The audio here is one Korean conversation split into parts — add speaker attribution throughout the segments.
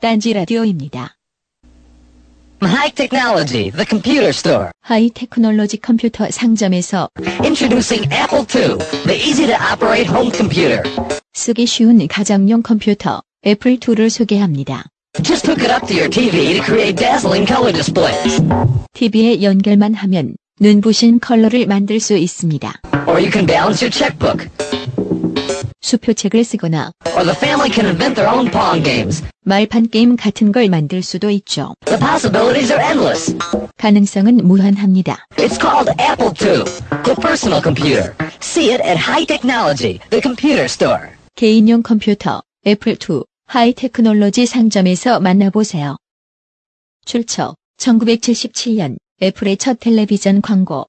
Speaker 1: 딴지 라디오입니다.
Speaker 2: High Technology, the computer store.
Speaker 1: 하이 테크놀로지 컴퓨터 상점에서
Speaker 2: Introducing Apple II, the easy to operate home computer.
Speaker 1: 쓰기 쉬운 가정용 컴퓨터 애플 2를 소개합니다.
Speaker 2: Just hook it up to your TV to create dazzling color displays.
Speaker 1: TV에 연결만 하면 눈부신 컬러를 만들 수 있습니다.
Speaker 2: Or you can balance your checkbook.
Speaker 1: 수표책을 쓰거나
Speaker 2: Or the family can invent their own Pong games.
Speaker 1: 말판 게임 같은 걸 만들 수도 있죠.
Speaker 2: The possibilities are endless.
Speaker 1: 가능성은 무한합니다.
Speaker 2: It's called Apple II, the personal computer. See it at High Technology, the computer store.
Speaker 1: 개인용 컴퓨터 애플 2 하이 테크놀로지 상점에서 만나보세요. 출처 1977년 애플의 첫 텔레비전 광고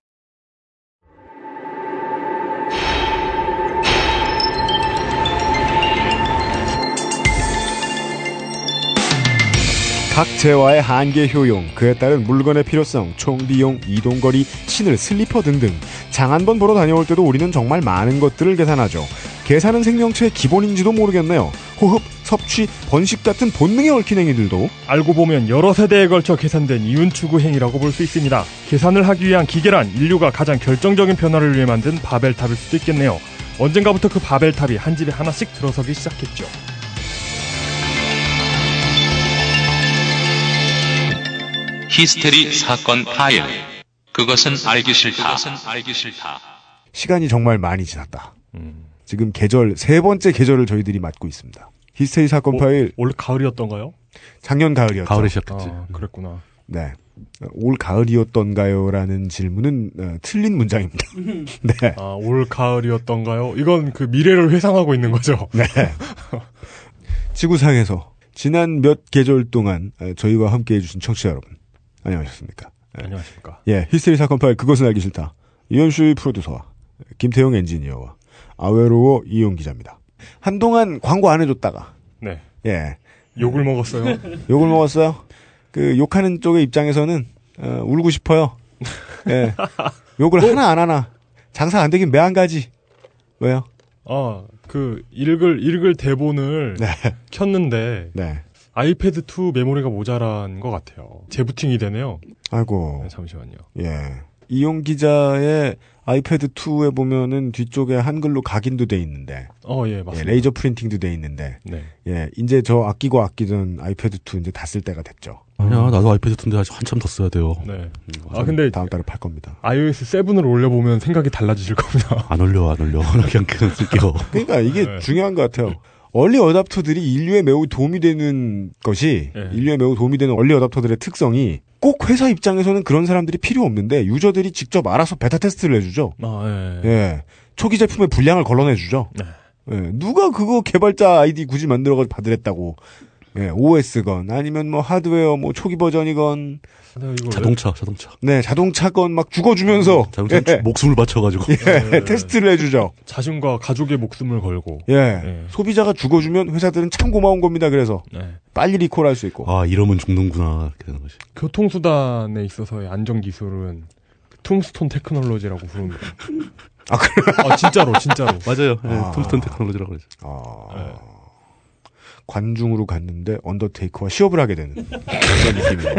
Speaker 3: 각 재화의 한계 효용, 그에 따른 물건의 필요성, 총 비용, 이동 거리, 치늘, 슬리퍼 등등 장 한 번 보러 다녀올 때도 우리는 정말 많은 것들을 계산하죠. 계산은 생명체의 기본인지도 모르겠네요. 호흡, 섭취, 번식 같은 본능에 얽힌 행위들도
Speaker 4: 알고 보면 여러 세대에 걸쳐 계산된 이윤추구 행위라고 볼 수 있습니다. 계산을 하기 위한 기계란 인류가 가장 결정적인 변화를 위해 만든 바벨탑일 수도 있겠네요. 언젠가부터 그 바벨탑이 한 집에 하나씩 들어서기 시작했죠.
Speaker 5: 히스테리 사건 파일. 그것은 알기 싫다.
Speaker 3: 시간이 정말 많이 지났다. 지금 계절 세 번째 계절을 저희들이 맞고 있습니다. 히스테리 사건 파일
Speaker 4: 올 가을이었던가요?
Speaker 3: 작년 뭐, 가을이었죠.
Speaker 6: 가을이셨겠지.
Speaker 3: 음.
Speaker 4: 아, 그랬구나.
Speaker 3: 네. 어, 올 가을이었던가요라는 질문은 어, 틀린 문장입니다. 네.
Speaker 4: 아, 올 가을이었던가요? 이건 그 미래를 회상하고 있는 거죠.
Speaker 3: 네. 지구상에서 지난 몇 계절 동안 어, 저희와 함께 해주신 청취자 여러분, 안녕하셨습니까?
Speaker 4: 네, 안녕하십니까.
Speaker 3: 예, 히스테리 사건 파일 그것은 알기 싫다. 이현수의 프로듀서와 김태용 엔지니어와 아웨로워 이용 기자입니다. 한동안 광고 안 해줬다가
Speaker 4: 네.
Speaker 3: 예
Speaker 4: 욕을 먹었어요.
Speaker 3: 욕을 먹었어요. 그 욕하는 쪽의 입장에서는 어, 울고 싶어요. 예 욕을 하나 안 하나 장사 안 되긴 매한 가지 왜요?
Speaker 4: 아, 그 읽을 읽을 대본을
Speaker 3: 네,
Speaker 4: 켰는데
Speaker 3: 네.
Speaker 4: 아이패드 2 메모리가 모자란 것 같아요. 재부팅이 되네요.
Speaker 3: 아이고
Speaker 4: 네, 잠시만요.
Speaker 3: 예. 이용 기자의 아이패드 2에 보면은 뒤쪽에 한글로 각인도 돼 있는데,
Speaker 4: 어, 예,
Speaker 3: 예,
Speaker 4: 맞습니다.
Speaker 3: 레이저 프린팅도 돼 있는데,
Speaker 4: 네.
Speaker 3: 예, 이제 저 아끼고 아끼던 아이패드 2 이제 다 쓸 때가 됐죠.
Speaker 6: 아니야, 나도 아이패드 2인데 아직 한참 더 써야 돼요.
Speaker 3: 음,
Speaker 4: 네. 아,
Speaker 3: 저는
Speaker 4: 근데
Speaker 3: 다음 달에 팔 겁니다.
Speaker 4: iOS 7을 올려보면 생각이 달라지실 겁니다.
Speaker 6: 안 올려, 안 올려. 그냥 그냥 쓸게요.
Speaker 3: 그러니까 이게
Speaker 4: 네.
Speaker 3: 중요한 것 같아요. 얼리 어답터들이 인류에 매우 도움이 되는 것이
Speaker 4: 네.
Speaker 3: 인류에 매우 도움이 되는 얼리 어답터들의 특성이 꼭 회사 입장에서는 그런 사람들이 필요 없는데 유저들이 직접 알아서 베타 테스트를 해주죠.
Speaker 4: 아, 예.
Speaker 3: 예. 초기 제품의 분량을 걸러내주죠.
Speaker 4: 네.
Speaker 3: 예. 누가 그거 개발자 아이디 굳이 만들어가지고 받으랬다고. 예, OS건, 아니면 뭐 하드웨어, 뭐 초기 버전이건,
Speaker 4: 근데 네, 이걸
Speaker 6: 자동차, 자동차.
Speaker 3: 네, 자동차건 막 죽어주면서.
Speaker 6: 음, 자동차
Speaker 3: 예,
Speaker 6: 목숨을 바쳐가지고.
Speaker 3: 예, 테스트를 해주죠.
Speaker 4: 왜 자신과 가족의 목숨을 걸고.
Speaker 3: 예.
Speaker 4: 예.
Speaker 3: 소비자가 죽어주면 회사들은 참 고마운 겁니다. 그래서
Speaker 4: 네.
Speaker 3: 빨리 리콜할 수 있고.
Speaker 6: 아, 이러면 죽는구나. 이렇게 되는 거지.
Speaker 4: 교통수단에 있어서의 안전기술은 툼스톤 테크놀로지라고 부릅니다.
Speaker 3: 아,
Speaker 4: 그래? 진짜로, 진짜로.
Speaker 6: 맞아요. 예,
Speaker 3: 아.
Speaker 6: 톰스턴 테크놀로지라고 그러죠.
Speaker 3: 아. 관중으로 갔는데 언더테이커와 시업을 하게 되는 그런 느낌이네요.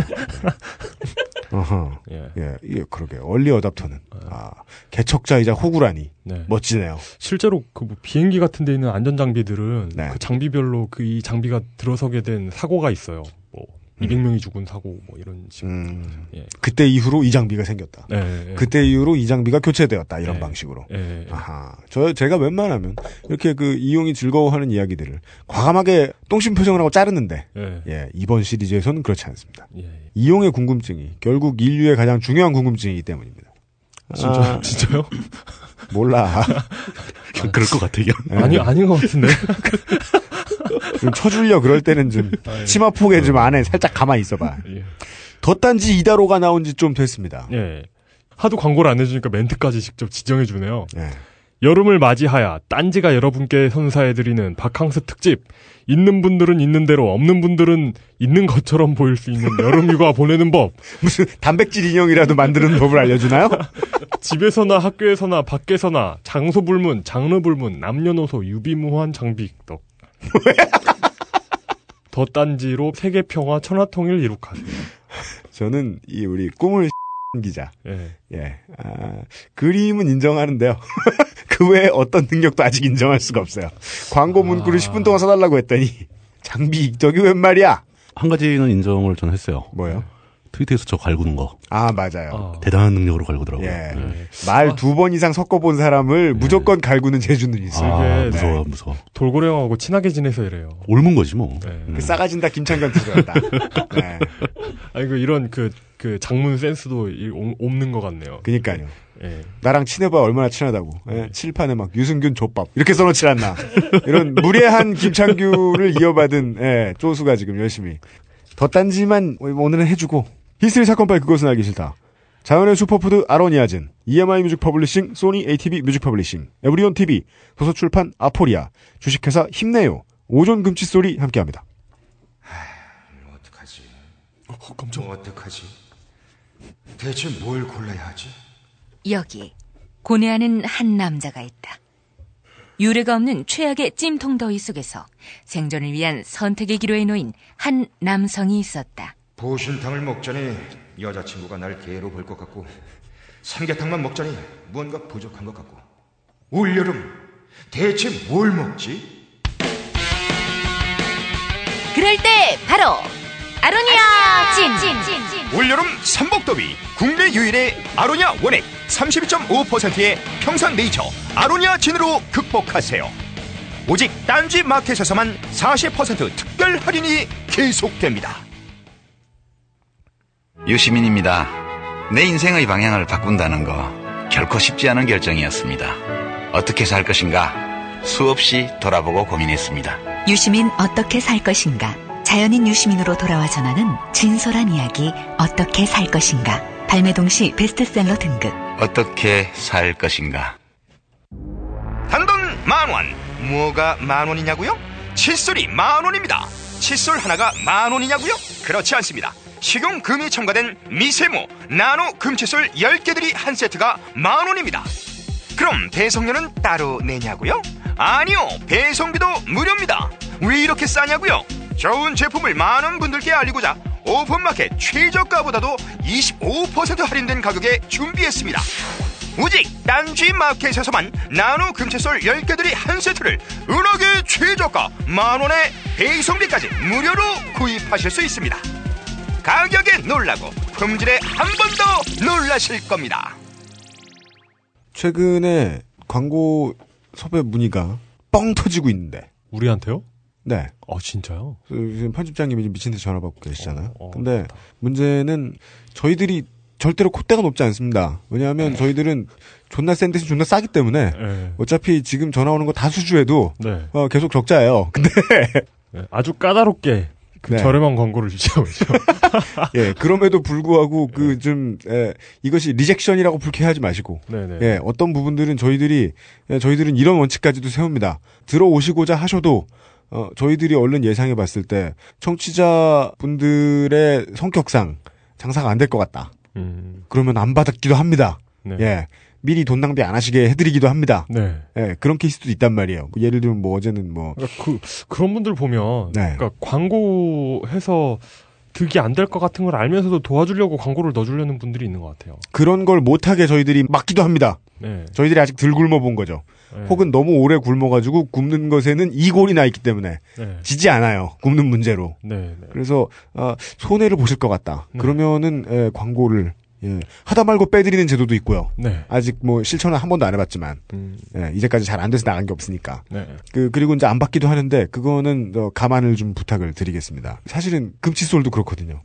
Speaker 3: 어허.
Speaker 4: 예.
Speaker 3: 예, 예, 그러게. 얼리 어답터는. 아, 개척자이자 호구라니.
Speaker 4: 네.
Speaker 3: 멋지네요.
Speaker 4: 실제로 그뭐 비행기 같은 데 있는 안전장비들은
Speaker 3: 네.
Speaker 4: 그 장비별로 그 이 장비가 들어서게 된 사고가 있어요. 뭐, 200명이 죽은 사고, 뭐 이런 식으로.
Speaker 3: 음.
Speaker 4: 예.
Speaker 3: 그때 이후로 이 장비가 생겼다.
Speaker 4: 네. 예.
Speaker 3: 그때 이후로 이 장비가 교체되었다. 이런
Speaker 4: 네.
Speaker 3: 방식으로.
Speaker 4: 예, 예.
Speaker 3: 아하. 저, 제가 웬만하면 이렇게 그 이용이 즐거워하는 이야기들을 과감하게 똥심 표정을 하고 자르는데,
Speaker 4: 예.
Speaker 3: 예, 이번 시리즈에서는 그렇지 않습니다.
Speaker 4: 예.
Speaker 3: 이용의 궁금증이 결국 인류의 가장 중요한 궁금증이기 때문입니다.
Speaker 4: 진짜, 진짜요?
Speaker 3: 몰라.
Speaker 6: 그냥 그럴 것 같아, 그냥.
Speaker 4: 아니, 아닌 것 같은데.
Speaker 3: 좀 쳐줄려 그럴 때는 좀 치마 폭에 좀 안에 살짝 가만히 있어봐.
Speaker 4: 아, 예.
Speaker 3: 덧단지 이다로가 나온 지 좀 됐습니다.
Speaker 4: 예. 하도 광고를 안 해주니까 멘트까지 직접 지정해주네요.
Speaker 3: 예.
Speaker 4: 여름을 맞이하여 딴지가 여러분께 선사해드리는 바캉스 특집. 있는 분들은 있는 대로, 없는 분들은 있는 것처럼 보일 수 있는 여름 휴가 보내는 법.
Speaker 3: 무슨 단백질 인형이라도 만드는 법을 알려주나요?
Speaker 4: 집에서나 학교에서나 밖에서나 장소 불문, 장르 불문, 남녀노소 유비무한 장비 덕. 덧단지로 세계 평화 천하 통일 이룩하세요.
Speaker 3: 저는 이 우리 꿈을 기자.
Speaker 4: 예.
Speaker 3: 예. 아, 그림은 인정하는데요. 그 외에 어떤 능력도 아직 인정할 수가 없어요. 광고 문구를 10분 동안 써달라고 했더니 장비 익적이 웬 말이야?
Speaker 6: 한 가지는 인정을 전 했어요.
Speaker 3: 뭐요?
Speaker 6: 트위터에서 저 갈구는 거
Speaker 3: 아 맞아요.
Speaker 4: 어.
Speaker 6: 대단한 능력으로 갈구더라고요.
Speaker 3: 예.
Speaker 6: 예.
Speaker 3: 말 두 번 이상 섞어본 사람을 무조건 갈구는 재주는 있어요.
Speaker 6: 아,
Speaker 4: 이게-
Speaker 6: 무서워, 무서워.
Speaker 4: 돌고래 형하고 친하게 지내서 이래요.
Speaker 6: 옮은 거지 뭐.
Speaker 4: 네.
Speaker 6: 음.
Speaker 3: 그 싸가진다 김창건 투자였다. 네.
Speaker 4: 아니 그 이런 그 그 장문 센스도 이, 옴- 옮는 것 같네요.
Speaker 3: 그니까요.
Speaker 4: 예.
Speaker 3: 나랑 친해봐 얼마나 친하다고. 예, 칠판에 막 유승균 족밥 이렇게 써놓질 않나. 이런 무례한 김창규를 이어받은 예, 조수가 지금 열심히 덧단지만 오늘은 해주고 히스테리 사건 파일 그것은 알기 싫다. 자연의 슈퍼푸드 아로니아진, EMI 뮤직 퍼블리싱, 소니 ATV 뮤직 퍼블리싱, 에브리온 TV, 도서출판 아포리아, 주식회사 힘내요, 오존 금치 소리 함께합니다.
Speaker 7: 뭐 어떡하지? 깜짝 어떡하지? 대체 뭘 골라야 하지?
Speaker 8: 여기 고뇌하는 한 남자가 있다. 유례가 없는 최악의 찜통 더위 속에서 생존을 위한 선택의 기로에 놓인 한 남성이 있었다.
Speaker 7: 보신탕을 먹자니 여자친구가 날 개로 볼 것 같고 삼계탕만 먹자니 무언가 부족한 것 같고 올여름 대체 뭘 먹지?
Speaker 8: 그럴 때 바로 아로니아 찜.
Speaker 7: 올여름 삼복더위 국내 유일의 아로냐 원액 32.5%의 평산네이처 아로냐 진으로 극복하세요. 오직 딴지 마켓에서만 40% 특별 할인이 계속됩니다.
Speaker 9: 유시민입니다. 내 인생의 방향을 바꾼다는 거 결코 쉽지 않은 결정이었습니다. 어떻게 살 것인가 수없이 돌아보고 고민했습니다.
Speaker 8: 유시민 어떻게 살 것인가? 자연인 유시민으로 돌아와 전하는 진솔한 이야기 어떻게 살 것인가? 발매 동시 베스트셀러 등급.
Speaker 9: 어떻게 살 것인가
Speaker 7: 단돈 만 원. 뭐가 만 원이냐고요? 칫솔이 만 원입니다. 칫솔 하나가 만 원이냐고요? 그렇지 않습니다. 식용 금이 첨가된 미세모 나노 금칫솔 10개들이 한 세트가 만 원입니다. 그럼 배송료는 따로 내냐고요? 아니요. 배송비도 무료입니다. 왜 이렇게 싸냐고요? 좋은 제품을 많은 분들께 알리고자 오픈마켓 최저가보다도 25% 할인된 가격에 준비했습니다. 오직 딴지 마켓에서만 나노 금채솔 10개들이 한 세트를 은하계 최저가 만원에 배송비까지 무료로 구입하실 수 있습니다. 가격에 놀라고 품질에 한 번 더 놀라실 겁니다.
Speaker 3: 최근에 광고 섭외 문의가 뻥 터지고 있는데,
Speaker 4: 우리한테요?
Speaker 3: 네.
Speaker 4: 아 진짜요?
Speaker 3: 그 지금 편집장님이 지금 미친 듯이 전화 받고 계시잖아요.
Speaker 4: 어, 어,
Speaker 3: 근데 문제는 저희들이 절대로 콧대가 높지 않습니다. 왜냐하면
Speaker 7: 네.
Speaker 3: 저희들은 존나 센 대신 존나 싸기 때문에
Speaker 4: 예.
Speaker 3: 어차피 지금 전화 오는 거 다 수주해도
Speaker 4: 네.
Speaker 3: 어, 계속 적자예요. 근데
Speaker 4: 네. 아주 까다롭게 그
Speaker 3: 네.
Speaker 4: 저렴한 광고를 유지하고 있죠.
Speaker 3: 예, 그럼에도 불구하고 그 좀 이것이 리젝션이라고 불쾌하지 마시고
Speaker 4: 네네.
Speaker 3: 예, 어떤 부분들은 저희들이 예, 저희들은 이런 원칙까지도 세웁니다. 들어오시고자 하셔도 어, 저희들이 얼른 예상해 봤을 때 청취자 분들의 성격상 장사가 안 될 것 같다.
Speaker 4: 음.
Speaker 3: 그러면 안 받았기도 합니다.
Speaker 4: 네.
Speaker 3: 예. 미리 돈 낭비 안 하시게 해드리기도 합니다.
Speaker 4: 네.
Speaker 3: 예, 그런 케이스도 있단 말이에요. 뭐 예를 들면 뭐 어제는 뭐,
Speaker 4: 그러니까 그 그런 분들 보면
Speaker 3: 네.
Speaker 4: 그러니까 광고해서 득이 안 될 것 같은 걸 알면서도 도와주려고 광고를 넣어주려는 분들이 있는 것 같아요.
Speaker 3: 그런 걸 못하게 저희들이 막기도 합니다.
Speaker 4: 네.
Speaker 3: 저희들이 아직 덜 굶어본 거죠.
Speaker 4: 네.
Speaker 3: 혹은 너무 오래 굶어가지고 굶는 것에는 이골이 나 있기 때문에
Speaker 4: 네.
Speaker 3: 지지 않아요. 굶는 문제로.
Speaker 4: 네. 네.
Speaker 3: 그래서 아, 손해를 보실 것 같다.
Speaker 4: 네.
Speaker 3: 그러면은 예, 광고를 예, 하다 말고 빼드리는 제도도 있고요.
Speaker 4: 네.
Speaker 3: 아직 뭐 실천은 한 번도 안 해봤지만
Speaker 4: 음.
Speaker 3: 예, 이제까지 잘 안 돼서 나간 게 없으니까
Speaker 4: 네.
Speaker 3: 그 그리고 이제 안 받기도 하는데 그거는 어, 감안을 좀 부탁을 드리겠습니다. 사실은 금칫솔도 그렇거든요.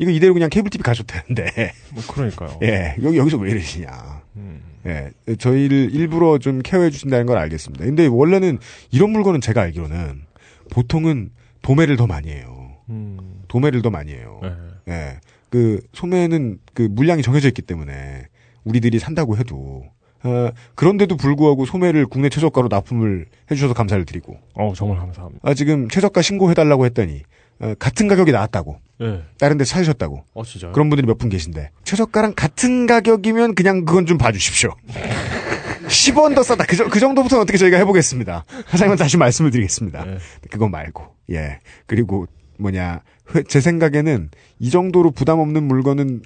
Speaker 3: 이거 이대로 그냥 케이블 TV 가셔도 되는데
Speaker 4: 뭐 그러니까요.
Speaker 3: 예 여기 여기서 왜 이러시냐
Speaker 4: 음.
Speaker 3: 예 저희를 일부러 좀 케어해 주신다는 걸 알겠습니다. 근데 원래는 이런 물건은 제가 알기로는 보통은 도매를 더 많이 해요.
Speaker 4: 음.
Speaker 3: 도매를 더 많이 해요.
Speaker 4: 네.
Speaker 3: 예. 그 소매는 그 물량이 정해져 있기 때문에 우리들이 산다고 해도 어, 그런데도 불구하고 소매를 국내 최저가로 납품을 해주셔서 감사를 드리고
Speaker 4: 어 정말 감사합니다.
Speaker 3: 아 지금 최저가 신고해달라고 했더니 어, 같은 가격이 나왔다고
Speaker 4: 예.
Speaker 3: 다른 데 찾으셨다고
Speaker 4: 어 진짜요?
Speaker 3: 그런 분들이 몇 분 계신데 최저가랑 같은 가격이면 그냥 그건 좀 봐주십시오. 10원 더 싸다. 그, 정- 그 정도부터는 어떻게 저희가 해보겠습니다. 사장님은 다시 말씀을 드리겠습니다. 그거 말고. 예. 그리고 뭐냐. 회- 제 생각에는 이 정도로 부담 없는 물건은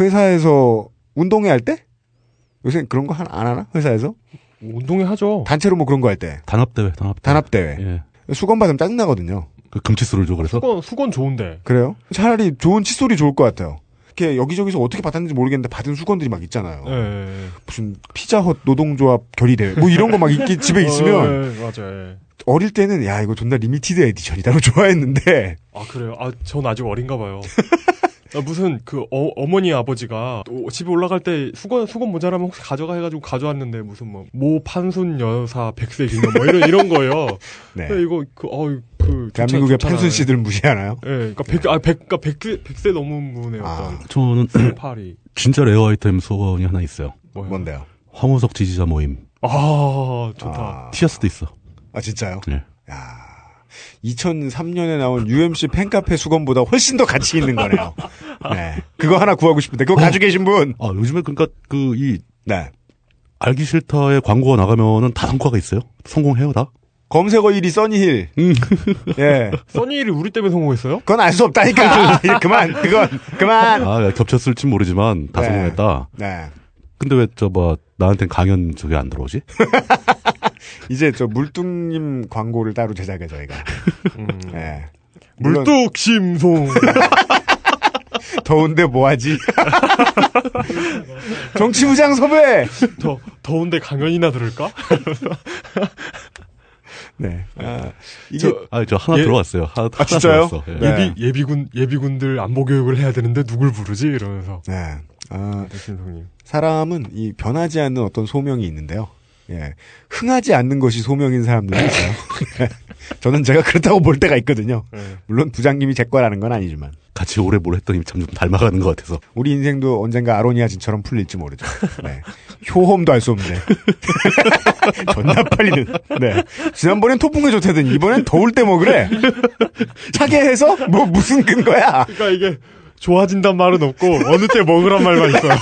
Speaker 3: 회사에서 운동회 할 때? 요새 그런 거 안 하나? 회사에서?
Speaker 4: 운동회 하죠.
Speaker 3: 단체로 뭐 그런 거 할 때.
Speaker 6: 단합대회, 단합대회.
Speaker 3: 단합대회.
Speaker 6: 예.
Speaker 3: 수건 받으면 짜증나거든요.
Speaker 6: 그 금치수를 줘, 그래서.
Speaker 4: 수건 수건 좋은데.
Speaker 3: 그래요? 차라리 좋은 칫솔이 좋을 것 같아요. 이렇게 여기저기서 어떻게 받았는지 모르겠는데 받은 수건들이 막 있잖아요.
Speaker 4: 예.
Speaker 3: 무슨 피자헛 노동조합 결의대회 뭐 이런 거 막 있기 집에 있으면
Speaker 4: 어, 예, 맞아요. 예.
Speaker 3: 어릴 때는 야 이거 존나 리미티드 에디션이라고 좋아했는데
Speaker 4: 아 그래요? 아 전 아직 어린가 봐요. 아, 무슨 그 어, 머니 아버지가 또 집에 올라갈 때 수건 수건 모자라면 혹시 가져가 해가지고 가져왔는데 무슨 뭐 모 판순 여사 백세 기념 뭐 이런 이런 거예요.
Speaker 3: 네.
Speaker 4: 근데 이거 그 어이 그 좋잖아,
Speaker 3: 대한민국의
Speaker 4: 좋잖아.
Speaker 3: 팬순 씨들 무시하나요?
Speaker 4: 예, 그러니까 백아백 그러니까 백세 백세 넘은 분의
Speaker 3: 아.
Speaker 4: 어떤
Speaker 6: 저는
Speaker 4: 생파리
Speaker 6: 진짜 레어 아이템 소원이 하나 있어요.
Speaker 4: 뭐요?
Speaker 3: 뭔데요?
Speaker 6: 황우석 지지자 모임.
Speaker 4: 아 좋다.
Speaker 3: 아,
Speaker 6: 티아스도 있어.
Speaker 3: 아, 진짜요?
Speaker 4: 네.
Speaker 6: 예.
Speaker 3: 야 2003년에 나온 UMC 팬카페 수건보다 훨씬 더 가치 있는 거네요. 네. 그거 하나 구하고 싶은데
Speaker 4: 어.
Speaker 3: 그거 가지고 계신 분.
Speaker 6: 아, 요즘에 그러니까 그 이
Speaker 3: 네.
Speaker 6: 알기 싫다의 광고가 나가면은 다 성과가 있어요. 성공해요, 다.
Speaker 3: 검색어 1위 써니힐.
Speaker 4: 음.
Speaker 3: 예.
Speaker 4: 써니일이 우리 때문에 성공했어요?
Speaker 3: 그건 알 수 없다니까. 예, 그만. 그건 그만.
Speaker 4: 어.
Speaker 6: 아, 겹쳤을진 모르지만 다
Speaker 3: 네.
Speaker 6: 성공했다.
Speaker 3: 네.
Speaker 6: 근데 왜 저 뭐 나한테 강연 저게 안 들어오지?
Speaker 3: 이제 저 물뚱님 광고를 따로 제작해 저희가. 예. 물론
Speaker 4: 물뚝 심송.
Speaker 3: 더운데 뭐하지? 정치부장 섭외.
Speaker 4: 더 더운데 강연이나 들을까?
Speaker 3: 네. 아, 이게
Speaker 4: 저
Speaker 6: 아, 저 하나
Speaker 4: 예.
Speaker 6: 들어왔어요. 하나, 하나
Speaker 3: 진짜요?
Speaker 6: 들어왔어. 예.
Speaker 3: 네.
Speaker 4: 예비 예비군 예비군들 안보 교육을 해야 되는데 누굴 부르지 이러면서
Speaker 3: 네. 아,
Speaker 4: 백신성님
Speaker 3: 사람은 이 변하지 않는 어떤 소명이 있는데요. 예. 흥하지 않는 것이 소명인 사람들이 있어요. 네. 저는 제가 그렇다고 볼 때가 있거든요. 물론 부장님이 제 거라는 건 아니지만
Speaker 6: 같이 오래 뭘 했더니 참 좀 닮아가는 것 같아서.
Speaker 3: 우리 인생도 언젠가 아로니아진처럼 풀릴지 모르죠. 네. 효험도 알 수 없는데. 존나 팔리는. 네. 지난번엔 토풍에 좋다더니 이번엔 더울 때 먹으래. 차게 해서 뭐 무슨 근거야.
Speaker 4: 그러니까 이게 좋아진단 말은 없고 어느 때 먹으란 말만 있어요.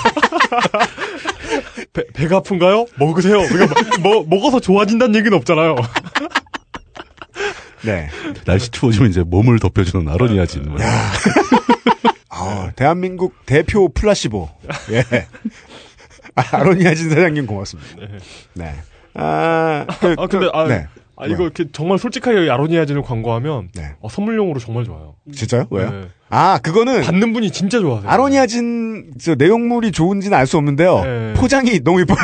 Speaker 4: 배, 배가 아픈가요? 먹으세요. 그러니까 뭐, 먹어서 좋아진다는 얘기는 없잖아요.
Speaker 3: 네.
Speaker 6: 날씨 추워지면 이제 몸을 덮여주는 아로니아진. 뭐.
Speaker 3: 아, 대한민국 대표 플라시보. 예. 아, 로니아진 사장님 고맙습니다. 네. 아, 그,
Speaker 4: 아 근데
Speaker 3: 그,
Speaker 4: 아,
Speaker 3: 네.
Speaker 4: 아, 이거 이렇게 정말 솔직하게 아로니아진을 광고하면
Speaker 3: 네.
Speaker 4: 어, 선물용으로 정말 좋아요.
Speaker 3: 진짜요? 왜요?
Speaker 4: 네.
Speaker 3: 아, 그거는
Speaker 4: 받는 분이 진짜 좋아하세요.
Speaker 3: 아로니아진 저 내용물이 좋은지는 알 수 없는데요.
Speaker 4: 네.
Speaker 3: 포장이 너무 이뻐요.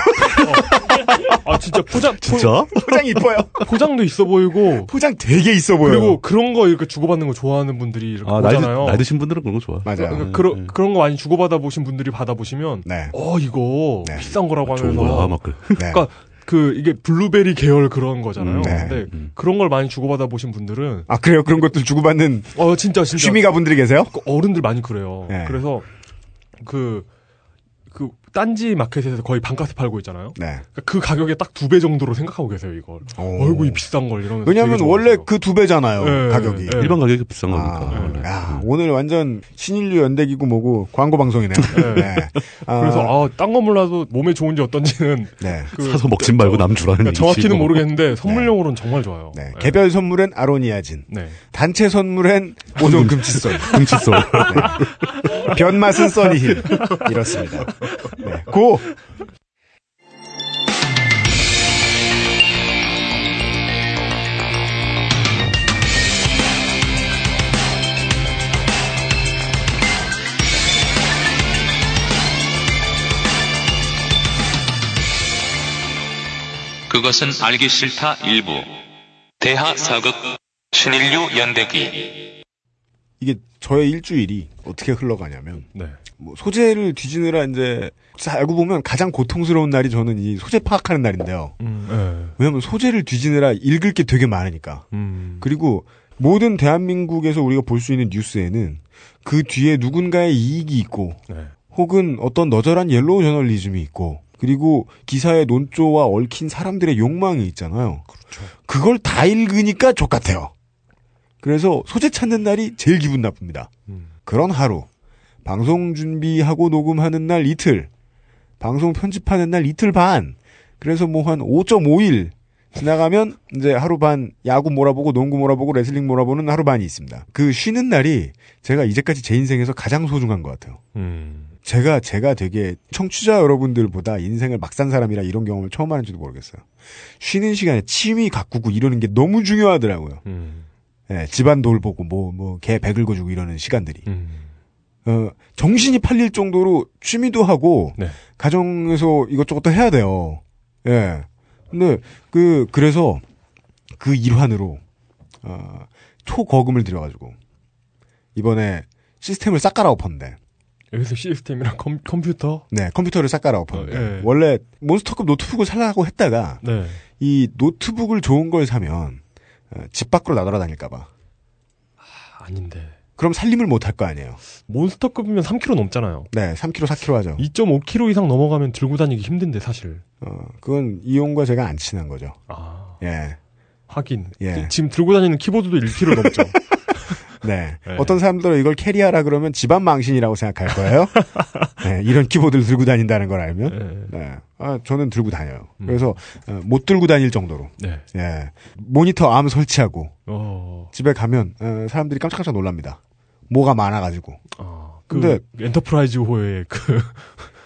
Speaker 4: 아 진짜 포장
Speaker 6: 진짜?
Speaker 3: 포장이 이뻐요.
Speaker 4: 포, 장도 있어 보이고
Speaker 3: 포장 되게 있어 보여요.
Speaker 4: 그리고 그런 거 이렇게 주고받는 거 좋아하는 분들이 이렇게
Speaker 6: 아, 나이, 드-
Speaker 4: 오잖아요.
Speaker 6: 나이 드신 분들은 그런 거 좋아.
Speaker 3: 맞아요. 음.
Speaker 4: 그러니까 그러, 그런 거 많이 주고받아 보신 분들이 받아보시면
Speaker 3: 네.
Speaker 4: 어 이거
Speaker 3: 네.
Speaker 4: 비싼 거라고
Speaker 6: 좋은
Speaker 4: 하면서
Speaker 6: 거야, 막 그래.
Speaker 3: 네.
Speaker 4: 그러니까 그 이게 블루베리 계열 그런 거잖아요.
Speaker 3: 음, 네.
Speaker 4: 근데 그런 걸 많이 주고받아 보신 분들은
Speaker 3: 아 그래요. 그런 것들 주고받는
Speaker 4: 어 진짜 진짜
Speaker 3: 취미가 분들이 계세요?
Speaker 4: 그 어른들 많이 그래요.
Speaker 3: 네.
Speaker 4: 그래서 그 그 딴지 마켓에서 거의 반값에 팔고 있잖아요.
Speaker 3: 네.
Speaker 4: 그러니까 그 가격에 딱 두 배 정도로 생각하고 계세요 이걸.
Speaker 3: 오.
Speaker 4: 어이구 이 비싼 걸 이러면서.
Speaker 3: 왜냐하면
Speaker 4: 되게
Speaker 3: 원래
Speaker 4: 좋아하세요.
Speaker 3: 그 두 배잖아요.
Speaker 4: 네,
Speaker 3: 가격이.
Speaker 4: 네.
Speaker 6: 일반 가격이 비싼 거니까.
Speaker 3: 아,
Speaker 6: 원래.
Speaker 3: 야, 오늘 완전 신인류 연대기고 뭐고 광고 방송이네요. 네. 아,
Speaker 4: 그래서 아딴거 몰라도 몸에 좋은지 어떤지는
Speaker 3: 네.
Speaker 4: 그
Speaker 6: 사서 먹지 말고 남 주라는
Speaker 4: 그러니까
Speaker 6: 얘기지,
Speaker 4: 정확히는
Speaker 6: 뭐.
Speaker 4: 모르겠는데 선물용으로는 정말 좋아요.
Speaker 3: 네.
Speaker 4: 예.
Speaker 3: 개별 선물엔 아로니아진,
Speaker 4: 네.
Speaker 3: 단체 선물엔 오존 금칫솔, 네.
Speaker 6: 금칫솔.
Speaker 3: 변맛은 써니힐 이렇습니다. 네. 고
Speaker 5: 그것은 알기 싫다 일부 대하 사극 신인류 연대기
Speaker 3: 이게 저의 일주일이 어떻게 흘러가냐면
Speaker 4: 네.
Speaker 3: 뭐 소재를 뒤지느라 이제 진짜 알고 보면 가장 고통스러운 날이 저는 이 소재 파악하는 날인데요.
Speaker 4: 음.
Speaker 3: 왜냐하면 소재를 뒤지느라 읽을 게 되게 많으니까.
Speaker 4: 예. 음.
Speaker 3: 그리고 모든 대한민국에서 우리가 볼 수 있는 뉴스에는 그 뒤에 누군가의 이익이 있고
Speaker 4: 네.
Speaker 3: 혹은 어떤 너절한 옐로우 저널리즘이 있고 그리고 기사의 논조와 얽힌 사람들의 욕망이 있잖아요. 그렇죠. 그걸 다 읽으니까 족같아요. 그래서 소재 찾는 날이 제일 기분 나쁩니다.
Speaker 4: 음.
Speaker 3: 그런 하루, 방송 준비하고 녹음하는 날 이틀, 방송 편집하는 날 이틀 반, 그래서 뭐 한 5.5일 지나가면 이제 하루 반 야구 몰아보고 농구 몰아보고 레슬링 몰아보는 하루 반이 있습니다. 그 쉬는 날이 제가 이제까지 제 인생에서 가장 소중한 것 같아요.
Speaker 4: 음.
Speaker 3: 제가 제가 되게 청취자 여러분들보다 인생을 막 산 사람이라 이런 경험을 처음 하는지도 모르겠어요. 쉬는 시간에 취미 가꾸고 이러는 게 너무 중요하더라고요.
Speaker 4: 음.
Speaker 3: 예, 집안 돌보고 뭐 뭐개 배글거 주고 이러는 시간들이
Speaker 4: 음.
Speaker 3: 어, 정신이 팔릴 정도로 취미도 하고
Speaker 4: 네.
Speaker 3: 가정에서 이것저것도 해야 돼요. 예. 근데 그 그래서 그 일환으로 어, 초거금을 들여가지고 이번에 시스템을 싹 갈아엎었는데
Speaker 4: 여기서 시스템이랑 컴, 컴퓨터.
Speaker 3: 네, 컴퓨터를 싹 갈아엎었는데
Speaker 4: 어, 예.
Speaker 3: 원래 몬스터급 노트북을 살라고 했다가
Speaker 4: 네.
Speaker 3: 이 노트북을 좋은 걸 사면 어, 집 밖으로 나돌아다닐까봐
Speaker 4: 아닌데.
Speaker 3: 그럼 살림을 못 할 거 아니에요.
Speaker 4: 몬스터급이면 3kg 넘잖아요.
Speaker 3: 네, 3kg, 4kg 하죠.
Speaker 4: 2.5kg 이상 넘어가면 들고 다니기 힘든데 사실.
Speaker 3: 어, 그건 이용과 제가 안 친한 거죠.
Speaker 4: 아
Speaker 3: 예.
Speaker 4: 하긴.
Speaker 3: 예.
Speaker 4: 지금 들고 다니는 키보드도 1kg 넘죠.
Speaker 3: 네.
Speaker 4: 네.
Speaker 3: 어떤 사람들은 이걸 캐리하라 그러면 집안 망신이라고 생각할 거예요. 네, 이런 키보드를 들고 다닌다는 걸 알면.
Speaker 4: 예.
Speaker 3: 네. 아, 저는 들고 다녀요.
Speaker 4: 음.
Speaker 3: 그래서 어, 못 들고 다닐 정도로.
Speaker 4: 네.
Speaker 3: 예. 모니터 암 설치하고
Speaker 4: 어.
Speaker 3: 집에 가면 어, 사람들이 깜짝깜짝 놀랍니다. 뭐가 많아 가지고.
Speaker 4: 아. 그
Speaker 3: 근데-
Speaker 4: 엔터프라이즈호의 그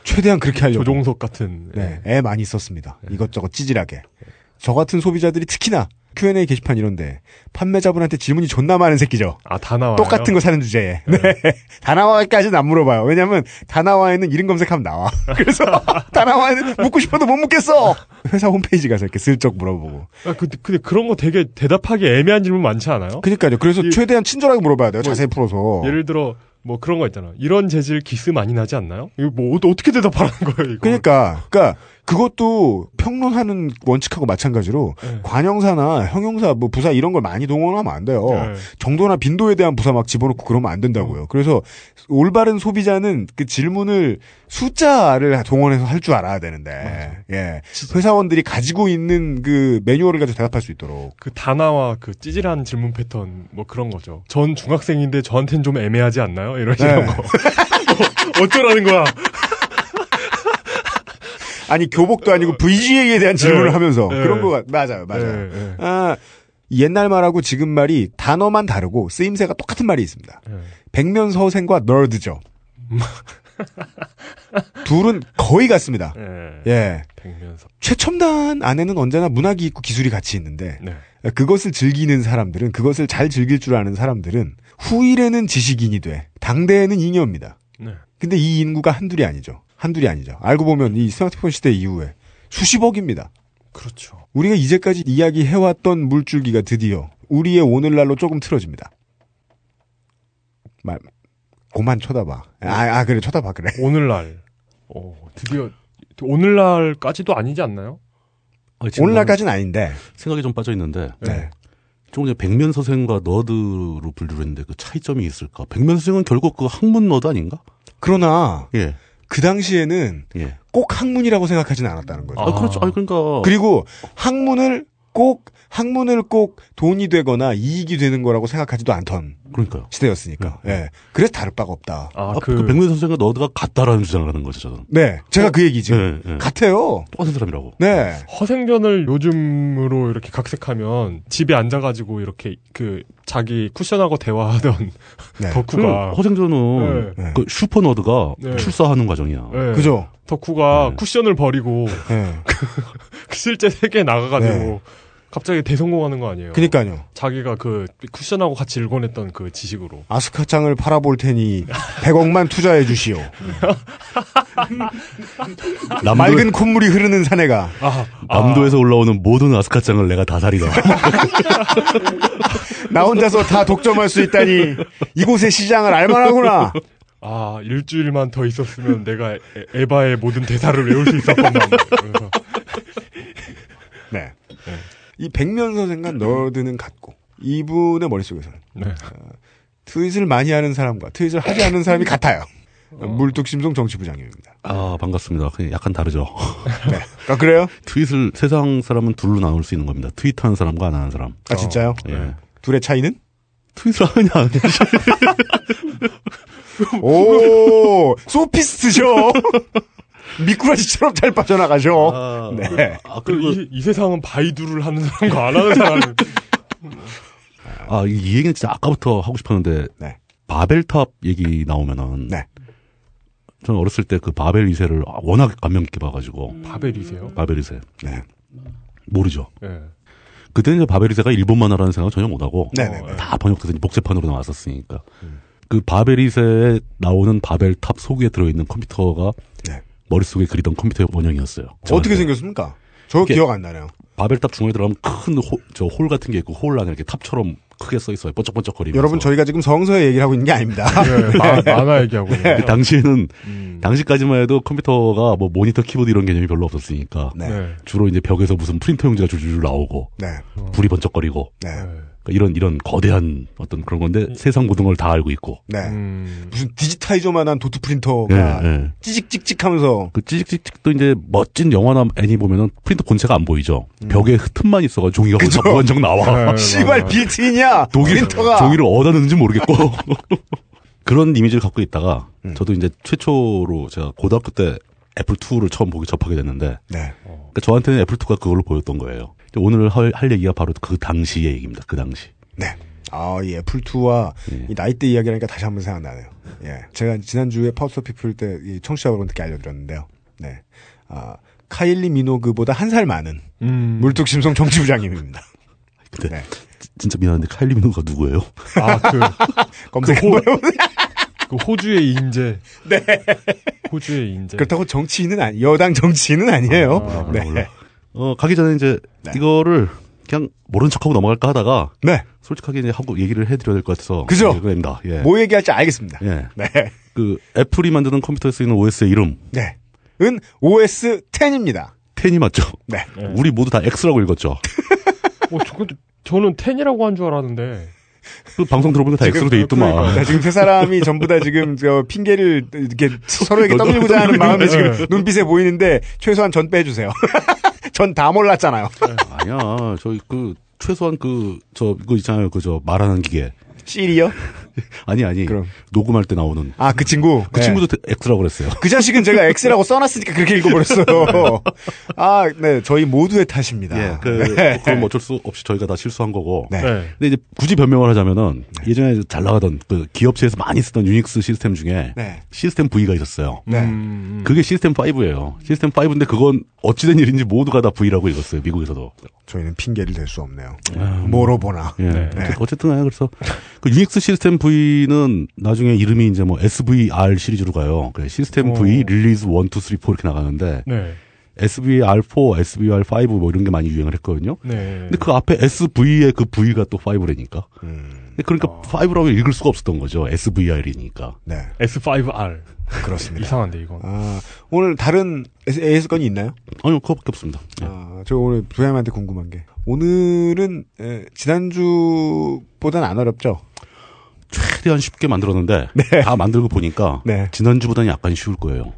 Speaker 3: 최대한 그렇게 하려고.
Speaker 4: 조종석 같은. 예.
Speaker 3: 네. 애 많이 썼습니다. 이것저것 찌질하게. 저 같은 소비자들이 특히나 Q&A 게시판 이런데 판매자분한테 질문이 존나 많은 새끼죠.
Speaker 4: 아다 나와요.
Speaker 3: 똑같은 거 사는 주제에. 네. 다나와까지는 안 물어봐요. 왜냐면 다나와에는 이름 검색하면 나와. 그래서 다나와에는 묻고 싶어도 못 묻겠어. 회사 홈페이지 가서 이렇게 슬쩍 물어보고.
Speaker 4: 아, 근데, 근데 그런 거 되게 대답하기 애매한 질문 많지 않아요?
Speaker 3: 그러니까요. 그래서
Speaker 4: 이-
Speaker 3: 최대한 친절하게 물어봐야 돼요.
Speaker 4: 뭐,
Speaker 3: 자세히 풀어서.
Speaker 4: 예를 들어 뭐 그런 거 있잖아. 이런 재질 기스 많이 나지 않나요? 이거 뭐 어- 어떻게 대답하라는 거예요? 이거.
Speaker 3: 그러니까, 그러니까 그것도 평론하는 원칙하고 마찬가지로
Speaker 4: 네.
Speaker 3: 관형사나 형용사, 뭐 부사 이런 걸 많이 동원하면 안 돼요.
Speaker 4: 네.
Speaker 3: 정도나 빈도에 대한 부사 막 집어넣고 그러면 안 된다고요. 그래서 올바른 소비자는 그 질문을 숫자를 동원해서 할 줄 알아야 되는데, 예. 회사원들이 가지고 있는 그 매뉴얼을 가지고 대답할 수 있도록.
Speaker 4: 그 단어와 그 찌질한 질문 패턴 뭐 그런 거죠. 전 중학생인데 저한텐 좀 애매하지 않나요? 이런
Speaker 3: 네.
Speaker 4: 이런 거. 어, 어쩌라는 거야?
Speaker 3: 아니 교복도 아니고 VGA에 대한 질문을
Speaker 4: 어, 네.
Speaker 3: 하면서
Speaker 4: 네.
Speaker 3: 그런 거 같- 맞아요, 맞아요.
Speaker 4: 예, 예,
Speaker 3: 아, 옛날 말하고 지금 말이 단어만 다르고 쓰임새가 똑같은 말이 있습니다.
Speaker 4: 예.
Speaker 3: 백면서생과 널드죠. 둘은 거의 같습니다.
Speaker 4: 예.
Speaker 3: 예.
Speaker 4: 백면서.
Speaker 3: 최첨단 안에는 언제나 문학이 있고 기술이 같이 있는데
Speaker 4: 네.
Speaker 3: 그것을 즐기는 사람들은 그것을 잘 즐길 줄 아는 사람들은 후일에는 지식인이 돼 당대에는 잉여입니다.
Speaker 4: 네.
Speaker 3: 근데 이 인구가 한둘이 아니죠. 한둘이 아니죠. 알고 보면 이 스마트폰 시대 이후에 수십억입니다.
Speaker 4: 그렇죠.
Speaker 3: 우리가 이제까지 이야기해왔던 물줄기가 드디어 우리의 오늘날로 조금 틀어집니다. 말, 고만 쳐다봐. 아, 아, 그래, 쳐다봐, 그래.
Speaker 4: 오늘날. 어, 드디어 오늘날까지도 아니지 않나요?
Speaker 6: 아니, 지금
Speaker 3: 오늘날까지는 아닌데,
Speaker 6: 나는 생각이 좀 빠져 있는데
Speaker 4: 예.
Speaker 3: 네.
Speaker 6: 조금 전에 백면 서생과 너드로 분류했는데 그 차이점이 있을까? 백면 서생은 결국 그 학문 너드 아닌가?
Speaker 3: 그러나,
Speaker 6: 예,
Speaker 3: 그 당시에는
Speaker 6: 예.
Speaker 3: 꼭 학문이라고 생각하진 않았다는 거죠.
Speaker 6: 아,
Speaker 4: 아.
Speaker 6: 그렇죠. 아니 그러니까
Speaker 3: 그리고 학문을 꼭 학문을 꼭 돈이 되거나 이익이 되는 거라고 생각하지도 않던
Speaker 6: 그러니까요. 음.
Speaker 3: 시대였으니까. 예. 그래서 다를 바가 없다.
Speaker 4: 아,
Speaker 6: 아, 그, 백면 선생과 너드가 같다라는 주장을 하는 거죠, 저는.
Speaker 3: 네. 제가 그 얘기지.
Speaker 6: 예, 예.
Speaker 3: 같아요.
Speaker 6: 똑같은 사람이라고.
Speaker 3: 네.
Speaker 4: 허생전을 요즘으로 이렇게 각색하면 집에 앉아가지고 이렇게 그 자기 쿠션하고 대화하던
Speaker 3: 네.
Speaker 4: 덕후가
Speaker 6: 허생전은
Speaker 3: 네.
Speaker 6: 그 슈퍼 너드가
Speaker 4: 네.
Speaker 6: 출사하는 과정이야.
Speaker 4: 예,
Speaker 3: 그죠? 음.
Speaker 4: 덕후가
Speaker 6: 네.
Speaker 4: 쿠션을 버리고
Speaker 3: 예.
Speaker 4: 그 실제 세계에 나가가지고
Speaker 3: 네. 그러니까
Speaker 4: 갑자기 대성공하는 거 아니에요?
Speaker 3: 그니까요.
Speaker 4: 자기가 그 쿠션하고 같이 일궈냈던 그 지식으로
Speaker 3: 아스카장을 팔아볼 테니 100억만 투자해 주시오.
Speaker 6: 남도,
Speaker 3: 맑은 콧물이 흐르는 사내가
Speaker 4: 아,
Speaker 6: 남도에서 올라오는 모든 아스카짱을 내가 다 사리다.
Speaker 3: 나 혼자서 다 독점할 수 있다니 이곳의 시장을 알만하구나.
Speaker 4: 아 일주일만 더 있었으면 내가 에- 에바의 모든 대사를 외울 수 있었건만 그래서
Speaker 3: 네. 이 백면서
Speaker 6: 네.
Speaker 3: 생각 너드는 같고 이분의 머릿속에서는 어,
Speaker 4: 네.
Speaker 3: 트윗을 많이 하는 사람과 트윗을 하지 않는 사람이 같아요.
Speaker 6: 어.
Speaker 3: 물뚝심송 정치부장님입니다.
Speaker 6: 아, 반갑습니다. 그냥 약간 다르죠.
Speaker 3: 네. 아, 그래요?
Speaker 6: 트윗을 세상 사람은 둘로 나눌 수 있는 겁니다. 트윗하는 사람과 안 하는 사람.
Speaker 3: 아, 진짜요?
Speaker 6: 예.
Speaker 3: 둘의 차이는?
Speaker 6: 트윗을 하느냐 안 하느냐.
Speaker 3: 오, 소피스트죠? 미꾸라지처럼 잘 빠져나가죠.
Speaker 6: 아,
Speaker 3: 네.
Speaker 6: 아,
Speaker 4: 그리고
Speaker 6: 그리고
Speaker 4: 이, 이 세상은 바이두를 하는 사람과 안 하는 사람.
Speaker 6: 아, 이, 이 얘기는 진짜 아까부터 하고 싶었는데
Speaker 3: 네.
Speaker 6: 바벨탑 얘기 나오면은
Speaker 3: 네.
Speaker 6: 저는 어렸을 때 그 바벨 2세를 워낙 감명 깊게 봐가지고
Speaker 4: 음. 바벨이세요?
Speaker 6: 바벨 2세
Speaker 3: 네.
Speaker 6: 모르죠.
Speaker 4: 예.
Speaker 6: 그때는 이제 바벨 2세가 일본 만화라는 생각을 전혀 못하고
Speaker 3: 네, 음. 네, 네.
Speaker 6: 다 번역돼서 이제 복제판으로 나왔었으니까 그 바벨 2세에 나오는 바벨탑 속에 들어있는 컴퓨터가
Speaker 3: 네.
Speaker 6: 머릿속에 그리던 컴퓨터의 원형이었어요.
Speaker 3: 어떻게
Speaker 6: 저한테.
Speaker 3: 생겼습니까? 저
Speaker 6: 이게-
Speaker 3: 기억 안 나네요.
Speaker 6: 바벨탑 중앙에 들어가면 큰 저 홀 같은 게 있고 홀 안에 이렇게 탑처럼 크게 써 있어요. 번쩍번쩍거리면서.
Speaker 3: 여러분 저희가 지금 성서의 얘기를 하고 있는 게 아닙니다.
Speaker 4: 예, 마- 만화 얘기하고.
Speaker 6: 그
Speaker 4: 네.
Speaker 6: 당시에는 당시까지만 해도 컴퓨터가 뭐 모니터 키보드 이런 개념이 별로 없었으니까
Speaker 3: 네.
Speaker 4: 네.
Speaker 6: 주로 이제 벽에서 무슨 프린터 용지가 줄줄줄 나오고
Speaker 3: 네.
Speaker 6: 불이 번쩍거리고
Speaker 3: 네.
Speaker 6: 그러니까 이런 이런 거대한 어떤 그런 건데 세상 모든 걸 다 알고 있고
Speaker 3: 네.
Speaker 4: 음.
Speaker 3: 무슨 디지타이저만한 도트
Speaker 6: 예,
Speaker 3: 프린터가
Speaker 6: 예.
Speaker 3: 찌직찌직하면서
Speaker 6: 그 찌직찌직도 이제 멋진 영화나 애니 보면은 프린터 본체가 안 보이죠. 벽에 틈만 있어가 종이가 번쩍 번쩍 나와.
Speaker 4: 네,
Speaker 3: 씨발
Speaker 4: 맞아요.
Speaker 3: 빌트인이야.
Speaker 6: 독일
Speaker 3: 프린터가
Speaker 6: 종이를 얻어 넣는지 모르겠고 그런 이미지를 갖고 있다가 저도 이제 최초로 제가 고등학교 때 애플 2를 처음 보기 접하게 됐는데
Speaker 3: 네.
Speaker 6: 그러니까 저한테는 애플 2가 그걸로 보였던 거예요. 근데 오늘 할, 할 얘기가 바로 그 당시의 얘기입니다. 그 당시.
Speaker 3: 네. 아, 이 애플2와
Speaker 6: 예.
Speaker 3: 이 나이대 이야기라니까 다시 한번 생각나네요. 예. 제가 지난주에 파우스 오브 피플 때이 청취자분들께 알려드렸는데요. 네. 아, 카일리 미노그보다 한 살 많은
Speaker 4: 음.
Speaker 3: 물뚝심성 정치부장님입니다.
Speaker 6: 근데
Speaker 3: 네.
Speaker 6: 지- 진짜 미안한데 칼리 미노가 누구예요?
Speaker 4: 아, 그,
Speaker 3: 검색 한번 해보
Speaker 4: 그 호주의 인재. 네. 호주의 인재.
Speaker 3: 그렇다고 정치인은 아니, 여당 정치인은 아니에요. 네.
Speaker 6: 몰라. 어 가기 전에 이제
Speaker 3: 네.
Speaker 6: 이거를 그냥 모른 척하고 넘어갈까 하다가
Speaker 3: 네.
Speaker 6: 솔직하게 이제 하고 얘기를 해드려야 될 것 같아서
Speaker 3: 그죠?
Speaker 6: 그입니다. 예.
Speaker 3: 뭐 얘기할지 알겠습니다.
Speaker 6: 예.
Speaker 3: 네.
Speaker 6: 그 애플이 만드는 컴퓨터에 쓰이는 OS의 이름
Speaker 3: 네. 은 OS 10입니다.
Speaker 6: 10이 맞죠?
Speaker 3: 네.
Speaker 6: 우리 모두 다 X라고 읽었죠.
Speaker 4: 어, 저, 근데 저는 10이라고 한 줄 알았는데.
Speaker 6: 그 방송 들어보니까 다 X로 돼 있더만.
Speaker 3: 자, 그러니까. 지금 세 사람이 전부 다 지금 저 핑계를 이렇게 서로에게
Speaker 6: 너도
Speaker 3: 떠밀고자 하는 마음이
Speaker 4: 떠밀고
Speaker 3: 지금 눈빛에 보이는데 최소한 전 빼주세요. 전 다 몰랐잖아요.
Speaker 6: 아니야. 저희 그 최소한 그 저 이거 있잖아요. 그 저 말하는 기계.
Speaker 3: 씰이요?
Speaker 6: 아니 아니.
Speaker 3: 그럼.
Speaker 6: 녹음할 때 나오는
Speaker 3: 아, 그 친구?
Speaker 6: 그
Speaker 3: 네.
Speaker 6: 친구도 데- X라고 그랬어요.
Speaker 3: 그 자식은 제가 X라고 써놨으니까 그렇게 읽어버렸어요. 아, 네. 저희 모두의 탓입니다.
Speaker 6: 예, 그, 그럼 어쩔 수 없이 저희가 다 실수한 거고.
Speaker 3: 네.
Speaker 4: 네.
Speaker 6: 근데 이제 굳이 변명을 하자면은 예전에 잘 나가던 그 기업체에서 많이 쓰던 유닉스 시스템 중에
Speaker 3: 네.
Speaker 6: 시스템 V가 있었어요.
Speaker 3: 네.
Speaker 4: 음,
Speaker 6: 그게 시스템 5예요. 시스템 5인데 그건 어찌된 일인지 모두가 다 V라고 읽었어요. 미국에서도.
Speaker 3: 저희는 핑계를 댈 수 없네요. 뭐로 보나.
Speaker 6: 예. 어쨌- 어쨌든 아요 그래서 그 유닉스 시스템 V는 나중에 이름이 이제 뭐 SVR 시리즈로 가요. 그 시스템 V
Speaker 4: 어.
Speaker 6: 릴리즈 1 2 3 4 이렇게 나가는데
Speaker 4: 네.
Speaker 6: SVR4, SVR5 뭐 이런 게 많이 유행을 했거든요.
Speaker 4: 네.
Speaker 6: 근데 그 앞에 SV의 그 V가 또 5라니까.
Speaker 4: 음. 아.
Speaker 6: 그러니까 파 5라고 읽을 수가 없었던 거죠. SVR이니까.
Speaker 3: 네.
Speaker 4: S5R.
Speaker 3: 그렇습니다.
Speaker 4: 이상한데, 이건.
Speaker 3: 아, 오늘 다른 AS 건이 있나요?
Speaker 6: 아니요, 그거밖에 없습니다. 예.
Speaker 3: 아, 저 오늘 부장님한테 궁금한 게 오늘은 에, 지난주보단 안 어렵죠?
Speaker 6: 최대한 쉽게 만들었는데
Speaker 4: 네.
Speaker 6: 다 만들고 보니까
Speaker 3: 네.
Speaker 6: 지난주보다는 약간 쉬울 거예요.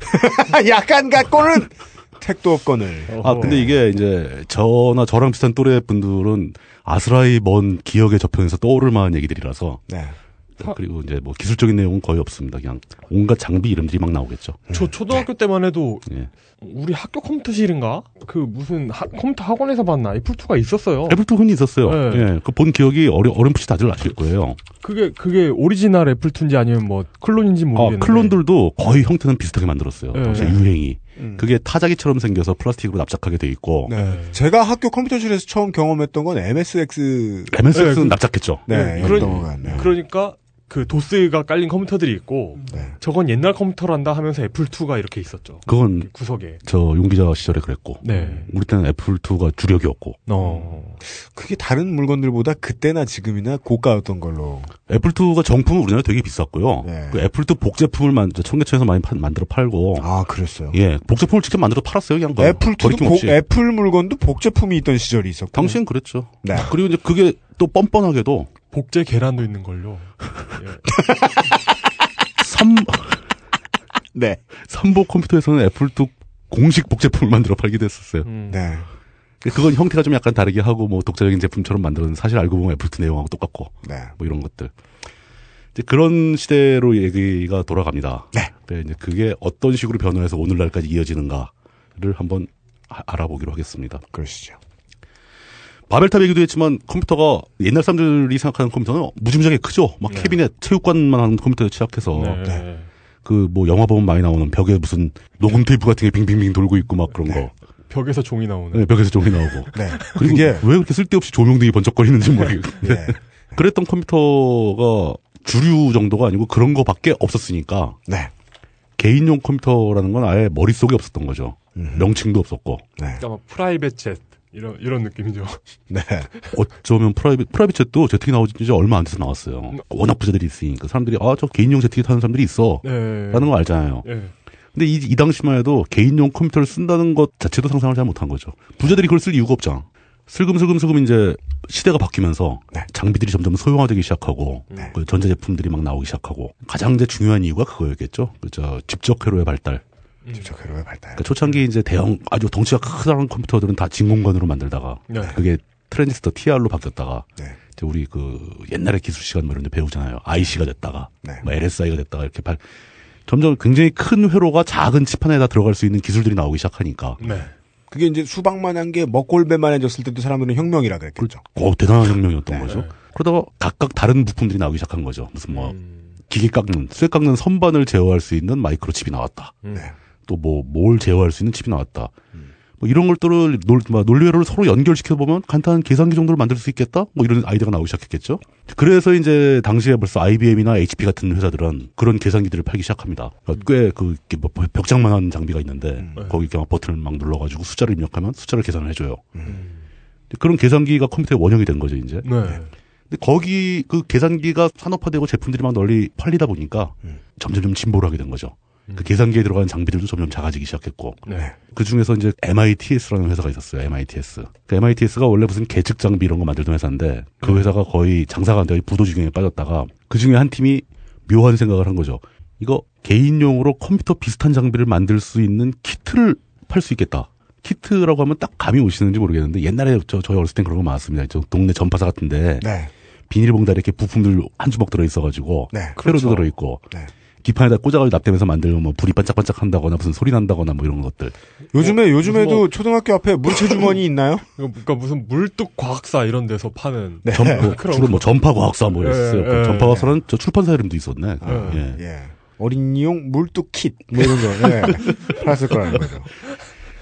Speaker 3: 약간 갖고는 택도 없건을.
Speaker 6: 아 근데 이게 이제 저나 저랑 비슷한 또래 분들은 아스라이 먼 기억의 저편에서 떠오를 만한 얘기들이라서
Speaker 3: 네.
Speaker 4: 어.
Speaker 6: 그리고 이제 뭐 기술적인 내용은 거의 없습니다. 그냥 온갖 장비 이름들이 막 나오겠죠.
Speaker 4: 저 초등학교 때만 해도
Speaker 6: 예.
Speaker 4: 우리 학교 컴퓨터실인가? 그 무슨 하- 컴퓨터 학원에서 봤나? 애플2가 있었어요.
Speaker 6: 애플도 흔히 있었어요.
Speaker 4: 네.
Speaker 6: 예. 그 본 기억이 어려, 어렴풋이 다들 아실 거예요.
Speaker 4: 그게, 그게 오리지널 애플2인지 아니면 뭐 클론인지
Speaker 6: 아,
Speaker 4: 모르겠는데.
Speaker 6: 클론들도 거의 형태는 비슷하게 만들었어요.
Speaker 4: 네.
Speaker 6: 당시 유행이. 그게 타자기처럼 생겨서 플라스틱으로 납작하게 돼 있고
Speaker 3: 네. 제가 학교 컴퓨터실에서 처음 경험했던 건 MSX.
Speaker 6: MSX는
Speaker 4: 네, 그-
Speaker 6: 납작했죠.
Speaker 3: 네.
Speaker 4: 그런-
Speaker 3: 였던 것 같네요.
Speaker 4: 그러니까 그 도스가 깔린 컴퓨터들이 있고
Speaker 3: 네.
Speaker 4: 저건 옛날 컴퓨터란다 하면서 애플2가 이렇게 있었죠.
Speaker 6: 그건
Speaker 4: 구석에.
Speaker 6: 저 용기자 시절에 그랬고
Speaker 4: 네.
Speaker 6: 우리 때는 애플 2가 주력이었고
Speaker 4: 어.
Speaker 3: 그게 다른 물건들보다 그때나 지금이나 고가였던 걸로.
Speaker 6: 애플 2가 정품은 우리나라 에 되게 비쌌고요.
Speaker 3: 네.
Speaker 6: 그 애플 2 복제품을 만 청계천에서 많이 파- 만들어 팔고
Speaker 3: 아, 그랬어요.
Speaker 6: 예 복제품을 직접 만들어 팔았어요. 그냥 거-
Speaker 3: 애플
Speaker 6: 거리낌
Speaker 3: 복,
Speaker 6: 없이.
Speaker 3: 애플 물건도 복제품이 있던 시절이 있었고.
Speaker 6: 당시엔 그랬죠.
Speaker 3: 네.
Speaker 6: 그리고 이제 그게 또 뻔뻔하게도
Speaker 4: 복제 계란도 있는 걸요. 예.
Speaker 6: 삼
Speaker 3: 네.
Speaker 6: 삼보 컴퓨터에서는 애플 2 공식 복제품을 만들어 팔기도 했었어요.
Speaker 4: 음.
Speaker 3: 네.
Speaker 6: 그건 형태가 좀 약간 다르게 하고 뭐 독자적인 제품처럼 만드는 사실 알고 보면 애플 2 내용하고 똑같고
Speaker 3: 네.
Speaker 6: 뭐 이런 것들. 이제 그런 시대로 얘기가 돌아갑니다.
Speaker 3: 네.
Speaker 6: 네, 이제 그게 어떤 식으로 변화해서 오늘날까지 이어지는가를 한번 아- 알아보기로 하겠습니다.
Speaker 3: 그러시죠.
Speaker 6: 바벨탑 얘기도 했지만 컴퓨터가 옛날 사람들이 생각하는 컴퓨터는 무지무지하게 크죠.
Speaker 3: 네.
Speaker 6: 막 캐비넷 체육관만 하는 컴퓨터에 취약해서
Speaker 4: 네.
Speaker 6: 그 뭐 영화 보면 많이 나오는 벽에 무슨 녹음 테이프 같은 게 빙빙빙 돌고 있고 막 그런 거.
Speaker 4: 벽에서 종이 나오는.
Speaker 6: 네, 벽에서 종이 나오고.
Speaker 3: 네.
Speaker 6: 그리고
Speaker 3: 그게-
Speaker 6: 왜 그렇게 쓸데없이 조명등이 번쩍거리는지 모르겠는데.
Speaker 3: 네.
Speaker 6: 그랬던 컴퓨터가 주류 정도가 아니고 그런 거밖에 없었으니까
Speaker 3: 네.
Speaker 6: 개인용 컴퓨터라는 건 아예 머릿속에 없었던 거죠. 명칭도 없었고.
Speaker 3: 네.
Speaker 4: 아마 프라이빗 챗 이런 이런 느낌이죠.
Speaker 3: 네.
Speaker 6: 어쩌면 프라이빗, 프라이빗 챗도 제트기 나오지 얼마 안 돼서 나왔어요. 워낙 부자들이 있으니까. 사람들이, 아, 저 개인용 제트기 타는 사람들이 있어.
Speaker 4: 네.
Speaker 6: 라는 거 알잖아요.
Speaker 4: 예.
Speaker 6: 근데 이, 이 당시만 해도 개인용 컴퓨터를 쓴다는 것 자체도 상상을 잘 못한 거죠. 부자들이 그걸 쓸 이유가 없잖아. 슬금슬금슬금 이제 시대가 바뀌면서
Speaker 3: 네.
Speaker 6: 장비들이 점점 소형화되기 시작하고
Speaker 3: 네.
Speaker 6: 그 전자제품들이 막 나오기 시작하고 가장 이제 중요한 이유가 그거였겠죠. 그저 직접 회로의 발달.
Speaker 3: 직접 괴로움의 발달.
Speaker 6: 그러니까 초창기 이제 대형 아주 덩치가 크다는 컴퓨터들은 다 진공관으로 만들다가
Speaker 4: 네.
Speaker 6: 그게 트랜지스터 TR로 바뀌었다가
Speaker 3: 네.
Speaker 6: 이제 우리 그 옛날에 기술 시간 뭐 이런 데 배우잖아요. IC가 됐다가 뭐
Speaker 3: 네.
Speaker 6: LSI가 됐다가 이렇게 발 점점 굉장히 큰 회로가 작은 칩 하나에다 들어갈 수 있는 기술들이 나오기 시작하니까
Speaker 4: 네.
Speaker 3: 그게 이제 수박만한 게 먹골배만해졌을 때도 사람들은 혁명이라 그랬겠죠.
Speaker 6: 어, 대단한 혁명이었던
Speaker 3: 네.
Speaker 6: 거죠. 그러다가 각각 다른 부품들이 나오기 시작한 거죠. 무슨 뭐 기계 깎는 쇠 깎는 선반을 제어할 수 있는 마이크로 칩이 나왔다.
Speaker 3: 네.
Speaker 6: 또 뭐 뭘 제어할 수 있는 칩이 나왔다. 뭐 이런 것들을 뭐 논, 막 논리회로를 서로 연결시켜 보면 간단한 계산기 정도를 만들 수 있겠다. 뭐 이런 아이디어가 나오기 시작했겠죠. 그래서 이제 당시에 벌써 IBM이나 HP 같은 회사들은 그런 계산기들을 팔기 시작합니다. 그러니까 꽤그 뭐 벽장만한 장비가 있는데 거기 이렇게 막 버튼을 막 눌러가지고 숫자를 입력하면 숫자를 계산을 해줘요. 그런 계산기가 컴퓨터의 원형이 된 거죠 이제.
Speaker 4: 네.
Speaker 6: 근데 거기 그 계산기가 산업화되고 제품들이 막 널리 팔리다 보니까 점점점 진보를 하게 된 거죠. 그 계산기에 들어가는 장비들도 점점 작아지기 시작했고
Speaker 4: 네.
Speaker 6: 그 중에서 이제 MITS라는 회사가 있었어요. MITS. 그 MITS가 원래 무슨 계측 장비 이런 거 만들던 회사인데
Speaker 3: 네.
Speaker 6: 그 회사가 거의 장사가 안 되고 부도 지경에 빠졌다가 그 중에 한 팀이 묘한 생각을 한 거죠. 이거 개인용으로 컴퓨터 비슷한 장비를 만들 수 있는 키트를 팔 수 있겠다. 키트라고 하면 딱 감이 오시는지 모르겠는데 옛날에 저 저희 어렸을 땐 그런 거 많았습니다. 저 동네 전파사 같은데
Speaker 3: 네.
Speaker 6: 비닐봉다리 이렇게 부품들 한 주먹 들어있어가지고
Speaker 3: 네,
Speaker 6: 회로도
Speaker 3: 그렇죠.
Speaker 6: 들어있고
Speaker 3: 네.
Speaker 6: 기판에다 꽂아가지고 납땜해서 만들면 뭐 불이 반짝반짝한다거나 무슨 소리 난다거나 뭐 이런 것들
Speaker 3: 요즘에 요즘에도
Speaker 4: 뭐-
Speaker 3: 초등학교 앞에 물체 주머니 있나요?
Speaker 4: 이거 그러니까 무슨 물뚝 과학사 이런 데서 파는
Speaker 3: 네.
Speaker 6: 전, 뭐
Speaker 4: 그럼,
Speaker 6: 주로 뭐 전파과학사 뭐
Speaker 4: 예,
Speaker 6: 이랬어요
Speaker 4: 예,
Speaker 6: 전파과학사는 저 출판사 이름도 있었네 예.
Speaker 3: 예. 어린이용 물뚝 킷, 뭐 이런 거, 네. 팔았을 거라는 거죠.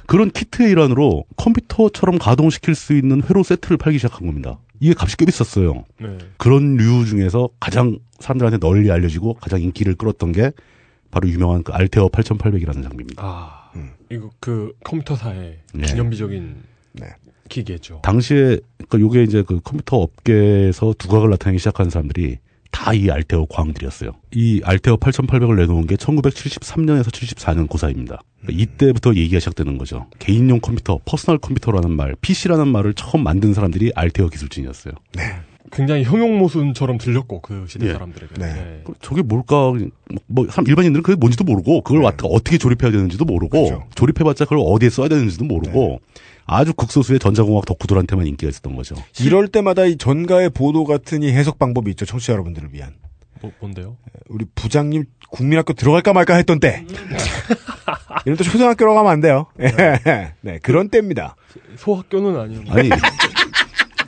Speaker 6: 그런 키트의 일환으로 컴퓨터처럼 가동시킬 수 있는 회로 세트를 팔기 시작한 겁니다 이게 값이 꽤 비쌌어요
Speaker 4: 네.
Speaker 6: 그런 류 중에서 가장 사람들한테 널리 알려지고 가장 인기를 끌었던 게 바로 유명한 그 알테어 8800이라는 장비입니다
Speaker 4: 아.
Speaker 3: 음.
Speaker 4: 이거 그 컴퓨터사의
Speaker 6: 네.
Speaker 4: 기념비적인
Speaker 3: 네.
Speaker 4: 기계죠.
Speaker 6: 당시에 그러니까 요게 이제 그 컴퓨터 업계에서 두각을 나타내기 시작한 사람들이 다 이 알테오 광들이었어요. 이 알테오 8800을 내놓은 게 1973년에서 74년 고사입니다.
Speaker 3: 음.
Speaker 6: 그러니까 이때부터 얘기가 시작되는 거죠. 개인용 컴퓨터, 퍼스널 컴퓨터라는 말, PC라는 말을 처음 만든 사람들이 알테오 기술진이었어요.
Speaker 4: 굉장히 형용모순처럼 들렸고 그 시대
Speaker 6: 예.
Speaker 4: 사람들에게.
Speaker 3: 네.
Speaker 6: 그 저게 뭘까? 뭐 사람 일반인들은 그게 뭔지도 모르고 그걸 왔- 어떻게 조립해야 되는지도 모르고
Speaker 3: 네. 그렇죠. 네.
Speaker 6: 조립해봤자 그걸 어디에 써야 되는지도 모르고 아주 극소수의 전자공학 덕후들한테만 인기가 있었던 거죠.
Speaker 3: 이럴 때마다 이 전가의 보도 같은 이 해석 방법이 있죠. 청취자 여러분들을 위한.
Speaker 4: 뭐, 뭔데요?
Speaker 3: 우리 부장님 국민학교 들어갈까 말까 했던 때. 이런 때 초등학교로 가면 안 돼요. 예. 네, 그런 때입니다.
Speaker 4: 소학교는 아니었는데.
Speaker 6: 아니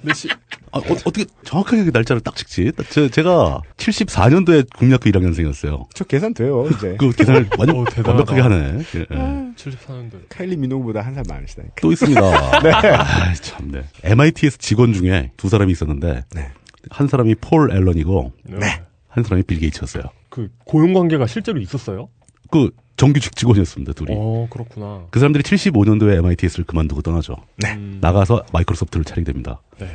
Speaker 4: 근데 시-
Speaker 6: 아, 어, 떻게 정확하게 그 날짜를 딱 찍지? 제, 제가 74년도에 국민학교 1학년생이었어요.
Speaker 3: 저 계산돼요, 이제.
Speaker 6: 그 계산을 완전
Speaker 4: 어, 대단하다.
Speaker 6: 완벽하게 하네. 예, 예.
Speaker 4: 음. 74년도에.
Speaker 3: 카일리 미노보다 한 살 많으시다니까.
Speaker 6: 또 있습니다.
Speaker 4: 네.
Speaker 6: 아, 참, 네. MIT에서 직원 중에 두 사람이 있었는데
Speaker 3: 네.
Speaker 6: 한 사람이 폴 앨런이고
Speaker 4: 네.
Speaker 6: 한 사람이 빌 게이츠였어요.
Speaker 4: 그 고용 관계가 실제로 있었어요?
Speaker 6: 그 정규직 직원이었습니다, 둘이.
Speaker 4: 어, 그렇구나.
Speaker 6: 그 사람들이 75년도에 MIT를 그만두고 떠나죠.
Speaker 3: 네.
Speaker 6: 나가서 마이크로소프트를 차리게 됩니다.
Speaker 4: 네.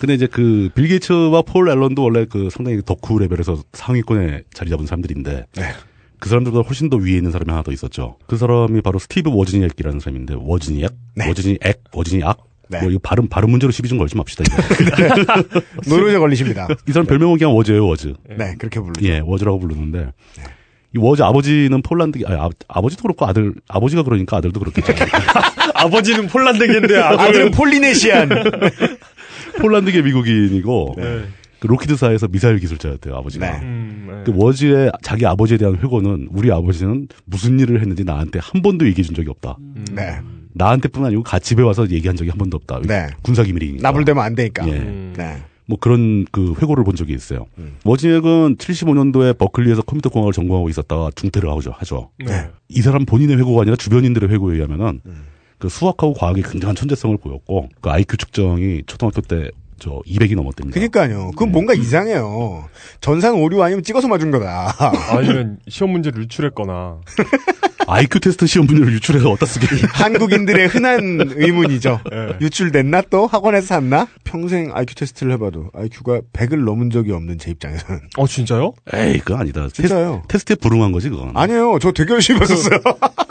Speaker 6: 근데 이제 그 빌 게이츠와 폴 앨런도 원래 그 상당히 덕후 레벨에서 상위권에 자리 잡은 사람들인데
Speaker 3: 네.
Speaker 6: 그 사람들보다 훨씬 더 위에 있는 사람이 하나 더 있었죠. 그 사람이 바로 스티브 워지니액이라는 사람인데 워지니액, 워지니액, 워지니악.
Speaker 3: 네.
Speaker 6: 뭐 이거 발음 발음 문제로 시비 좀 걸지 맙시다. 이거.
Speaker 3: 노르제 걸리십니다.
Speaker 6: 이 사람 별명은 그냥 워즈예요, 워즈.
Speaker 3: 네, 그렇게 부르죠.
Speaker 6: 예, 워즈라고 부르는데 이 워즈 아버지는 폴란드 아니, 아, 아버지도 그렇고 아들 아버지가 그러니까 아들도 그렇겠죠.
Speaker 4: 아버지는 폴란드인데
Speaker 3: 아들은 폴리네시안.
Speaker 6: 폴란드계 미국인이고 그 로키드사에서 미사일 기술자였대요 아버지가.
Speaker 3: 네.
Speaker 4: 음, 네.
Speaker 6: 그 워즈의 자기 아버지에 대한 회고는 우리 아버지는 무슨 일을 했는지 나한테 한 번도 얘기해 준 적이 없다.
Speaker 3: 네.
Speaker 6: 나한테뿐 아니고 같이 집에 와서 얘기한 적이 한 번도 없다.
Speaker 3: 네.
Speaker 6: 군사 기밀이니까.
Speaker 3: 나불대면 안 되니까.
Speaker 6: 예.
Speaker 3: 네.
Speaker 6: 뭐 그런 그 회고를 본 적이 있어요.
Speaker 3: 음.
Speaker 6: 워즈액은 75년도에 버클리에서 컴퓨터 공학을 전공하고 있었다가 중퇴를 하죠. 하죠.
Speaker 4: 네.
Speaker 6: 이 사람 본인의 회고가 아니라 주변인들의 회고에 의하면은
Speaker 3: 음.
Speaker 6: 그 수학하고 과학이 굉장한 천재성을 보였고 그 IQ 측정이 초등학교 때 저 200이 넘었답니다.
Speaker 3: 그니까요.
Speaker 6: 네.
Speaker 3: 그건 뭔가 이상해요. 전산 오류 아니면 찍어서 맞은 거다.
Speaker 4: 아니면 시험 문제를 유출했거나
Speaker 6: IQ 테스트 시험 분야를 유출해서 어디다 쓰겠니?
Speaker 3: 한국인들의 흔한 의문이죠.
Speaker 4: 예.
Speaker 3: 유출됐나 또? 학원에서 샀나? 평생 IQ 테스트를 해봐도 IQ가 100을 넘은 적이 없는 제 입장에서는.
Speaker 6: 음.
Speaker 4: 어 진짜요?
Speaker 6: 에이 그건 아니다.
Speaker 3: 진짜요?
Speaker 6: 테스, 트에 불응한 거지 그건.
Speaker 3: 아니에요. 저 되게 열심히 봤었어요.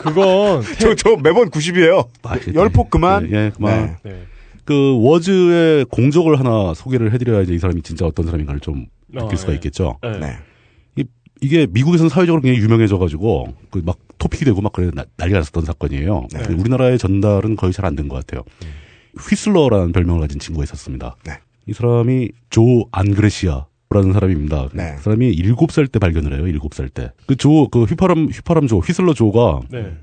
Speaker 4: 그건
Speaker 3: 저, 저 매번 90이에요.
Speaker 6: 아, 예,
Speaker 3: 열폭 그만.
Speaker 6: 예, 예, 그만.
Speaker 3: 네.
Speaker 4: 네.
Speaker 6: 그 워즈의 공적을 하나 소개를 해드려야 이제 이 사람이 진짜 어떤 사람인가를 좀
Speaker 4: 아,
Speaker 6: 느낄 수가
Speaker 4: 예.
Speaker 6: 있겠죠.
Speaker 4: 네.
Speaker 3: 네.
Speaker 6: 이게 미국에서는 사회적으로 굉장히 유명해져가지고 그 막 토픽이 되고 막 그래 나- 난리가 났었던 사건이에요.
Speaker 3: 네.
Speaker 6: 근데 우리나라의 전달은 거의 잘 안 된 것 같아요. 휘슬러라는 별명을 가진 친구가 있었습니다.
Speaker 3: 음. 네.
Speaker 6: 이 사람이 조 안그레시아라는 사람입니다.
Speaker 3: 네.
Speaker 6: 그 사람이 일곱 살 때 발견을 해요. 일곱 살 때. 그 조, 그 휘파람, 휘파람 조, 휘슬러 조가
Speaker 4: 네.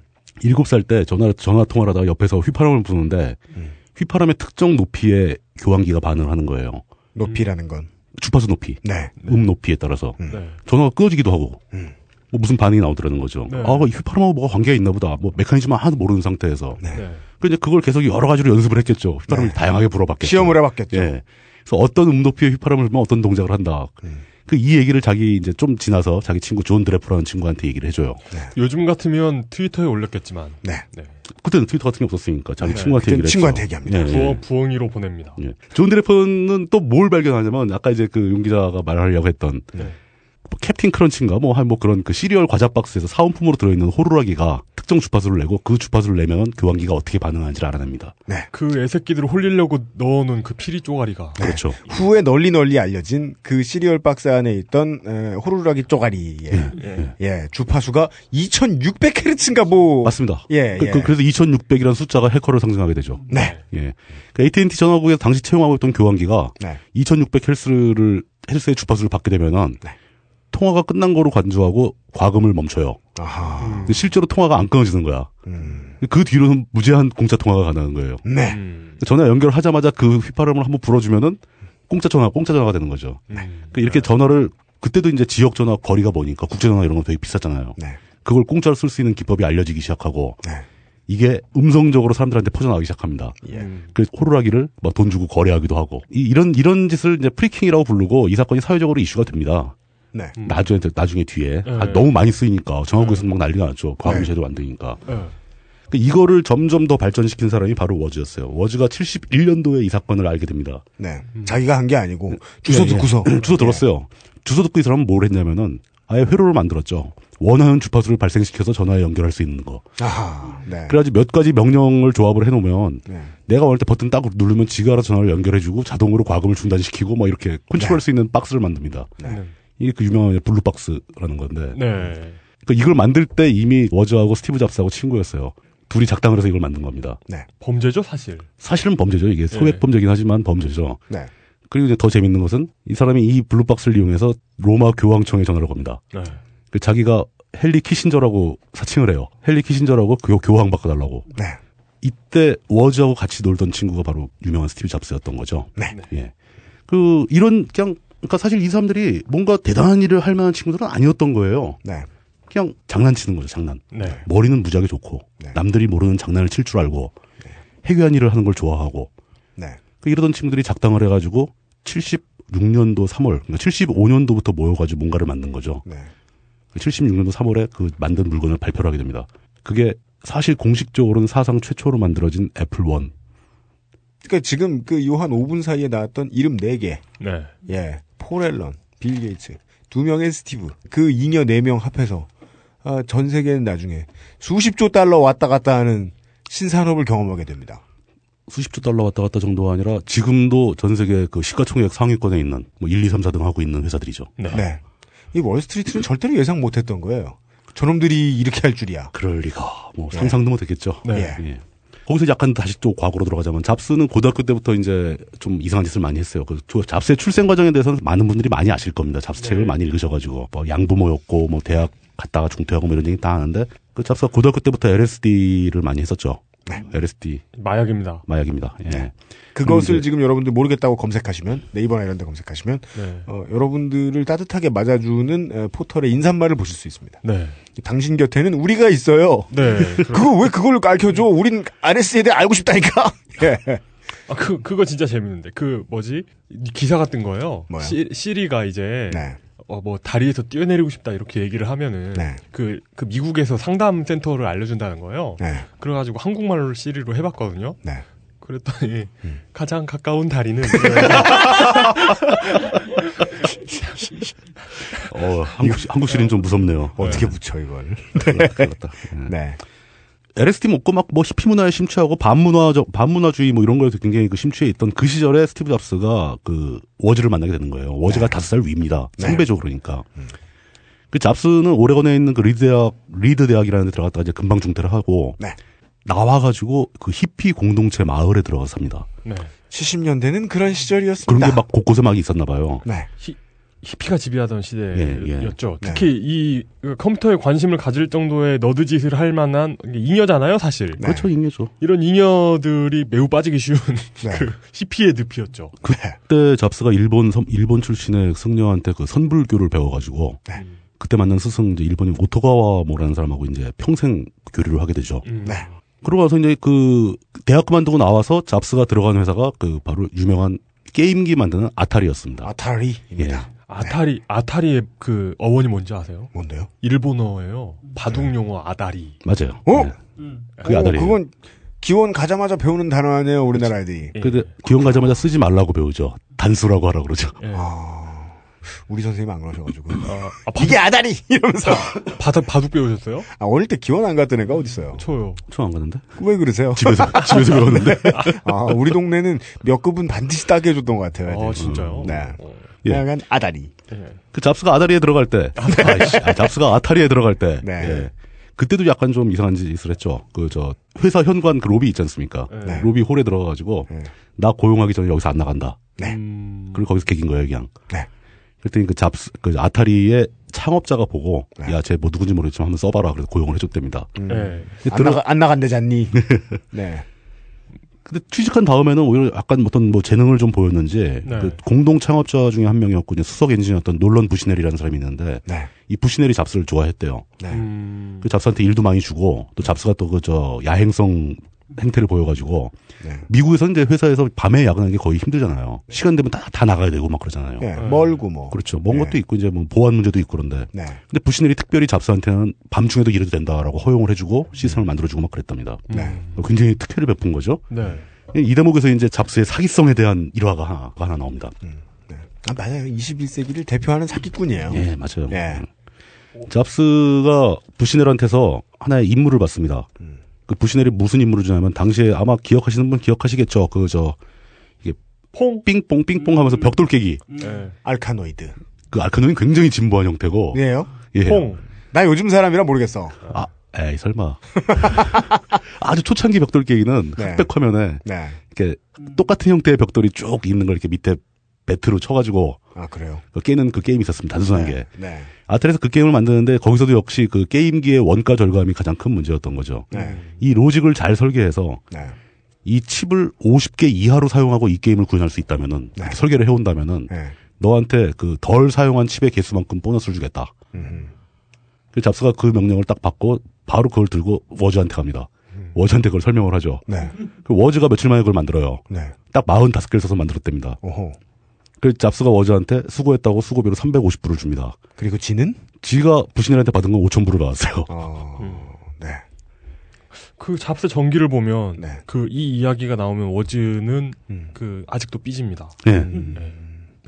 Speaker 6: 일곱 살 때 전화 전화 통화를 하다가 옆에서 휘파람을 부는데
Speaker 3: 음.
Speaker 6: 휘파람의 특정 높이에 교환기가 반응을 하는 거예요.
Speaker 3: 높이라는 건.
Speaker 6: 주파수 높이,
Speaker 3: 네.
Speaker 6: 음 높이에 따라서
Speaker 4: 네.
Speaker 6: 전화가 끊어지기도 하고
Speaker 3: 음.
Speaker 6: 뭐 무슨 반응이 나오더라는 거죠.
Speaker 4: 네.
Speaker 6: 아, 이 휘파람하고 뭐가 관계가 있나 보다. 뭐 메커니즘만 하나도 모르는 상태에서
Speaker 3: 네.
Speaker 4: 네.
Speaker 6: 그 이제 그걸 계속 여러 가지로 연습을 했겠죠. 휘파람을
Speaker 3: 네.
Speaker 6: 다양하게 불어봤겠죠.
Speaker 3: 시험을 해봤겠죠.
Speaker 6: 예. 그래서 어떤 음 높이의 휘파람을 불면 어떤 동작을 한다.
Speaker 3: 음.
Speaker 6: 그 이 얘기를 자기 이제 좀 지나서 자기 친구 존 드레프라는 친구한테 얘기를 해줘요.
Speaker 4: 요즘 같으면 트위터에 올렸겠지만
Speaker 3: 네.
Speaker 6: 그때는 트위터 같은 게 없었으니까 자기
Speaker 4: 네.
Speaker 6: 친구한테
Speaker 3: 그때는
Speaker 6: 얘기를
Speaker 3: 친구한테
Speaker 6: 했죠.
Speaker 3: 얘기합니다.
Speaker 6: 예, 예.
Speaker 4: 부어 부엉이로 보냅니다.
Speaker 6: 예. 존 드래퍼는 또 뭘 발견하냐면 아까 이제 그 용기자가 말하려고 했던
Speaker 4: 네.
Speaker 6: 뭐 캡틴 크런치인가 뭐 한 뭐 그런 그 시리얼 과자 박스에서 사은품으로 들어있는 호루라기가 특정 주파수를 내고 그 주파수를 내면 교환기가 어떻게 반응하는지를 알아냅니다.
Speaker 4: 그 애새끼들을 홀리려고 넣어놓은 그 피리 쪼가리가
Speaker 3: 네.
Speaker 6: 그렇죠.
Speaker 3: 후에 널리 널리 알려진 그 시리얼 박스 안에 있던 에, 호루라기 쪼가리의
Speaker 4: 예.
Speaker 3: 예, 주파수가 2600Hz인가 뭐.
Speaker 6: 맞습니다.
Speaker 3: 예,
Speaker 6: 그,
Speaker 3: 예.
Speaker 6: 래서 2600이라는 숫자가 해커를 상징하게 되죠.
Speaker 3: 네.
Speaker 6: 예. 그 AT&T 전화국에서 당시 채용하고 있던 교환기가
Speaker 3: 네.
Speaker 6: 2600헬스를 헬스의 주파수를 받게 되면은
Speaker 3: 네.
Speaker 6: 통화가 끝난 거로 간주하고 과금을 멈춰요.
Speaker 3: 아하.
Speaker 6: 근데 실제로 통화가 안 끊어지는 거야.
Speaker 3: 음.
Speaker 6: 그 뒤로는 무제한 공짜 통화가 가능한 거예요. 그러니까
Speaker 3: 네.
Speaker 4: 음.
Speaker 6: 전화 연결하자마자 그 휘파람을 한번 불어주면은 공짜 전화, 공짜 전화가 되는 거죠.
Speaker 4: 음.
Speaker 6: 그러니까 이렇게 전화를 그때도 이제 지역 전화 거리가 머니까 국제 전화 이런 건 되게 비쌌잖아요.
Speaker 3: 네.
Speaker 6: 그걸 공짜로 쓸 수 있는 기법이 알려지기 시작하고
Speaker 3: 네.
Speaker 6: 이게 음성적으로 사람들한테 퍼져나가기 시작합니다.
Speaker 3: 예.
Speaker 6: 그 호루라기를 막 돈 주고 거래하기도 하고 이, 런 이런 짓을 이제 프리킹이라고 부르고 이 사건이 사회적으로 이슈가 됩니다.
Speaker 3: 네.
Speaker 6: 나중에 나중에 뒤에 아,
Speaker 4: 네.
Speaker 6: 너무 많이 쓰이니까 정화국에서 막 난리가 났죠. 과금 제대로 안 되니까.
Speaker 4: 예.
Speaker 6: 그 이거를 점점 더 발전시킨 사람이 바로 워즈였어요. 워즈가 71년도에 이 사건을 알게 됩니다.
Speaker 3: 네. 자기가 한 게 아니고 주소
Speaker 4: 네.
Speaker 6: 예, 예.
Speaker 3: 듣고서
Speaker 6: 주소 들었어요. 주소 듣고 이 사람은 뭘 했냐면은 아예 회로를 만들었죠. 원하는 주파수를 발생시켜서 전화에 연결할 수 있는 거.
Speaker 3: 아하. 네.
Speaker 6: 그래가지고 몇 가지 명령을 조합을 해놓으면
Speaker 3: 네.
Speaker 6: 내가 원할 때 버튼 딱 누르면 지가 알아서 전화를 연결해주고 자동으로 과금을 중단시키고 막 이렇게 컨트롤할
Speaker 3: 네.
Speaker 6: 수 있는 박스를 만듭니다. 이게 그 유명한 블루박스라는 건데
Speaker 4: 네.
Speaker 6: 그 이걸 만들 때 이미 워즈하고 스티브 잡스하고 친구였어요. 둘이 작당을 해서 이걸 만든 겁니다.
Speaker 4: 범죄죠 사실.
Speaker 6: 사실은 범죄죠. 이게 소액범죄긴 하지만 범죄죠.
Speaker 3: 네.
Speaker 6: 그리고 이제 더 재밌는 것은 이 사람이 이 블루박스를 이용해서 로마 교황청에 전화를 겁니다.
Speaker 4: 네.
Speaker 6: 그 자기가 헨리 키신저라고 사칭을 해요. 헨리 키신저라고 교, 교황 바꿔달라고.
Speaker 3: 네.
Speaker 6: 이때 워즈하고 같이 놀던 친구가 바로 유명한 스티브 잡스였던 거죠.
Speaker 3: 네.
Speaker 6: 예. 그 이런 그냥 그러니까 사실 이 사람들이 뭔가 대단한 일을 할 만한 친구들은 아니었던 거예요.
Speaker 3: 네.
Speaker 6: 그냥 장난치는 거죠, 장난.
Speaker 4: 네.
Speaker 6: 머리는 무지하게 좋고 남들이 모르는 장난을 칠 줄 알고 해괴한 일을 하는 걸 좋아하고
Speaker 3: 네.
Speaker 6: 그 이러던 친구들이 작당을 해가지고 76년도 3월, 그러니까 75년도부터 모여가지고 뭔가를 만든 거죠.
Speaker 3: 네.
Speaker 6: 76년도 3월에 그 만든 물건을 발표를 하게 됩니다. 그게 사실 공식적으로는 사상 최초로 만들어진 애플 원.
Speaker 3: 그러니까 지금 그 요 한 5분 사이에 나왔던 이름 4개.
Speaker 4: 네.
Speaker 3: 예. 폴앨런, 빌 게이츠, 두 명의 스티브, 그 잉여 네 명 합해서 아, 전 세계는 나중에 수십조 달러 왔다 갔다 하는 신산업을 경험하게 됩니다.
Speaker 6: 수십조 달러 왔다 갔다 정도가 아니라 지금도 전 세계 그 시가총액 상위권에 있는 뭐 1, 2, 3, 4등 하고 있는 회사들이죠.
Speaker 3: 네. 이 월스트리트는 절대로 예상 못 했던 거예요. 저놈들이 이렇게 할 줄이야.
Speaker 6: 그럴 리가. 뭐 상상도 못했겠죠.
Speaker 4: 네.
Speaker 6: 예. 거기서 약간 다시 또 과거로 돌아가자면 잡스는 고등학교 때부터 이제 좀 이상한 짓을 많이 했어요. 그 조- 잡스의 출생 과정에 대해서는 많은 분들이 많이 아실 겁니다. 잡스 책을 많이 읽으셔가지고 뭐 양부모였고 뭐 대학 갔다가 중퇴하고 뭐 이런 얘기 다 하는데 그 잡스가 고등학교 때부터 LSD를 많이 했었죠. LSD
Speaker 4: 마약입니다.
Speaker 6: 마약입니다. 예.
Speaker 3: 그것을
Speaker 6: 이제-
Speaker 3: 지금 여러분들 모르겠다고 검색하시면 네이버나 이런 데 검색하시면
Speaker 4: 네.
Speaker 3: 어, 여러분들을 따뜻하게 맞아주는 에, 포털의 인사말을 보실 수 있습니다.
Speaker 4: 네.
Speaker 3: 당신 곁에는 우리가 있어요.
Speaker 4: 네.
Speaker 3: 그거 왜 그걸 가르쳐줘? 우린 RS에 대해 알고 싶다니까. 예.
Speaker 4: 아, 그, 그거 진짜 재밌는데. 그, 뭐지? 기사 같은 거예요.
Speaker 3: 뭐요?
Speaker 4: 시, 시리가 이제,
Speaker 3: 네.
Speaker 4: 어, 뭐, 다리에서 뛰어내리고 싶다, 이렇게 얘기를 하면은,
Speaker 3: 네.
Speaker 4: 그, 그 미국에서 상담 센터를 알려준다는 거예요.
Speaker 3: 네.
Speaker 4: 그래가지고 한국말로 시리로 해봤거든요.
Speaker 3: 네.
Speaker 4: 그랬더니,
Speaker 3: 음.
Speaker 4: 가장 가까운 다리는,
Speaker 6: 어, 한국 시- 한국 시리는 좀 무섭네요. 예.
Speaker 3: 어떻게 붙여 이걸?
Speaker 6: 그렇다. 예.
Speaker 3: 네.
Speaker 6: LSD 먹고 막 뭐 히피 문화에 심취하고 반문화적 반문화주의 뭐 이런 거에서 굉장히 그 심취해 있던 그 시절에 스티브 잡스가 그 워즈를 만나게 되는 거예요. 워즈가 다섯 살 위입니다.
Speaker 3: 네.
Speaker 6: 선배죠 그러니까. 그 잡스는 오레곤에 있는 그 리드 대학 리드 대학이라는 데 들어갔다가 이제 금방 중퇴를 하고
Speaker 3: 네.
Speaker 6: 나와가지고 그 히피 공동체 마을에 들어가 삽니다.
Speaker 4: 네.
Speaker 3: 70년대는 그런
Speaker 6: 그런
Speaker 3: 시절이었습니다.
Speaker 6: 게 막 곳곳에 막 있었나 봐요.
Speaker 3: 네.
Speaker 4: 히, 히피가 지배하던 시대였죠.
Speaker 3: 예, 예.
Speaker 4: 특히 이 그 컴퓨터에 관심을 가질 정도의 너드 짓을 할 만한 이게 잉여잖아요, 사실.
Speaker 3: 네.
Speaker 6: 그렇죠 인류죠.
Speaker 4: 이런 잉여들이 매우 빠지기 쉬운
Speaker 3: 네.
Speaker 4: 그 히피의 늪이었죠.
Speaker 3: 네.
Speaker 6: 그때 잡스가 일본 섬- 일본 출신의 승려한테 그 선불교를 배워가지고
Speaker 3: 네.
Speaker 6: 그때 만난 스승 이제 일본인 오토가와 모라는 사람하고 이제 평생 교류를 하게 되죠.
Speaker 4: 음.
Speaker 3: 네.
Speaker 6: 그러고 나서 이제 그 대학 그만두고 나와서 잡스가 들어간 회사가 그 바로 유명한 게임기 만드는 아타리였습니다.
Speaker 3: 아타리입니다.
Speaker 6: 예.
Speaker 4: 아타리
Speaker 3: 네.
Speaker 4: 아타리의 그 어원이 뭔지 아세요?
Speaker 3: 뭔데요?
Speaker 4: 일본어예요.
Speaker 3: 네.
Speaker 4: 바둑 용어 아다리.
Speaker 6: 맞아요.
Speaker 3: 어?
Speaker 6: 네. 그게 아다리예요.
Speaker 3: 그건 기원 가자마자 배우는 단어 아니에요, 우리나라 애들이.
Speaker 4: 예.
Speaker 6: 근데 기원 가자마자 쓰지 말라고 배우죠. 단수라고 하라 고 그러죠.
Speaker 4: 예.
Speaker 3: 아, 우리 선생님 안 그러셔가지고.
Speaker 6: 어.
Speaker 4: 아, 아,
Speaker 3: 이게 아다리! 이러면서.
Speaker 4: 바둑, 바둑 바둑 배우셨어요?
Speaker 3: 아, 어릴 때 기원 안 갔던 애가 어딨어요?
Speaker 4: 저요.
Speaker 6: 처음 안 갔는데
Speaker 3: 왜 그러세요?
Speaker 6: 집에서 집에서 배웠는데
Speaker 3: 아, 우리 동네는 몇 급은 반드시 따게 해줬던 것 같아요. 애들.
Speaker 4: 아 진짜요?
Speaker 3: 네.
Speaker 4: 어,
Speaker 6: 예.
Speaker 3: 약간 아다리.
Speaker 4: 예.
Speaker 6: 그 잡스가 아다리에 들어갈 때, 아이씨, 아, 잡스가 아타리에 들어갈 때,
Speaker 3: 네.
Speaker 6: 예. 그때도 약간 좀 이상한 짓을 했죠. 그 저 회사 현관 그 로비 있지 않습니까?
Speaker 4: 네.
Speaker 6: 로비 홀에 들어가가지고
Speaker 3: 네.
Speaker 6: 나 고용하기 전에 여기서 안 나간다.
Speaker 3: 네.
Speaker 4: 음,
Speaker 6: 그리고 거기서 개긴 거예요, 그냥.
Speaker 3: 네.
Speaker 6: 그랬더니 그 잡스 그 아타리의 창업자가 보고
Speaker 3: 네.
Speaker 6: 야 쟤 뭐 누군지 모르겠지만 한번 써봐라. 그래서 고용을 해줬답니다.
Speaker 3: 음.
Speaker 4: 예.
Speaker 6: 근데
Speaker 3: 안,
Speaker 6: 들어-
Speaker 3: 나가, 안 나간대잖니. 네.
Speaker 6: 근데 취직한 다음에는 오히려 약간 어떤 뭐 재능을 좀 보였는지
Speaker 4: 네.
Speaker 6: 그 공동 창업자 중에 한 명이었고 이제 수석 엔지니어였던 놀런 부시넬이라는 사람이 있는데
Speaker 3: 네.
Speaker 6: 이 부시넬이 잡스를 좋아했대요.
Speaker 3: 네.
Speaker 4: 음,
Speaker 6: 그 잡스한테 일도 많이 주고 또 잡스가 또 그 저 야행성 행태를 보여가지고
Speaker 3: 네.
Speaker 6: 미국에서는 이제 회사에서 밤에 야근하는 게 거의 힘들잖아요. 시간 되면 다, 다 나가야 되고 막 그러잖아요.
Speaker 3: 네. 멀고 뭐.
Speaker 6: 그렇죠. 먼
Speaker 3: 네.
Speaker 6: 것도 있고 이제 뭐 보안 문제도 있고 그런데
Speaker 3: 네.
Speaker 6: 근데 부시넬이 특별히 잡스한테는 밤중에도 일해도 된다라고 허용을 해주고 시스템을 만들어주고 막 그랬답니다.
Speaker 3: 음.
Speaker 6: 음.
Speaker 3: 네.
Speaker 6: 굉장히 특혜를 베푼 거죠.
Speaker 4: 네.
Speaker 6: 이 대목에서 이제 잡스의 사기성에 대한 일화가 하나, 하나 나옵니다.
Speaker 3: 아, 맞아요. 21세기를 대표하는 사기꾼이에요.
Speaker 6: 예, 맞아요. 음.
Speaker 3: 예.
Speaker 6: 잡스가 부시넬한테서 하나의 임무를 받습니다.
Speaker 3: 음.
Speaker 6: 그 부시넬이 무슨 임무를 주냐면 당시에 아마 기억하시는 분 기억하시겠죠. 그 저
Speaker 4: 퐁.
Speaker 6: 삥뽕 삥뽕
Speaker 3: 음.
Speaker 6: 하면서 벽돌 깨기.
Speaker 4: 예.
Speaker 3: 알카노이드.
Speaker 6: 그 아크노인 굉장히 진보한 형태고.
Speaker 3: 예요?
Speaker 6: 예.
Speaker 4: 퐁.
Speaker 3: 나 요즘 사람이라 모르겠어.
Speaker 6: 아, 에이 설마. 아주 초창기 벽돌 깨기는
Speaker 3: 네.
Speaker 6: 흑백 화면에
Speaker 3: 네.
Speaker 6: 이렇게 똑같은 형태의 벽돌이 쭉 있는 걸 이렇게 밑에 배트로 쳐가지고
Speaker 3: 아, 그래요?
Speaker 6: 그 깨는 그 게임이 있었습니다. 단순한 게.
Speaker 3: 네.
Speaker 6: 아틀에서 그 게임을 만드는데 거기서도 역시 그 게임기의 원가 절감이 가장 큰 문제였던 거죠.
Speaker 3: 네.
Speaker 6: 이 로직을 잘 설계해서
Speaker 3: 네.
Speaker 6: 이 칩을 50개 이하로 사용하고 이 게임을 구현할 수 있다면은
Speaker 3: 네.
Speaker 6: 이렇게 설계를 해온다면은
Speaker 3: 네.
Speaker 6: 너한테 그 덜 사용한 칩의 개수만큼 보너스를 주겠다.
Speaker 3: 음.
Speaker 6: 그 잡스가 그 명령을 딱 받고 바로 그걸 들고 워즈한테 갑니다. 워즈한테 그걸 설명을 하죠.
Speaker 3: 음. 네.
Speaker 6: 그 워즈가 며칠 만에 그걸 만들어요.
Speaker 3: 네.
Speaker 6: 딱 45개를 써서 만들었답니다.
Speaker 3: 오호.
Speaker 6: 그 잡스가 워즈한테 수고했다고 수고비로 350불을 줍니다.
Speaker 3: 그리고 지는?
Speaker 6: 지가 부신이한테 받은 건 5,000불을 받았어요.
Speaker 3: 어. 네.
Speaker 4: 그 잡스 전기를 보면
Speaker 3: 네.
Speaker 4: 그 이 이야기가 나오면 워즈는
Speaker 3: 음.
Speaker 4: 그 아직도 삐집니다.
Speaker 6: 예.
Speaker 4: 예.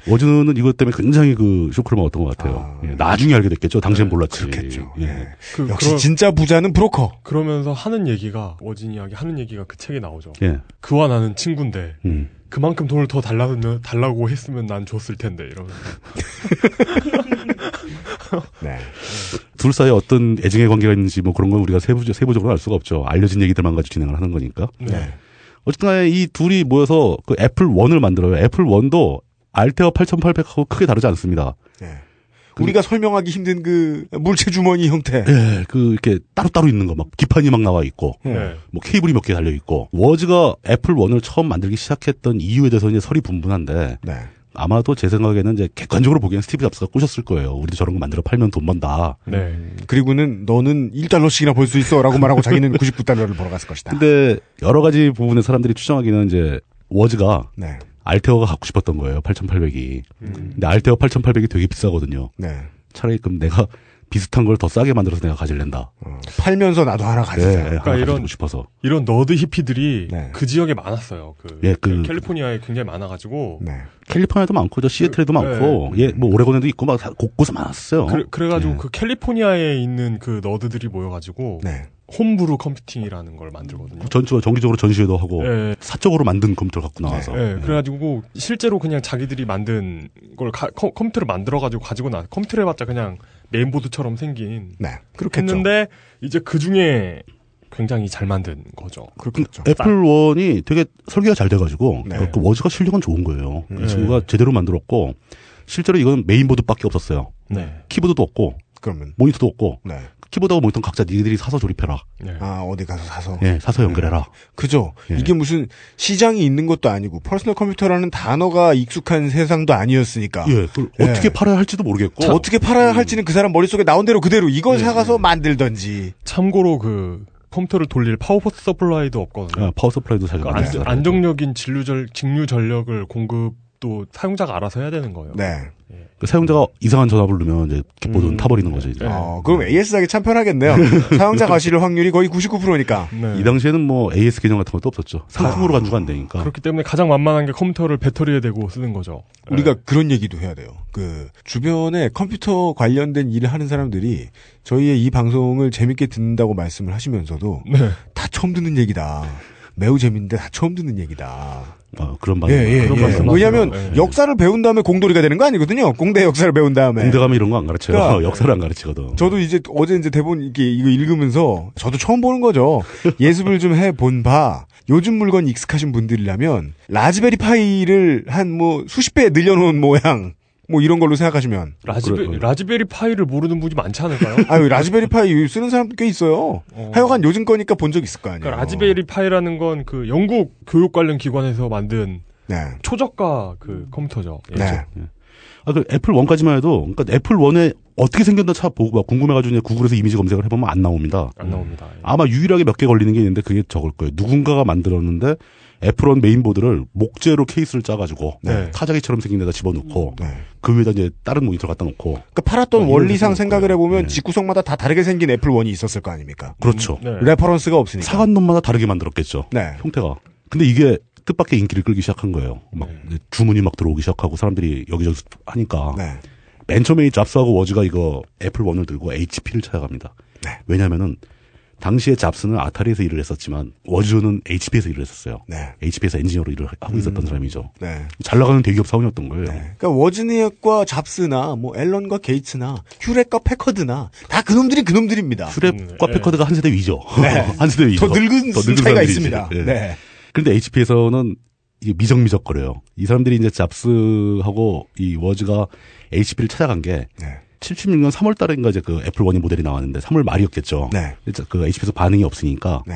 Speaker 6: 워즈는 이것 때문에 굉장히 그 쇼크를 먹었던 것 같아요.
Speaker 3: 아. 네,
Speaker 6: 예, 나중에 알게 됐겠죠. 당시엔 몰랐지.
Speaker 3: 그렇겠죠.
Speaker 6: 예.
Speaker 3: 예.
Speaker 4: 그
Speaker 3: 역시
Speaker 4: 그러-
Speaker 3: 진짜 부자는 브로커.
Speaker 4: 그러면서 하는 얘기가 워진 이야기 하는 얘기가 그 책에 나오죠.
Speaker 6: 예.
Speaker 4: 그와 나는 친구인데
Speaker 6: 음.
Speaker 4: 그만큼 돈을 더 달라면 달라고 했으면 난 줬을 텐데 이러면서
Speaker 3: 네.
Speaker 6: 둘 사이에 어떤 애증의 관계가 있는지 뭐 그런 건 우리가 세부, 세부적으로 알 수가 없죠. 알려진 얘기들만 가지고 진행을 하는 거니까.
Speaker 4: 네.
Speaker 6: 어쨌든 간에 이 둘이 모여서 그 애플 1을 만들어요. 애플 1도 알테어 8800하고 크게 다르지 않습니다.
Speaker 3: 예. 우리가 설명하기 힘든 그 물체 주머니 형태.
Speaker 6: 예, 그 이렇게 따로따로 있는 거 막 기판이 막 나와 있고
Speaker 4: 네.
Speaker 6: 뭐 케이블이 몇 개 달려 있고 워즈가 애플 1을 처음 만들기 시작했던 이유에 대해서 이제 설이 분분한데
Speaker 3: 네.
Speaker 6: 아마도 제 생각에는 이제 객관적으로 보기엔 스티브 잡스가 꼬셨을 거예요. 우리도 저런 거 만들어 팔면 돈 번다.
Speaker 4: 네.
Speaker 3: 그리고는 너는 1달러씩이나 벌 수 있어라고 말하고 자기는 99달러를 벌어갔을 것이다.
Speaker 6: 근데 여러 가지 부분에 사람들이 추정하기는 이제 워즈가
Speaker 3: 네.
Speaker 6: 알테어가 갖고 싶었던 거예요. 8800이.
Speaker 4: 음.
Speaker 6: 근데 알테어 8800이 되게 비싸거든요.
Speaker 3: 네.
Speaker 6: 차라리 그럼 내가 비슷한 걸 더 싸게 만들어서 내가 가질랜다. 네,
Speaker 3: 어, 팔면서 나도 하나 가지자.
Speaker 6: 하나
Speaker 4: 네, 그러니까 이런-
Speaker 6: 가지고 싶어서.
Speaker 4: 이런 너드 히피들이
Speaker 3: 네.
Speaker 4: 그 지역에 많았어요. 그,
Speaker 6: 예, 그-
Speaker 4: 캘리포니아에 굉장히 많아가지고
Speaker 3: 네.
Speaker 6: 캘리포니아도 많고 저 시애틀에도
Speaker 4: 그-
Speaker 6: 많고 예, 뭐 오레곤에도 있고 막 다 곳곳에 많았어요.
Speaker 4: 그래, 그래가지고
Speaker 6: 예.
Speaker 4: 그 캘리포니아에 있는 그 너드들이 모여가지고
Speaker 3: 네.
Speaker 4: 홈브루 컴퓨팅이라는 걸 만들거든요.
Speaker 6: 전주 정기적으로 전시회도 하고
Speaker 4: 예,
Speaker 6: 사적으로 만든 컴퓨터를 갖고 나와서
Speaker 3: 네,
Speaker 4: 예, 그래가지고 실제로 그냥 자기들이 만든 걸 가- 컴- 컴퓨터를 만들어가지고 가지고 나 컴퓨터를 해봤자 그냥 메인보드처럼 생긴
Speaker 3: 네. 그렇겠죠.
Speaker 4: 했는데 이제 그 중에 굉장히 잘 만든 거죠.
Speaker 3: 그렇겠죠. 아.
Speaker 6: 애플 원이 되게 설계가 잘 돼가지고
Speaker 3: 네.
Speaker 6: 그 워즈가 실력은 좋은 거예요.
Speaker 3: 음.
Speaker 6: 이 친구가 제대로 만들었고 실제로 이건 메인보드밖에 없었어요.
Speaker 4: 네,
Speaker 6: 키보드도 없고
Speaker 3: 그러면.
Speaker 6: 모니터도 없고
Speaker 3: 네.
Speaker 6: 키보드하고 모니터는 각자 니들이 사서 조립해라.
Speaker 4: 네.
Speaker 3: 아, 어디 가서 사서.
Speaker 6: 예, 사서 연결해라.
Speaker 3: 그죠.
Speaker 6: 예.
Speaker 3: 이게 무슨 시장이 있는 것도 아니고 퍼스널 컴퓨터라는 단어가 익숙한 세상도 아니었으니까.
Speaker 6: 예, 그걸
Speaker 3: 예.
Speaker 6: 어떻게 팔아야 할지도 모르겠고
Speaker 3: 자, 어떻게 팔아야 할지는 그 사람 머릿속에 나온 대로 그대로
Speaker 6: 예,
Speaker 3: 이걸 사가서 만들던지.
Speaker 4: 참고로 그 컴퓨터를 돌릴 파워 서플라이도 없거든요.
Speaker 3: 아,
Speaker 6: 어, 파워 서플라이도 잘
Speaker 3: 네.
Speaker 4: 그러니까
Speaker 6: 만들어야
Speaker 4: 안, 정적인 진류절 직류 전력을 공급도 사용자가 알아서 해야 되는 거예요.
Speaker 3: 네.
Speaker 6: 그 사용자가 이상한 전압을 넣으면 이제
Speaker 3: 음.
Speaker 6: 킥보드는 타버리는 거죠.
Speaker 4: 네.
Speaker 6: 이제.
Speaker 3: 어, 그럼
Speaker 6: 예.
Speaker 3: AS하기 참 편하겠네요. 사용자 과실 확률이 거의 99%니까.
Speaker 4: 네.
Speaker 6: 이 당시에는 뭐 AS 개념 같은 것도 없었죠. 상품으로
Speaker 3: 아.
Speaker 6: 간주가 안 되니까.
Speaker 4: 그렇기 때문에 가장 만만한 게 컴퓨터를 배터리에 대고 쓰는 거죠. 네.
Speaker 3: 우리가 그런 얘기도 해야 돼요. 그 주변에 컴퓨터 관련된 일을 하는 사람들이 저희의 이 방송을 재밌게 듣는다고 말씀을 하시면서도
Speaker 4: 네. 네.
Speaker 3: 다 처음 듣는 얘기다. 매우 재밌는데 다 처음 듣는 얘기다.
Speaker 6: 어, 그런
Speaker 3: 예,
Speaker 6: 방향.
Speaker 3: 예,
Speaker 4: 아, 그런
Speaker 3: 예.
Speaker 4: 말씀
Speaker 3: 왜냐하면
Speaker 4: 하세요. 예.
Speaker 3: 역사를 배운 다음에 공돌이가 되는 거 아니거든요. 공대 역사를 배운 다음에.
Speaker 6: 공대 가면 이런 거 안 가르쳐요.
Speaker 3: 그러니까-
Speaker 6: 역사를 안 가르치거든.
Speaker 3: 저도 이제 어제 이제 대본 이렇게 이거 읽으면서 저도 처음 보는 거죠. 예습을 좀 해 본 바. 요즘 물건 익숙하신 분들이라면 라즈베리 파이를 한 뭐 수십 배 늘려놓은 모양 뭐 이런 걸로 생각하시면
Speaker 4: 라즈베,
Speaker 6: 그래, 그래.
Speaker 4: 라즈베리 파이를 모르는 분이 많지 않을까요?
Speaker 3: 아유 라즈베리 파이 쓰는 사람 꽤 있어요.
Speaker 4: 어.
Speaker 3: 하여간 요즘 거니까 본 적 있을 거 아니에요.
Speaker 4: 그러니까 라즈베리 파이라는 건 그 영국 교육 관련 기관에서 만든
Speaker 3: 네.
Speaker 4: 초저가 그 컴퓨터죠. 예.
Speaker 3: 네.
Speaker 6: 아, 그 애플 1까지만 해도, 그러니까 애플 1에 어떻게 생겼나 차 보고 막 궁금해가지고 그냥 구글에서 이미지 검색을 해보면 안 나옵니다.
Speaker 3: 음.
Speaker 4: 안 나옵니다. 예.
Speaker 6: 아마 유일하게 몇 개 걸리는 게 있는데 그게 적을 거예요. 누군가가 만들었는데 애플 1 메인보드를 목재로 케이스를 짜가지고
Speaker 4: 네.
Speaker 6: 타자기처럼 생긴 데다 집어넣고
Speaker 3: 네.
Speaker 6: 그 위에다 이제 다른 모니터 갖다 놓고
Speaker 3: 그러니까 팔았던
Speaker 6: 어,
Speaker 3: 원리상
Speaker 6: 이런
Speaker 3: 생각을
Speaker 6: 거예요.
Speaker 3: 해보면
Speaker 6: 네.
Speaker 3: 직구성마다 다 다르게 생긴 애플 원이 있었을 거 아닙니까? 음.
Speaker 6: 그렇죠.
Speaker 4: 네.
Speaker 3: 레퍼런스가 없으니까.
Speaker 6: 사간 놈마다 다르게 만들었겠죠.
Speaker 3: 그러니까. 네.
Speaker 6: 형태가. 근데 이게 뜻밖의 인기를 끌기 시작한 거예요. 막 이제 주문이 막 들어오기 시작하고 사람들이 여기저기서 하니까
Speaker 3: 네.
Speaker 6: 맨 처음에 이 잡스하고 워즈가 이거 애플 원을 들고 HP를 찾아갑니다.
Speaker 3: 네.
Speaker 6: 왜냐면은 당시에 잡스는 아타리에서 일을 했었지만 워즈는 HP에서 일을 했었어요.
Speaker 3: 네.
Speaker 6: HP에서 엔지니어로 일을 하고
Speaker 3: 음.
Speaker 6: 있었던 사람이죠.
Speaker 3: 네.
Speaker 6: 잘 나가는 대기업 사원이었던 거예요.
Speaker 3: 그러니까 워즈니악과 잡스나 뭐 앨런과 게이츠나 휴렉과 패커드나 다 그놈들이 그놈들입니다.
Speaker 6: 휴랩과 패커드가 한 세대 위죠. 한 세대 위죠.
Speaker 3: 네. 더 늙은 차이가
Speaker 6: 사람들이지.
Speaker 3: 있습니다.
Speaker 6: 예.
Speaker 3: 네.
Speaker 6: 그런데 HP에서는 이게 미적미적거려요. 이 사람들이 이제 잡스하고 이 워즈가 HP를 찾아간 게
Speaker 3: 네.
Speaker 6: 76년 3월 달인가 이제 그 애플 원이 모델이 나왔는데 3월 말이었겠죠.
Speaker 3: 네.
Speaker 6: 그 HP에서 반응이 없으니까
Speaker 3: 네.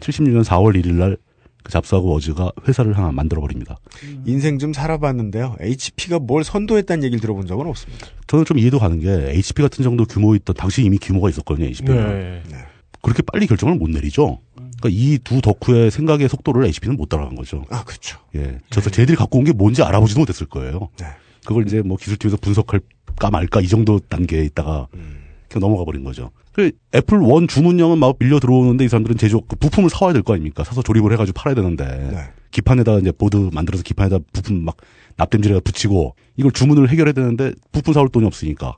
Speaker 6: 76년 4월 1일 날 그 잡스하고 워즈가 회사를 하나 만들어 버립니다.
Speaker 3: 인생 좀 살아봤는데요. HP가 뭘 선도했다는 얘기를 들어본 적은 없습니다.
Speaker 6: 저는 좀 이해도 가는 게 HP 같은 정도 규모 있던 당시 이미 규모가 있었거든요. HP는
Speaker 4: 네.
Speaker 6: 그렇게 빨리 결정을 못 내리죠. 그러니까 이 두 덕후의 생각의 속도를 HP는 못 따라간 거죠.
Speaker 3: 아, 그렇죠.
Speaker 6: 예. 저서 쟤들이 갖고 온 게 뭔지 알아보지도 못했을 거예요.
Speaker 3: 네.
Speaker 6: 그걸 이제 뭐 기술팀에서 분석할까 말까 이 정도 단계에 있다가
Speaker 3: 음.
Speaker 6: 그냥 넘어가 버린 거죠. 그 애플 원 주문량은 막 밀려 들어오는데 이 사람들은 제조 그 부품을 사와야 될 거 아닙니까? 사서 조립을 해가지고 팔아야 되는데
Speaker 3: 네.
Speaker 6: 기판에다가 이제 보드 만들어서 기판에다 부품 막 납땜질해가 붙이고 이걸 주문을 해결해야 되는데 부품 사올 돈이 없으니까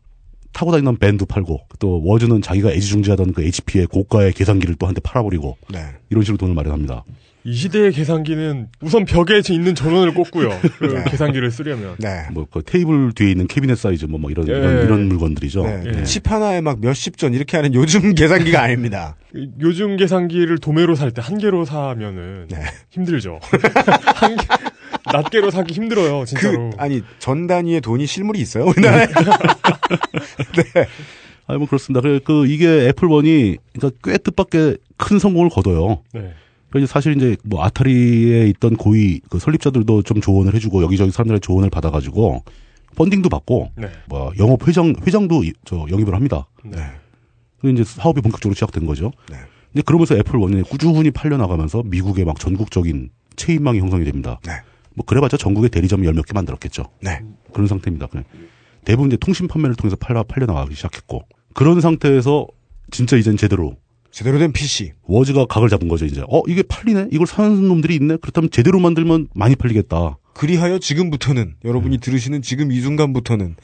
Speaker 6: 타고 다니던 밴도 팔고 또 워즈는 자기가 애지중지하던 그 HP의 고가의 계산기를 또 한 대 팔아버리고
Speaker 3: 네.
Speaker 6: 이런 식으로 돈을 마련합니다.
Speaker 4: 이 시대의 계산기는 우선 벽에 있는 전원을 꽂고요. 그
Speaker 3: 네.
Speaker 4: 계산기를 쓰려면.
Speaker 3: 네.
Speaker 6: 뭐 그 테이블 뒤에 있는 캐비넷 사이즈 뭐, 뭐 이런
Speaker 4: 예.
Speaker 6: 이런, 이런 물건들이죠.
Speaker 3: 네.
Speaker 4: 예.
Speaker 3: 칩 하나에 막 몇십 전 이렇게 하는 요즘 계산기가 아닙니다.
Speaker 4: 요즘 계산기를 도매로 살 때 한 개로 사면은
Speaker 3: 네.
Speaker 4: 힘들죠. 한 개, 낱개로 사기 힘들어요,
Speaker 3: 그
Speaker 4: 진짜로.
Speaker 3: 아니 전 단위의 돈이 실물이 있어요 우리나라에.
Speaker 6: 아니 뭐 그렇습니다. 그래 그 이게 애플원이 그러니까 꽤 뜻밖의 큰 성공을 거둬요.
Speaker 4: 네.
Speaker 6: 그래서 사실 이제 뭐 아타리에 있던 고위 그 설립자들도 좀 조언을 해주고 여기저기 사람들의 조언을 받아가지고 펀딩도 받고
Speaker 4: 네.
Speaker 6: 뭐 영업 회장 회장도 이- 저 영입을 합니다.
Speaker 4: 네.
Speaker 6: 그래서 이제 사업이 본격적으로 시작된 거죠.
Speaker 3: 네.
Speaker 6: 근데 그러면서 애플 원이 꾸준히 팔려나가면서 미국의 막 전국적인 체인망이 형성이 됩니다.
Speaker 3: 네.
Speaker 6: 뭐 그래봤자 전국에 대리점 열 몇 개 만들었겠죠.
Speaker 3: 네.
Speaker 6: 그런 상태입니다. 그냥 대부분 이제 통신 판매를 통해서 팔려 팔려나가기 시작했고 그런 상태에서 진짜 이젠 제대로
Speaker 3: 제대로 된 PC.
Speaker 6: 워즈가 각을 잡은 거죠 이제 어 이게 팔리네 이걸 사는 놈들이 있네 그렇다면 제대로 만들면 많이 팔리겠다
Speaker 3: 그리하여 지금부터는 여러분이 들으시는 지금 이 순간부터는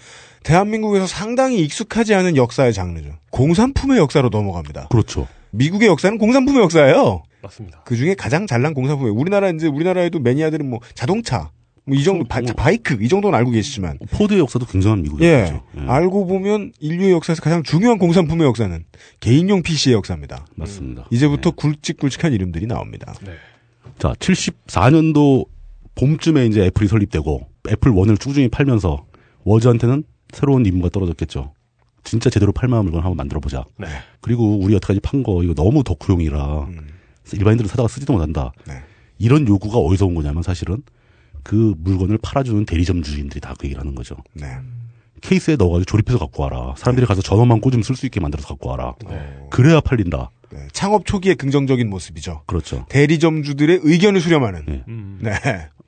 Speaker 3: 대한민국에서 상당히 익숙하지 않은 역사의 장르죠. 공산품의 역사로 넘어갑니다.
Speaker 6: 그렇죠
Speaker 3: 미국의 역사는 공산품의 역사예요.
Speaker 4: 맞습니다.
Speaker 3: 그 중에 가장 잘난 공산품이에요. 우리나라 이제 우리나라에도 매니아들은 뭐 자동차, 뭐이 정도 바, 이크이 정도는 알고 계시지만
Speaker 6: 포드의 역사도 굉장한 미국이죠 그렇죠.
Speaker 3: 예 알고 보면 인류의 역사에서 가장 중요한 공산품의 역사는 개인용 PC의 역사입니다.
Speaker 6: 맞습니다
Speaker 3: 이제부터 굵직굵직한 이름들이 나옵니다.
Speaker 6: 자 74년도 봄쯤에 이제 애플이 설립되고 애플 원을 꾸준히 팔면서 워즈한테는 새로운 임무가 떨어졌겠죠 진짜 제대로 팔만한 물건 한번 만들어 보자
Speaker 4: 네.
Speaker 6: 그리고 우리 여태까지 판 거 이거 너무 덕후용이라 일반인들은 사다가 쓰지도 못한다
Speaker 3: 음. 네.
Speaker 6: 이런 요구가 어디서 온 거냐면 사실은 그 물건을 팔아주는 대리점 주인들이 다 그 얘기를 하는 거죠.
Speaker 3: 네.
Speaker 6: 케이스에 넣어가지고 조립해서 갖고 와라. 사람들이 가서 전원만 꽂으면 쓸 수 있게 만들어서 갖고 와라. 그래야 팔린다.
Speaker 3: 네. 창업 초기의 긍정적인 모습이죠.
Speaker 6: 그렇죠.
Speaker 3: 대리점주들의 의견을 수렴하는.
Speaker 6: 네.
Speaker 4: 음.
Speaker 3: 네.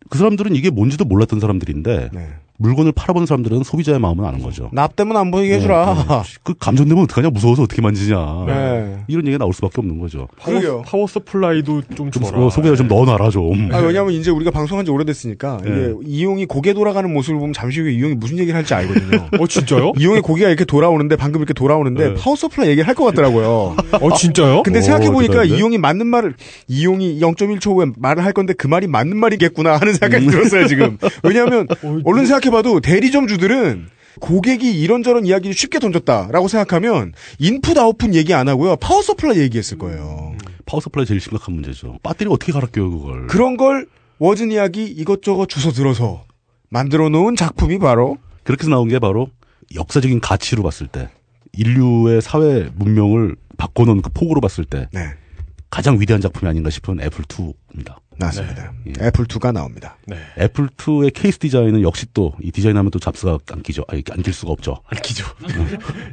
Speaker 6: 그 사람들은 이게 뭔지도 몰랐던 사람들인데
Speaker 3: 네.
Speaker 6: 물건을 팔아본 사람들은 소비자의 마음은 아는 거죠.
Speaker 3: 납 때문 안 보이게 해주라.
Speaker 6: 그 감전되면 어떡하냐? 무서워서 어떻게 만지냐?
Speaker 3: 네.
Speaker 6: 이런 얘기가 나올 수밖에 없는 거죠.
Speaker 3: 그러게요.
Speaker 4: 파워, 파워 어, 서플라이도 좀
Speaker 6: 좀
Speaker 4: 줘라.
Speaker 6: 소- 소개를 좀 넣어놔라 좀.
Speaker 3: 네.
Speaker 6: 네.
Speaker 3: 아, 왜냐면 이제 우리가 방송한 지 오래됐으니까 이게 이용이 고개 돌아가는 모습을 보면 잠시 후에 이용이 무슨 얘기를 할지 알거든요.
Speaker 4: 어, 진짜요?
Speaker 3: 이용의 고개가 이렇게 돌아오는데 방금 이렇게 돌아오는데
Speaker 6: 네.
Speaker 3: 파워 서플라이 얘기를 할 것 같더라고요.
Speaker 4: 어, 진짜요?
Speaker 3: 근데
Speaker 6: 오,
Speaker 3: 생각해 보니까
Speaker 6: 대단한데?
Speaker 3: 이용이 맞는 말을 이용이 0.1초 후에 말을 할 건데 그 말이 맞는 말이겠구나 하는 생각이
Speaker 6: 음.
Speaker 3: 들었어요 지금. 왜냐하면
Speaker 6: 어,
Speaker 3: 얼른 생각해봐도 대리점주들은 고객이 이런저런 이야기를 쉽게 던졌다라고 생각하면 인풋 아웃풋 얘기 안 하고요 파워 서플라이 얘기했을 거예요.
Speaker 6: 파워 서플라이 제일 심각한 문제죠. 배터리 어떻게 갈아껴요 그걸?
Speaker 3: 그런 걸 워즌 이야기 이것저것 주워 들어서 만들어 놓은 작품이 바로
Speaker 6: 그렇게 해서 나온 게 바로 역사적인 가치로 봤을 때 인류의 사회 문명을 바꿔놓은 그 폭으로 봤을 때
Speaker 3: 네
Speaker 6: 가장 위대한 작품이 아닌가 싶은 애플 2입니다.
Speaker 3: 나왔습니다.
Speaker 6: 네.
Speaker 3: 애플 2가 나옵니다.
Speaker 6: 애플 2의 케이스 디자인은 역시 또 이 디자인하면 또 잡스가 안 끼죠. 아니 안 낄 수가 없죠.
Speaker 4: 안 끼죠.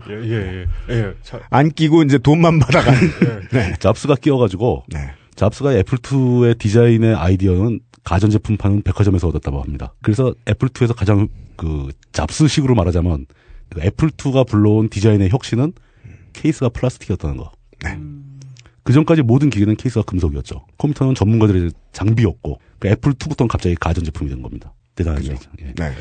Speaker 4: 예, 예, 예. 예, 자,
Speaker 3: 안 끼고 이제 돈만 받아간.
Speaker 6: 네. 잡스가 끼어가지고
Speaker 3: 네.
Speaker 6: 잡스가 애플 2의 디자인의 아이디어는 가전 제품 파는 백화점에서 얻었다고 합니다. 그래서 애플 2에서 가장 그 잡스식으로 말하자면 그 애플 2가 불러온 디자인의 혁신은 케이스가 플라스틱이었다는 거.
Speaker 3: 네.
Speaker 6: 그 전까지 모든 기계는 케이스가 금속이었죠. 컴퓨터는 전문가들의 장비였고 그 애플 2부터는 갑자기 가전 제품이 된 겁니다. 대단하죠. 예.
Speaker 3: 네.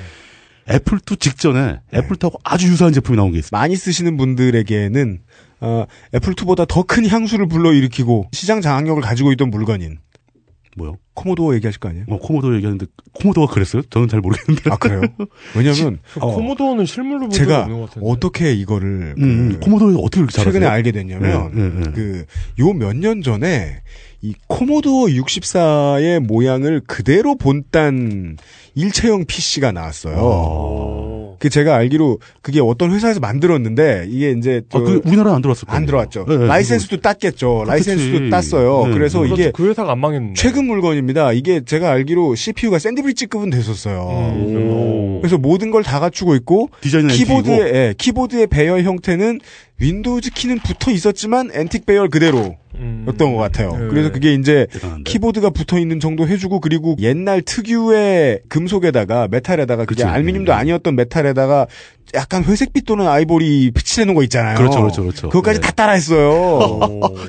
Speaker 6: 애플 2 직전에 애플 2하고 아주 유사한 제품이 나온 게 있습니다.
Speaker 3: 많이 쓰시는 분들에게는 어, 애플2보다 더 큰 향수를 불러일으키고 시장 장악력을 가지고 있던 물건인
Speaker 6: 뭐요?
Speaker 3: 코모도어 얘기하실 거 아니에요?
Speaker 6: 어, 코모도 얘기하는데 코모도가 그랬어요? 저는 잘 모르겠는데.
Speaker 3: 아 그래요? 왜냐면 어,
Speaker 4: 코모도어는 실물로 본 적이
Speaker 3: 제가
Speaker 4: 없는 것 같은데.
Speaker 3: 어떻게 이거를
Speaker 6: 음,
Speaker 3: 그
Speaker 6: 코모도가 어떻게 이렇게 잘하세요?
Speaker 3: 최근에 알게 됐냐면
Speaker 6: 네, 네, 네.
Speaker 3: 그 요 몇 년 전에 이 코모도어 64의 모양을 그대로 본딴 일체형 PC가 나왔어요.
Speaker 6: 어.
Speaker 3: 그 제가 알기로 그게 어떤 회사에서 만들었는데 이게 이제
Speaker 6: 아, 그 우리나라는 안 들어왔을 거예요.
Speaker 3: 안 들어왔죠.
Speaker 6: 네, 네,
Speaker 3: 라이센스도 땄겠죠. 라이센스도 땄어요.
Speaker 6: 네,
Speaker 3: 그래서
Speaker 6: 그렇죠.
Speaker 3: 이게
Speaker 4: 그 회사가 안 망했는데.
Speaker 3: 최근 물건입니다. 이게 제가 알기로 CPU가 샌드브리지급은 됐었어요.
Speaker 4: 음.
Speaker 3: 그래서 모든 걸 다 갖추고 있고
Speaker 6: 그렇죠. 그 디자인은
Speaker 3: 키보드의
Speaker 6: NT 이고.
Speaker 3: 예, 키보드의 배열 형태는 윈도우즈 키는 붙어 있었지만 앤틱 배열 그대로였던
Speaker 4: 음.
Speaker 3: 것 같아요.
Speaker 4: 네.
Speaker 3: 그래서 그게 이제
Speaker 6: 대단한데.
Speaker 3: 키보드가 붙어 있는 정도 해주고 그리고 옛날 특유의 금속에다가 메탈에다가 그게
Speaker 6: 그렇죠.
Speaker 3: 알루미늄도
Speaker 6: 네.
Speaker 3: 아니었던 메탈에다가 약간 회색빛 또는 아이보리 칠해놓은 거 있잖아요.
Speaker 6: 그렇죠, 그렇죠, 그렇죠.
Speaker 3: 것까지
Speaker 6: 네.
Speaker 3: 다 따라했어요.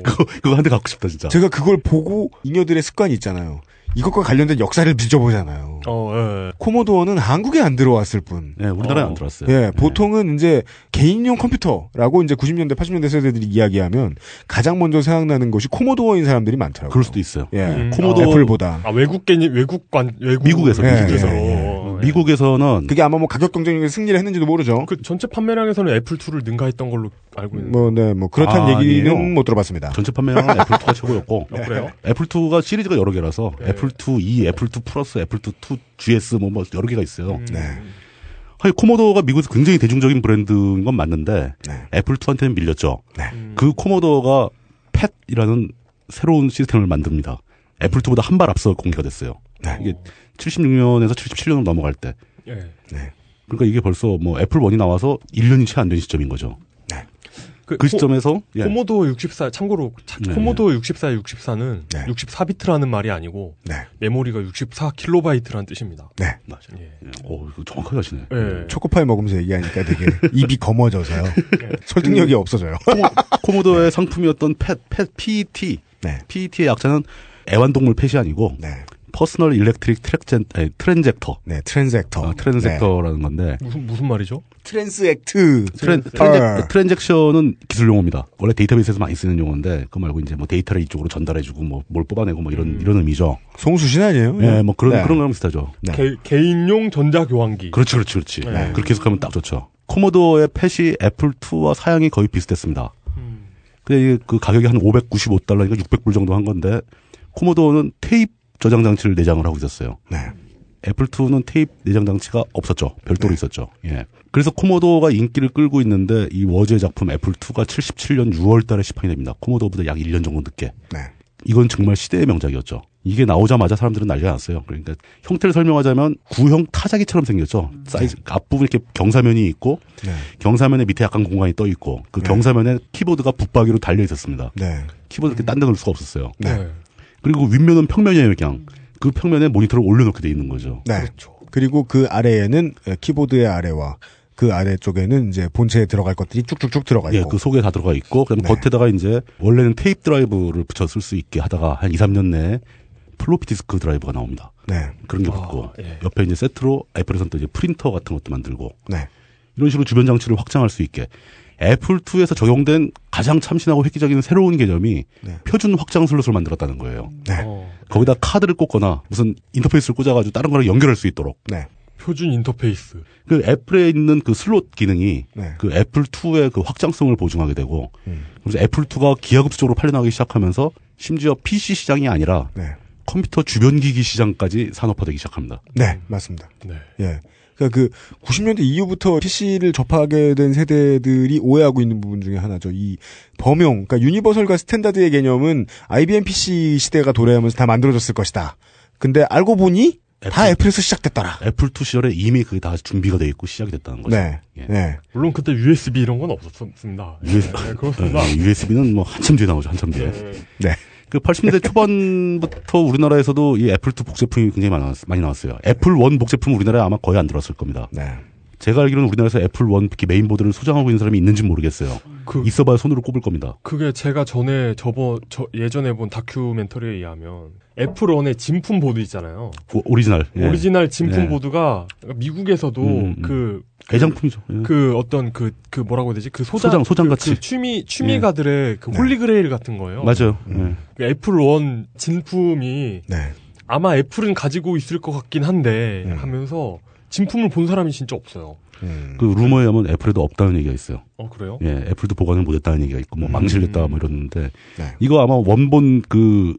Speaker 6: 그거, 그거 한 대 갖고 싶다, 진짜.
Speaker 3: 제가 그걸 보고 잉여들의 습관이 있잖아요. 이것과 관련된 역사를 뒤져보잖아요.
Speaker 4: 어, 예.
Speaker 3: 코모도어는 한국에 안 들어왔을 뿐.
Speaker 6: 예, 우리나라에
Speaker 4: 어.
Speaker 6: 안 들어왔어요.
Speaker 3: 예, 보통은 이제 개인용 컴퓨터라고 이제 90년대, 80년대 세대들이 이야기하면 가장 먼저 생각나는 것이 코모도어인 사람들이 많더라고요.
Speaker 6: 그럴 수도 있어요.
Speaker 3: 예,
Speaker 4: 음,
Speaker 6: 코모도
Speaker 3: 애플보다.
Speaker 4: 아, 외국계, 외국관, 외국.
Speaker 6: 미국에서
Speaker 3: 예,
Speaker 6: 미국에서
Speaker 3: 예, 예.
Speaker 4: 어, 예.
Speaker 6: 미국에서는
Speaker 3: 그게 아마 뭐 가격 경쟁력에 승리를 했는지도 모르죠.
Speaker 4: 그 전체 판매량에서는 애플2를 능가했던 걸로 알고 있는데.
Speaker 3: 뭐, 네, 뭐 그렇다는
Speaker 6: 아,
Speaker 3: 얘기는
Speaker 6: 아니에요.
Speaker 3: 못 들어봤습니다.
Speaker 6: 전체 판매량은 애플 2가 최고였고
Speaker 4: 어, 아, 그래요? 네.
Speaker 6: 애플 2가 시리즈가 여러 개라서 애플 2 E, 애플 2 플러스, 애플 2 2 GS 뭐, 뭐 여러 개가 있어요.
Speaker 4: 음.
Speaker 3: 네.
Speaker 6: 사실 코모도어가 미국에서 굉장히 대중적인 브랜드인 건 맞는데
Speaker 4: 네.
Speaker 6: 애플 2한테는 밀렸죠.
Speaker 4: 음.
Speaker 6: 그 코모도어가 팻이라는 새로운 시스템을 만듭니다. 애플 2보다 한 발 앞서 공개가 됐어요.
Speaker 4: 네.
Speaker 6: 이게 76년에서 77년으로 넘어갈 때.
Speaker 4: 예.
Speaker 6: 그러니까 이게 벌써 뭐 애플 1이 나와서 1년이 채 안 된 시점인 거죠.
Speaker 4: 그,
Speaker 6: 그
Speaker 4: 코-
Speaker 6: 시점에서 예.
Speaker 4: 코모도 64, 참고로, 차-
Speaker 6: 네.
Speaker 4: 코모도 64, 64는
Speaker 3: 네.
Speaker 4: 64비트라는 말이 아니고,
Speaker 3: 네.
Speaker 4: 메모리가 64킬로바이트라는 뜻입니다.
Speaker 3: 네.
Speaker 6: 맞아요.
Speaker 4: 예.
Speaker 6: 어, 이거 정확하게 하시네.
Speaker 4: 예.
Speaker 3: 초코파이 먹으면서 얘기하니까 되게 입이 검어져서요. 설득력이 없어져요.
Speaker 6: 코모, 도어의 상품이었던 펫, E 펫 PET.
Speaker 3: 네.
Speaker 6: PET의 E 약자는 애완동물 펫이 아니고
Speaker 3: 네.
Speaker 6: 퍼스널 일렉트릭 트랙젠 아니, 트랜젝터.
Speaker 3: 네, 트랜섹터. 네.
Speaker 6: 아, 트랜젝터라는 건데
Speaker 4: 무슨, 무슨 말이죠?
Speaker 3: 트랜스액트.
Speaker 6: 트랜,
Speaker 3: 트랜젝-
Speaker 6: 젝션은 기술 용어입니다. 원래 데이터베이스에서 많이 쓰는 용어인데 그거 말고 이제 뭐 데이터를 이쪽으로 전달해주고 뭐 뭘 뽑아내고 뭐 이런 이런 의미죠.
Speaker 3: 송수신 아니에요?
Speaker 6: 예, 뭐 그런
Speaker 3: 음. 네.
Speaker 6: 그런 거랑 비슷하죠.
Speaker 3: 네.
Speaker 4: 개, 개인용 전자교환기.
Speaker 6: 그렇지, 그렇지, 그렇지.
Speaker 4: 네.
Speaker 6: 그렇게 해석하면 딱 좋죠. 코모도어의 펫이 애플 2와 사양이 거의 비슷했습니다. 음. 근데 이게 그 가격이 한 595달러니까 600불 정도 한 건데 코모도어는 테이프 저장 장치를 내장을 하고 있었어요.
Speaker 3: 네.
Speaker 6: 애플 2는 테이프 내장 장치가 없었죠. 별도로 있었죠. 예. 그래서 코모도어가 인기를 끌고 있는데 이 워즈의 작품 애플 2가 77년 6월 달에 시판이 됩니다. 코모도어보다 약 1년 정도 늦게.
Speaker 3: 네.
Speaker 6: 이건 정말 시대의 명작이었죠. 이게 나오자마자 사람들은 난리가 났어요. 그러니까 형태를 설명하자면 구형 타자기처럼 생겼죠. 사이즈 앞부분 이렇게 경사면이 있고
Speaker 3: 네.
Speaker 6: 경사면에 밑에 약간 공간이 떠 있고 그 경사면에 키보드가 붙박이로 달려 있었습니다.
Speaker 3: 네.
Speaker 6: 키보드 이렇게 딴 데 놓을 수가 없었어요.
Speaker 3: 네.
Speaker 6: 그리고 윗면은 평면이에요, 그냥. 그 평면에 모니터를 올려놓게 돼 있는 거죠.
Speaker 3: 네. 그리고그 아래에는 키보드의 아래와 그 아래쪽에는 이제 본체에 들어갈 것들이 쭉쭉쭉 들어가
Speaker 6: 예,
Speaker 3: 있고.
Speaker 6: 그 속에 다 들어가 있고, 그다음 에
Speaker 3: 네.
Speaker 6: 겉에다가 이제 원래는 테이프 드라이브를 붙여 쓸 수 있게 하다가 한 2, 3년 내에 플로피 디스크 드라이브가 나옵니다.
Speaker 3: 네.
Speaker 6: 그런 게 붙고,
Speaker 4: 예.
Speaker 6: 옆에 이제 세트로 애플에서는 또 이제 프린터 같은 것도 만들고,
Speaker 3: 네.
Speaker 6: 이런 식으로 주변 장치를 확장할 수 있게 애플2에서 적용된 가장 참신하고 획기적인 새로운 개념이
Speaker 3: 네.
Speaker 6: 표준 확장 슬롯을 만들었다는 거예요.
Speaker 3: 네.
Speaker 4: 어,
Speaker 6: 거기다 카드를 꽂거나 무슨 인터페이스를 꽂아가지고 다른 거랑 연결할 수 있도록
Speaker 3: 네.
Speaker 4: 표준 인터페이스.
Speaker 6: 그 애플에 있는 그 슬롯 기능이
Speaker 3: 네. 음.
Speaker 6: 그 애플 2의 그 확장성을 보증하게 되고 그래서 애플 2가 기하급수적으로 팔려나가기 시작하면서 심지어 PC 시장이 아니라
Speaker 3: 네.
Speaker 6: 컴퓨터 주변 기기 시장까지 산업화되기 시작합니다.
Speaker 3: 네. 맞습니다.
Speaker 4: 네.
Speaker 3: 예. 그러니까 그 90년대 이후부터 PC를 접하게 된 세대들이 오해하고 있는 부분 중에 하나죠. 이 범용, 그러니까 유니버설과 스탠다드의 개념은 IBM PC 시대가 도래하면서 다 만들어졌을 것이다. 근데 알고 보니 다 애플에서 시작됐더라.
Speaker 6: 애플 2 시절에 이미 그게 다 준비가 돼 있고 시작이 됐다는 거죠.
Speaker 3: 네.
Speaker 6: 예.
Speaker 3: 네.
Speaker 4: 물론 그때 USB 이런 건 없었습니다. 예, 네, 그렇습니다.
Speaker 6: USB는 뭐 한참 뒤에 나오죠, 한참 뒤에.
Speaker 3: 네.
Speaker 6: 그 80년대 초반부터 우리나라에서도 이 애플 2 복제품이 굉장히 많았, 많이 나왔어요. 애플 1 복제품 우리나라에 아마 거의 안 들어왔을 겁니다.
Speaker 3: 네.
Speaker 6: 제가 알기로는 우리나라에서 애플 1 특히 메인보드를 소장하고 있는 사람이 있는지 모르겠어요.
Speaker 4: 그-
Speaker 6: 있어봐야 손으로 꼽을 겁니다.
Speaker 4: 그게 제가 전에 저번 저 예전에 본 다큐멘터리에 의하면 애플 원의 진품 보드 있잖아요.
Speaker 6: 오- 오리지널. 예.
Speaker 4: 오리지널 진품
Speaker 6: 예.
Speaker 4: 보드가 미국에서도
Speaker 6: 음, 음.
Speaker 4: 그
Speaker 6: 애장품이죠. 예.
Speaker 4: 그 어떤 그, 그 뭐라고 해야 되지? 그 소장,
Speaker 6: 소장, 소장같이.
Speaker 4: 그, 그 취미, 취미가들의 그 홀리그레일 같은 거예요.
Speaker 6: 맞아요. 예.
Speaker 4: 그 애플 원 진품이
Speaker 3: 네.
Speaker 4: 아마 애플은 가지고 있을 것 같긴 한데
Speaker 6: 예.
Speaker 4: 하면서 진품을 본 사람이 진짜 없어요.
Speaker 3: 음.
Speaker 6: 그 루머에 하면 애플에도 없다는 얘기가 있어요.
Speaker 4: 어, 그래요?
Speaker 6: 예, 애플도 보관을 못했다는 얘기가 있고
Speaker 4: 음.
Speaker 6: 뭐 망실됐다 뭐 이러는데
Speaker 3: 네.
Speaker 6: 이거 아마 원본 그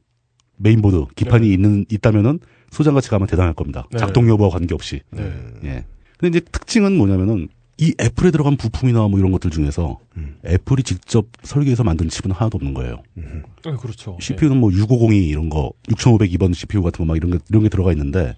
Speaker 6: 메인보드 기판이 있는 있다면은 소장같이 가면 대단할 겁니다.
Speaker 4: 네.
Speaker 6: 작동 여부와 관계없이.
Speaker 4: 네.
Speaker 6: 예. 근데 이제 특징은 뭐냐면은 이 애플에 들어간 부품이나 뭐 이런 것들 중에서 애플이 직접 설계해서 만든 칩은 하나도 없는 거예요.
Speaker 4: 음. 네, 그렇죠.
Speaker 6: CPU는 뭐 6502 이런 거, 6502번 CPU 같은 거 막 이런 게 이런 게 들어가 있는데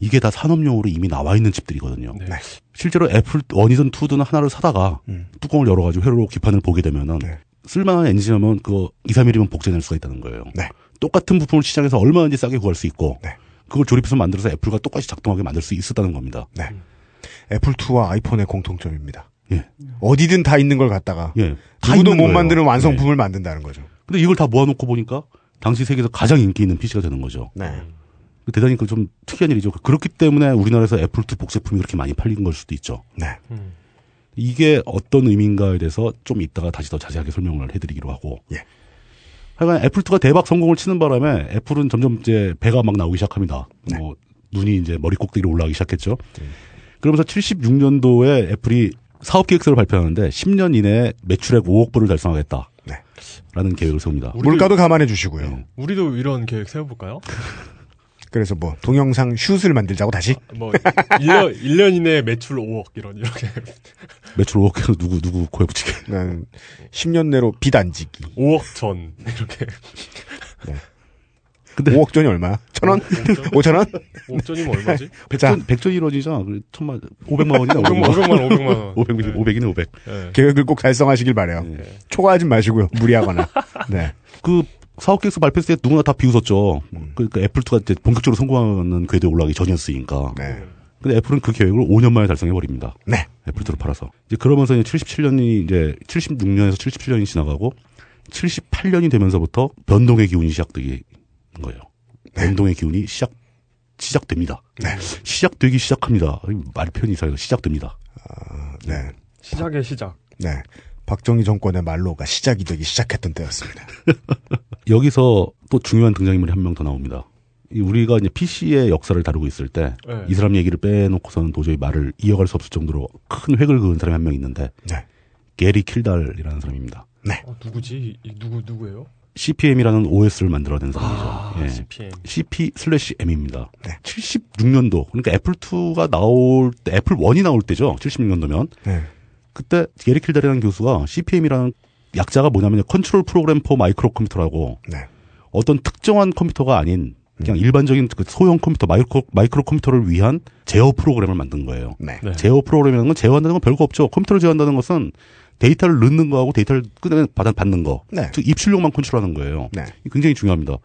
Speaker 6: 이게 다 산업용으로 이미 나와 있는 칩들이거든요.
Speaker 4: 네.
Speaker 6: 실제로 애플 원이든 투든 하나를 사다가 뚜껑을 열어가지고 회로 기판을 보게 되면은
Speaker 3: 음. 네.
Speaker 6: 쓸만한 엔진이면 그거 2, 3일이면 복제될 수가 있다는 거예요.
Speaker 3: 네.
Speaker 6: 똑같은 부품을 시장에서 얼마든지 싸게 구할 수 있고
Speaker 3: 네.
Speaker 6: 그걸 조립해서 만들어서 애플과 똑같이 작동하게 만들 수 있었다는 겁니다.
Speaker 3: 네. 애플 2와 아이폰의 공통점입니다.
Speaker 6: 예.
Speaker 3: 어디든 다 있는 걸 갖다가
Speaker 6: 예. 다
Speaker 3: 누구도
Speaker 6: 있는
Speaker 3: 못
Speaker 6: 거예요.
Speaker 3: 만드는
Speaker 6: 예.
Speaker 3: 완성품을 만든다는 거죠.
Speaker 6: 근데 이걸 다 모아놓고 보니까 당시 세계에서 가장 인기 있는 PC가 되는 거죠.
Speaker 3: 네.
Speaker 6: 근데 대단히 그 좀 특이한 일이죠. 그렇기 때문에 우리나라에서 애플2 복제품이 그렇게 많이 팔린 걸 수도 있죠.
Speaker 3: 네.
Speaker 6: 이게 어떤 의미인가에 대해서 좀 이따가 다시 더 자세하게 설명을 해드리기로 하고.
Speaker 3: 예.
Speaker 6: 하여간 애플2가 대박 성공을 치는 바람에 애플은 점점 이제 배가 막 나오기 시작합니다.
Speaker 4: 네.
Speaker 6: 뭐, 눈이 이제 머리 꼭대기로 올라가기 시작했죠. 그러면서 76년도에 애플이 사업 계획서를 발표하는데 10년 이내에 매출액 5억 불을 달성하겠다.
Speaker 3: 네.
Speaker 6: 라는 계획을 세웁니다.
Speaker 4: 우리도-
Speaker 3: 물가도 감안해 주시고요.
Speaker 4: 우리도 이런 계획 세워볼까요?
Speaker 3: 그래서 뭐 동영상 슛을 만들자고 다시
Speaker 4: 뭐 1년, 1년 이내에 매출 5억 이런 이렇게
Speaker 6: 매출 5억 해서 누구 누구 코에 붙이게.
Speaker 3: 음, 10년 내로 비단지기.
Speaker 4: 5억 전 이렇게
Speaker 6: 근데
Speaker 3: 5억 전이 얼마야? 천 원?
Speaker 4: 오-
Speaker 3: 5천 원?
Speaker 4: 5억 전이면 얼마지?
Speaker 3: 자,
Speaker 6: 100전, 100전 1원이잖아. 천만 500만 원이나
Speaker 4: 500만
Speaker 6: 500만 원.
Speaker 4: 500만 500만 예.
Speaker 6: 500, 500이네 500.
Speaker 3: 계획을 꼭 달성하시길 바래요.
Speaker 6: 네.
Speaker 3: 초과하지 마시고요. 무리하거나. 네.
Speaker 6: 그 사업 계획서 발표했을 때 누구나 다 비웃었죠. 그러니까 애플2가 이제 본격적으로 성공하는 궤도에 올라가기 전이었으니까.
Speaker 3: 네.
Speaker 6: 근데 애플은 그 계획을 5년 만에 달성해 버립니다.
Speaker 3: 네.
Speaker 6: 애플2를 팔아서. 이제 그러면서 이제 77년이 이제 76년에서 77년이 지나가고 78년이 되면서부터 변동의 기운이 시작되기 거예요. 변동의 기운이 시작 시작됩니다. 시작되기 시작합니다. 말 표현이 이상해서 시작됩니다.
Speaker 3: 네.
Speaker 4: 시작의 시작
Speaker 3: 네. 박정희 정권의 말로가 시작이 되기 시작했던 때였습니다.
Speaker 6: 여기서 또 중요한 등장인물이 한 명 더 나옵니다. 이 우리가 이제 PC의 역사를 다루고 있을 때 이
Speaker 4: 네.
Speaker 6: 사람 얘기를 빼놓고서는 도저히 말을 이어갈 수 없을 정도로 큰 획을 그은 사람이 한 명 있는데
Speaker 3: 네.
Speaker 6: 게리 킬달이라는 사람입니다.
Speaker 4: 어, 누구지? 이- 이 누구 누구예요?
Speaker 6: CPM이라는 OS를 만들어낸 사람이죠. 예.
Speaker 4: CPM
Speaker 6: CP 슬래시 M입니다.
Speaker 3: 네.
Speaker 6: 76년도 그러니까 애플 2가 나올 때 애플 1이 나올 때죠. 76년도면
Speaker 3: 네.
Speaker 6: 그때 게리 킬달이라는 교수가 CPM이라는 약자가 뭐냐면 컨트롤 프로그램 포 마이크로 컴퓨터라고
Speaker 3: 네.
Speaker 6: 어떤 특정한 컴퓨터가 아닌 그냥 일반적인 그 소형 컴퓨터 마이크로, 마이크로 컴퓨터를 위한 제어 프로그램을 만든 거예요.
Speaker 3: 네.
Speaker 4: 네.
Speaker 6: 제어 프로그램이라는 건 제어한다는 건 별거 없죠. 컴퓨터를 제어한다는 것은 데이터를 넣는 거하고 데이터를 끄내 받아- 받는 거.
Speaker 3: 네.
Speaker 6: 즉 입출력만 컨트롤하는 거예요.
Speaker 3: 네.
Speaker 6: 굉장히 중요합니다.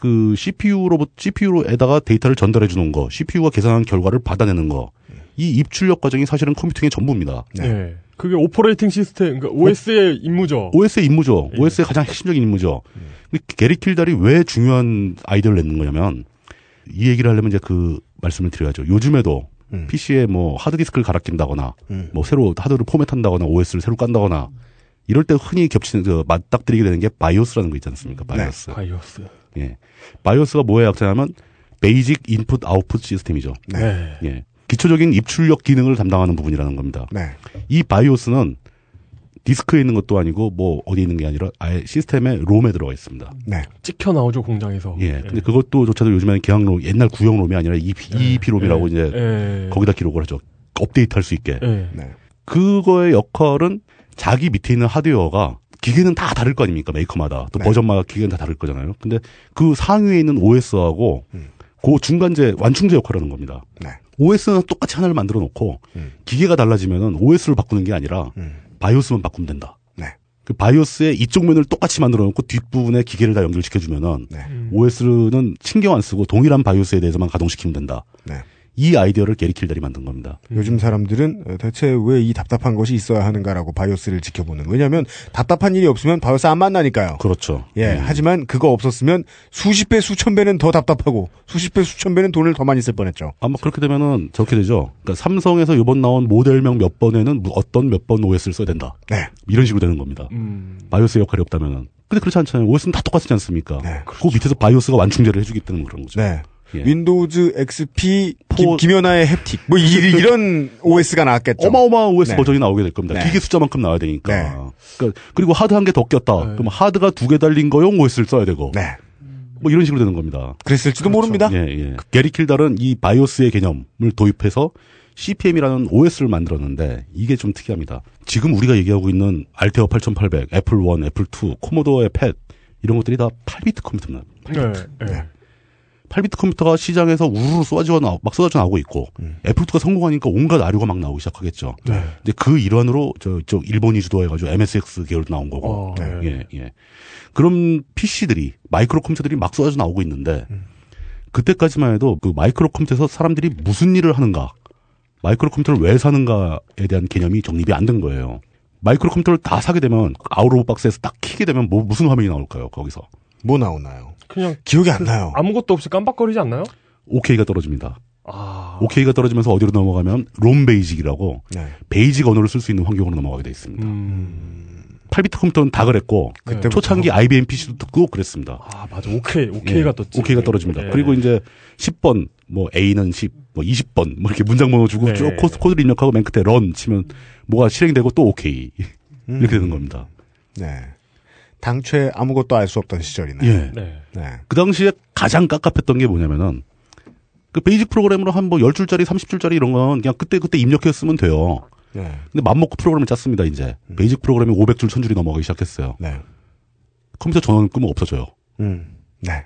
Speaker 6: 그 CPU로 CPU로에다가 데이터를 전달해 주는 거, CPU가 계산한 결과를 받아내는 거. 이 입출력 과정이 사실은 컴퓨팅의 전부입니다.
Speaker 4: 네. 그게 오퍼레이팅 시스템 그러니까
Speaker 6: 네.
Speaker 4: OS의 임무죠
Speaker 6: OS의 임무죠.
Speaker 4: 예.
Speaker 6: OS의 가장 핵심적인 임무죠. 근데 게리 킬달이 왜 중요한 아이디어를 냈는 거냐면 이 얘기를 하려면 이제 그 말씀을 드려야죠. 요즘에도
Speaker 3: 음.
Speaker 6: PC에 뭐 하드디스크를 갈아 낀다거나
Speaker 3: 음.
Speaker 6: 뭐 새로 하드를 포맷한다거나 OS를 새로 깐다거나 이럴 때 흔히 겹치는 그 맞닥뜨리게 되는 게 바이오스라는 거 있지 않습니까? 바이오스.
Speaker 4: 바이오스
Speaker 6: 예. 바이오스가 뭐의 약자냐면 베이직 인풋 아웃풋 시스템이죠.
Speaker 4: 네.
Speaker 6: 예. 기초적인 입출력 기능을 담당하는 부분이라는 겁니다.
Speaker 3: 네.
Speaker 6: 이 바이오스는 디스크에 있는 것도 아니고 뭐 어디 있는 게 아니라 아예 시스템의 롬에 들어가 있습니다.
Speaker 3: 네.
Speaker 4: 찍혀 나오죠 공장에서
Speaker 6: 예. 근데 그것도조차도 요즘에는 기왕 롬, 옛날 구형 롬이 아니라 EP, EP 롬이라고 이제
Speaker 4: 예.
Speaker 6: 거기다 기록을 하죠. 업데이트할 수 있게.
Speaker 4: 예.
Speaker 3: 네.
Speaker 6: 그거의 역할은 자기 밑에 있는 하드웨어가 기계는 다 다를 거 아닙니까 메이커마다 또
Speaker 3: 네.
Speaker 6: 버전마다 기계는 다 다를 거잖아요. 근데 그 상위에 있는 OS하고
Speaker 3: 음.
Speaker 6: 그 중간재 완충제 역할을 하는 겁니다.
Speaker 3: 네.
Speaker 6: OS는 똑같이 하나를 만들어 놓고
Speaker 3: 음.
Speaker 6: 기계가 달라지면은 OS를 바꾸는 게 아니라
Speaker 3: 음.
Speaker 6: 바이오스만 바꾸면 된다.
Speaker 3: 네.
Speaker 6: 그 바이오스의 이쪽 면을 똑같이 만들어 놓고 뒷부분에 기계를 다 연결시켜 주면은
Speaker 3: 네.
Speaker 6: OS는 신경 안 쓰고 동일한 바이오스에 대해서만 가동시키면 된다.
Speaker 3: 네.
Speaker 6: 이 아이디어를 게리 킬달이 만든 겁니다.
Speaker 3: 요즘 사람들은 대체 왜 이 답답한 것이 있어야 하는가라고 바이오스를 지켜보는. 왜냐면 하 답답한 일이 없으면 바이오스 안 만나니까요.
Speaker 6: 그렇죠.
Speaker 3: 예,
Speaker 6: 음.
Speaker 3: 하지만 그거 없었으면 수십 배, 수천 배는 더 답답하고 수십 배, 수천 배는 돈을 더 많이 쓸 뻔했죠.
Speaker 6: 아마 그렇게 되면은 저렇게 되죠. 그러니까 삼성에서 요번 나온 모델명 몇 번에는 무- 어떤 몇 번 OS를 써야 된다.
Speaker 3: 네.
Speaker 6: 이런 식으로 되는 겁니다.
Speaker 4: 음.
Speaker 6: 바이오스의 역할이 없다면은. 근데 그렇지 않잖아요. OS는 다 똑같지 않습니까?
Speaker 3: 네,
Speaker 6: 그 밑에서 바이오스가 완충제를 해주기 때문에 그런 거죠.
Speaker 3: 네.
Speaker 6: 예.
Speaker 3: 윈도우즈 XP
Speaker 6: 포-
Speaker 3: 김, 연아의 햅틱 뭐 이, 런 OS가 나왔겠죠.
Speaker 6: 어마어마한 OS
Speaker 3: 네.
Speaker 6: 버전이 나오게 될 겁니다.
Speaker 3: 네.
Speaker 6: 기계 숫자만큼 나와야 되니까.
Speaker 3: 네.
Speaker 6: 그러니까 그리고 하드 한 개 더 꼈다.
Speaker 4: 네.
Speaker 6: 그럼 하드가 두 개 달린 거용 OS를 써야 되고.
Speaker 3: 네.
Speaker 6: 뭐 이런 식으로 되는 겁니다.
Speaker 3: 그랬을지도 모릅니다.
Speaker 6: 예, 예. 그 게리 킬달은 이 바이오스의 개념을 도입해서 CPM이라는 OS를 만들었는데 이게 좀 특이합니다. 지금 우리가 얘기하고 있는 알테어 8800, 애플 1, 애플 2, 코모도어의 팻 이런 것들이 다 8비트 컴퓨터입니다.
Speaker 4: 네. 네.
Speaker 6: 8비트 컴퓨터가 시장에서 우르르 쏟아져 나오, 막 쏟아져 나오고 있고 애플 2가 성공하니까 온갖 아류가 막 나오기 시작하겠죠.
Speaker 4: 음. 네.
Speaker 6: 근데 그 일환으로 저, 저 일본이 주도해가지고 MSX 계열도 나온 거고.
Speaker 4: 어, 네.
Speaker 6: 예, 예. 그럼 PC들이 마이크로 컴퓨터들이 막 쏟아져 나오고 있는데
Speaker 4: 음.
Speaker 6: 그때까지만 해도 그 마이크로 컴퓨터에서 사람들이 무슨 일을 하는가, 마이크로 컴퓨터를 왜 사는가에 대한 개념이 정립이 안 된 거예요. 마이크로 컴퓨터를 다 사게 되면 아우로 박스에서 딱 키게 되면 뭐 무슨 화면이 나올까요? 거기서
Speaker 3: 뭐 나오나요?
Speaker 4: 그냥
Speaker 3: 기억이 안 나요.
Speaker 4: 아무것도 없이 깜빡거리지 않나요?
Speaker 6: OK가 떨어집니다.
Speaker 4: 아,
Speaker 6: OK가 떨어지면서 어디로 넘어가면 롬 베이직이라고
Speaker 3: 네.
Speaker 6: 베이직 언어를 쓸 수 있는 환경으로 넘어가게 돼 있습니다.
Speaker 4: 음.
Speaker 6: 8비트 컴퓨터는 다 그랬고
Speaker 3: 그때부터.
Speaker 6: 초창기 IBM PC도 듣고 그랬습니다.
Speaker 4: 아 맞아. 오케이, 오케이가 네. 예. 떴
Speaker 6: 예. 오케이가 떨어집니다. 그리고 이제 10번, 뭐 A는 10, 뭐 20번, 뭐 이렇게 문장 번호 주고
Speaker 4: 네.
Speaker 6: 쭉 코드, 코드를 입력하고 맨 끝에 런 치면 뭐가 실행되고 또 오케이.
Speaker 4: 음.
Speaker 6: 이렇게 되는 겁니다.
Speaker 3: 네. 당초에 아무것도 알 수 없던 시절이네.
Speaker 6: 예.
Speaker 4: 네.
Speaker 3: 네.
Speaker 6: 그 당시에 가장 깝깝했던 게 뭐냐면은 그 베이직 프로그램으로 한 뭐 10줄짜리, 30줄짜리 이런 건 그냥 그때그때 입력해서 쓰면 돼요.
Speaker 3: 네.
Speaker 6: 근데 맘먹고 프로그램을 짰습니다, 이제.
Speaker 4: 음.
Speaker 6: 베이직 프로그램이 500줄, 1000줄이 넘어가기 시작했어요.
Speaker 3: 네.
Speaker 6: 컴퓨터 전원 끄면 없어져요.
Speaker 3: 음. 네.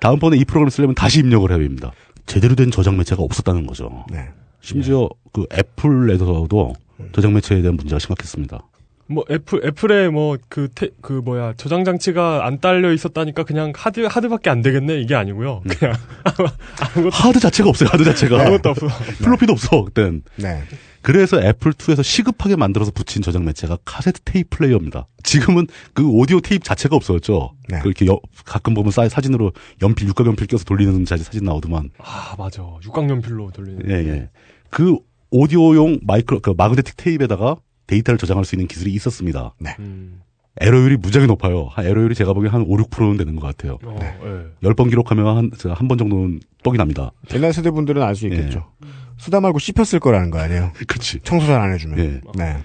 Speaker 6: 다음번에 이 프로그램 쓰려면 다시 입력을 해야 됩니다. 제대로 된 저장 매체가 없었다는 거죠.
Speaker 3: 네.
Speaker 6: 심지어 그 애플에서도
Speaker 4: 음.
Speaker 6: 저장 매체에 대한 문제가 심각했습니다.
Speaker 4: 뭐 애플 애플의 뭐그그 그 뭐야 저장 장치가 안 딸려 있었다니까 그냥 하드 하드밖에 안 되겠네 이게 아니고요.
Speaker 6: 음.
Speaker 4: 그냥 아무것도
Speaker 6: 하드 자체가 없어요. 하드 자체가
Speaker 4: 아무것도 없어.
Speaker 6: 플로피도 없어. 그땐
Speaker 3: 네.
Speaker 6: 그래서 애플 2에서 시급하게 만들어서 붙인 저장 매체가 카세트 테이프 플레이어입니다. 지금은 그 오디오 테이프 자체가 없어졌죠.
Speaker 3: 네.
Speaker 6: 그렇게 여- 가끔 보면 사, 사진으로 연필 육각 연필 껴서 돌리는 자, 사진 나오더만.
Speaker 4: 아 맞아. 육각연필로 돌리는.
Speaker 6: 예, 예. 그 오디오용 마이크로 그 마그네틱 테이프에다가 데이터를 저장할 수 있는 기술이 있었습니다.
Speaker 4: 음.
Speaker 6: 에러율이 무지하게 높아요. 한 에러율이 제가 보기엔 한 5, 6%는 되는 것 같아요.
Speaker 4: 어, 예.
Speaker 6: 10번 기록하면 한 한 번 정도는 뻑이 납니다.
Speaker 3: 옛날 세대 분들은 알 수 있겠죠.
Speaker 6: 예.
Speaker 3: 수다 말고 씹혔을 거라는 거 아니에요?
Speaker 6: 그렇지.
Speaker 3: 청소 잘 안 해주면.
Speaker 6: 예.
Speaker 3: 네.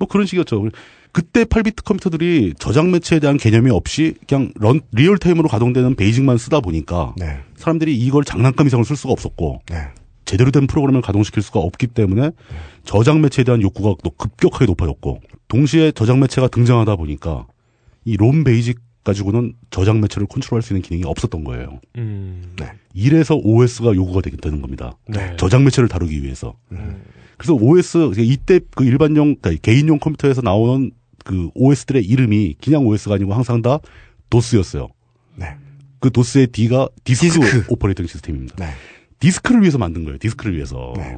Speaker 6: 뭐 그런 식이었죠. 그때 8비트 컴퓨터들이 저장 매체에 대한 개념이 없이 그냥 런 리얼 타임으로 가동되는 베이직만 쓰다 보니까
Speaker 3: 네.
Speaker 6: 사람들이 이걸 장난감 이상으로 쓸 수가 없었고
Speaker 3: 네.
Speaker 6: 제대로 된 프로그램을 가동시킬 수가 없기 때문에 저장 매체에 대한 욕구가 또 급격하게 높아졌고 동시에 저장 매체가 등장하다 보니까 이 롬 베이직 가지고는 저장 매체를 컨트롤할 수 있는 기능이 없었던 거예요.
Speaker 4: 음.
Speaker 6: 이래서 OS가 요구가 되게 되는 겁니다.
Speaker 4: 네.
Speaker 6: 저장 매체를 다루기 위해서. 그래서 OS 이때 그 일반용 그러니까 개인용 컴퓨터에서 나오는 그 OS들의 이름이 그냥 OS가 아니고 항상 다 도스였어요.
Speaker 3: 네.
Speaker 6: 그 도스의 D가 디스크,
Speaker 3: 디스크.
Speaker 6: 오퍼레이팅 시스템입니다.
Speaker 3: 네.
Speaker 6: 디스크를 위해서 만든 거예요. 디스크를 위해서.
Speaker 3: 네.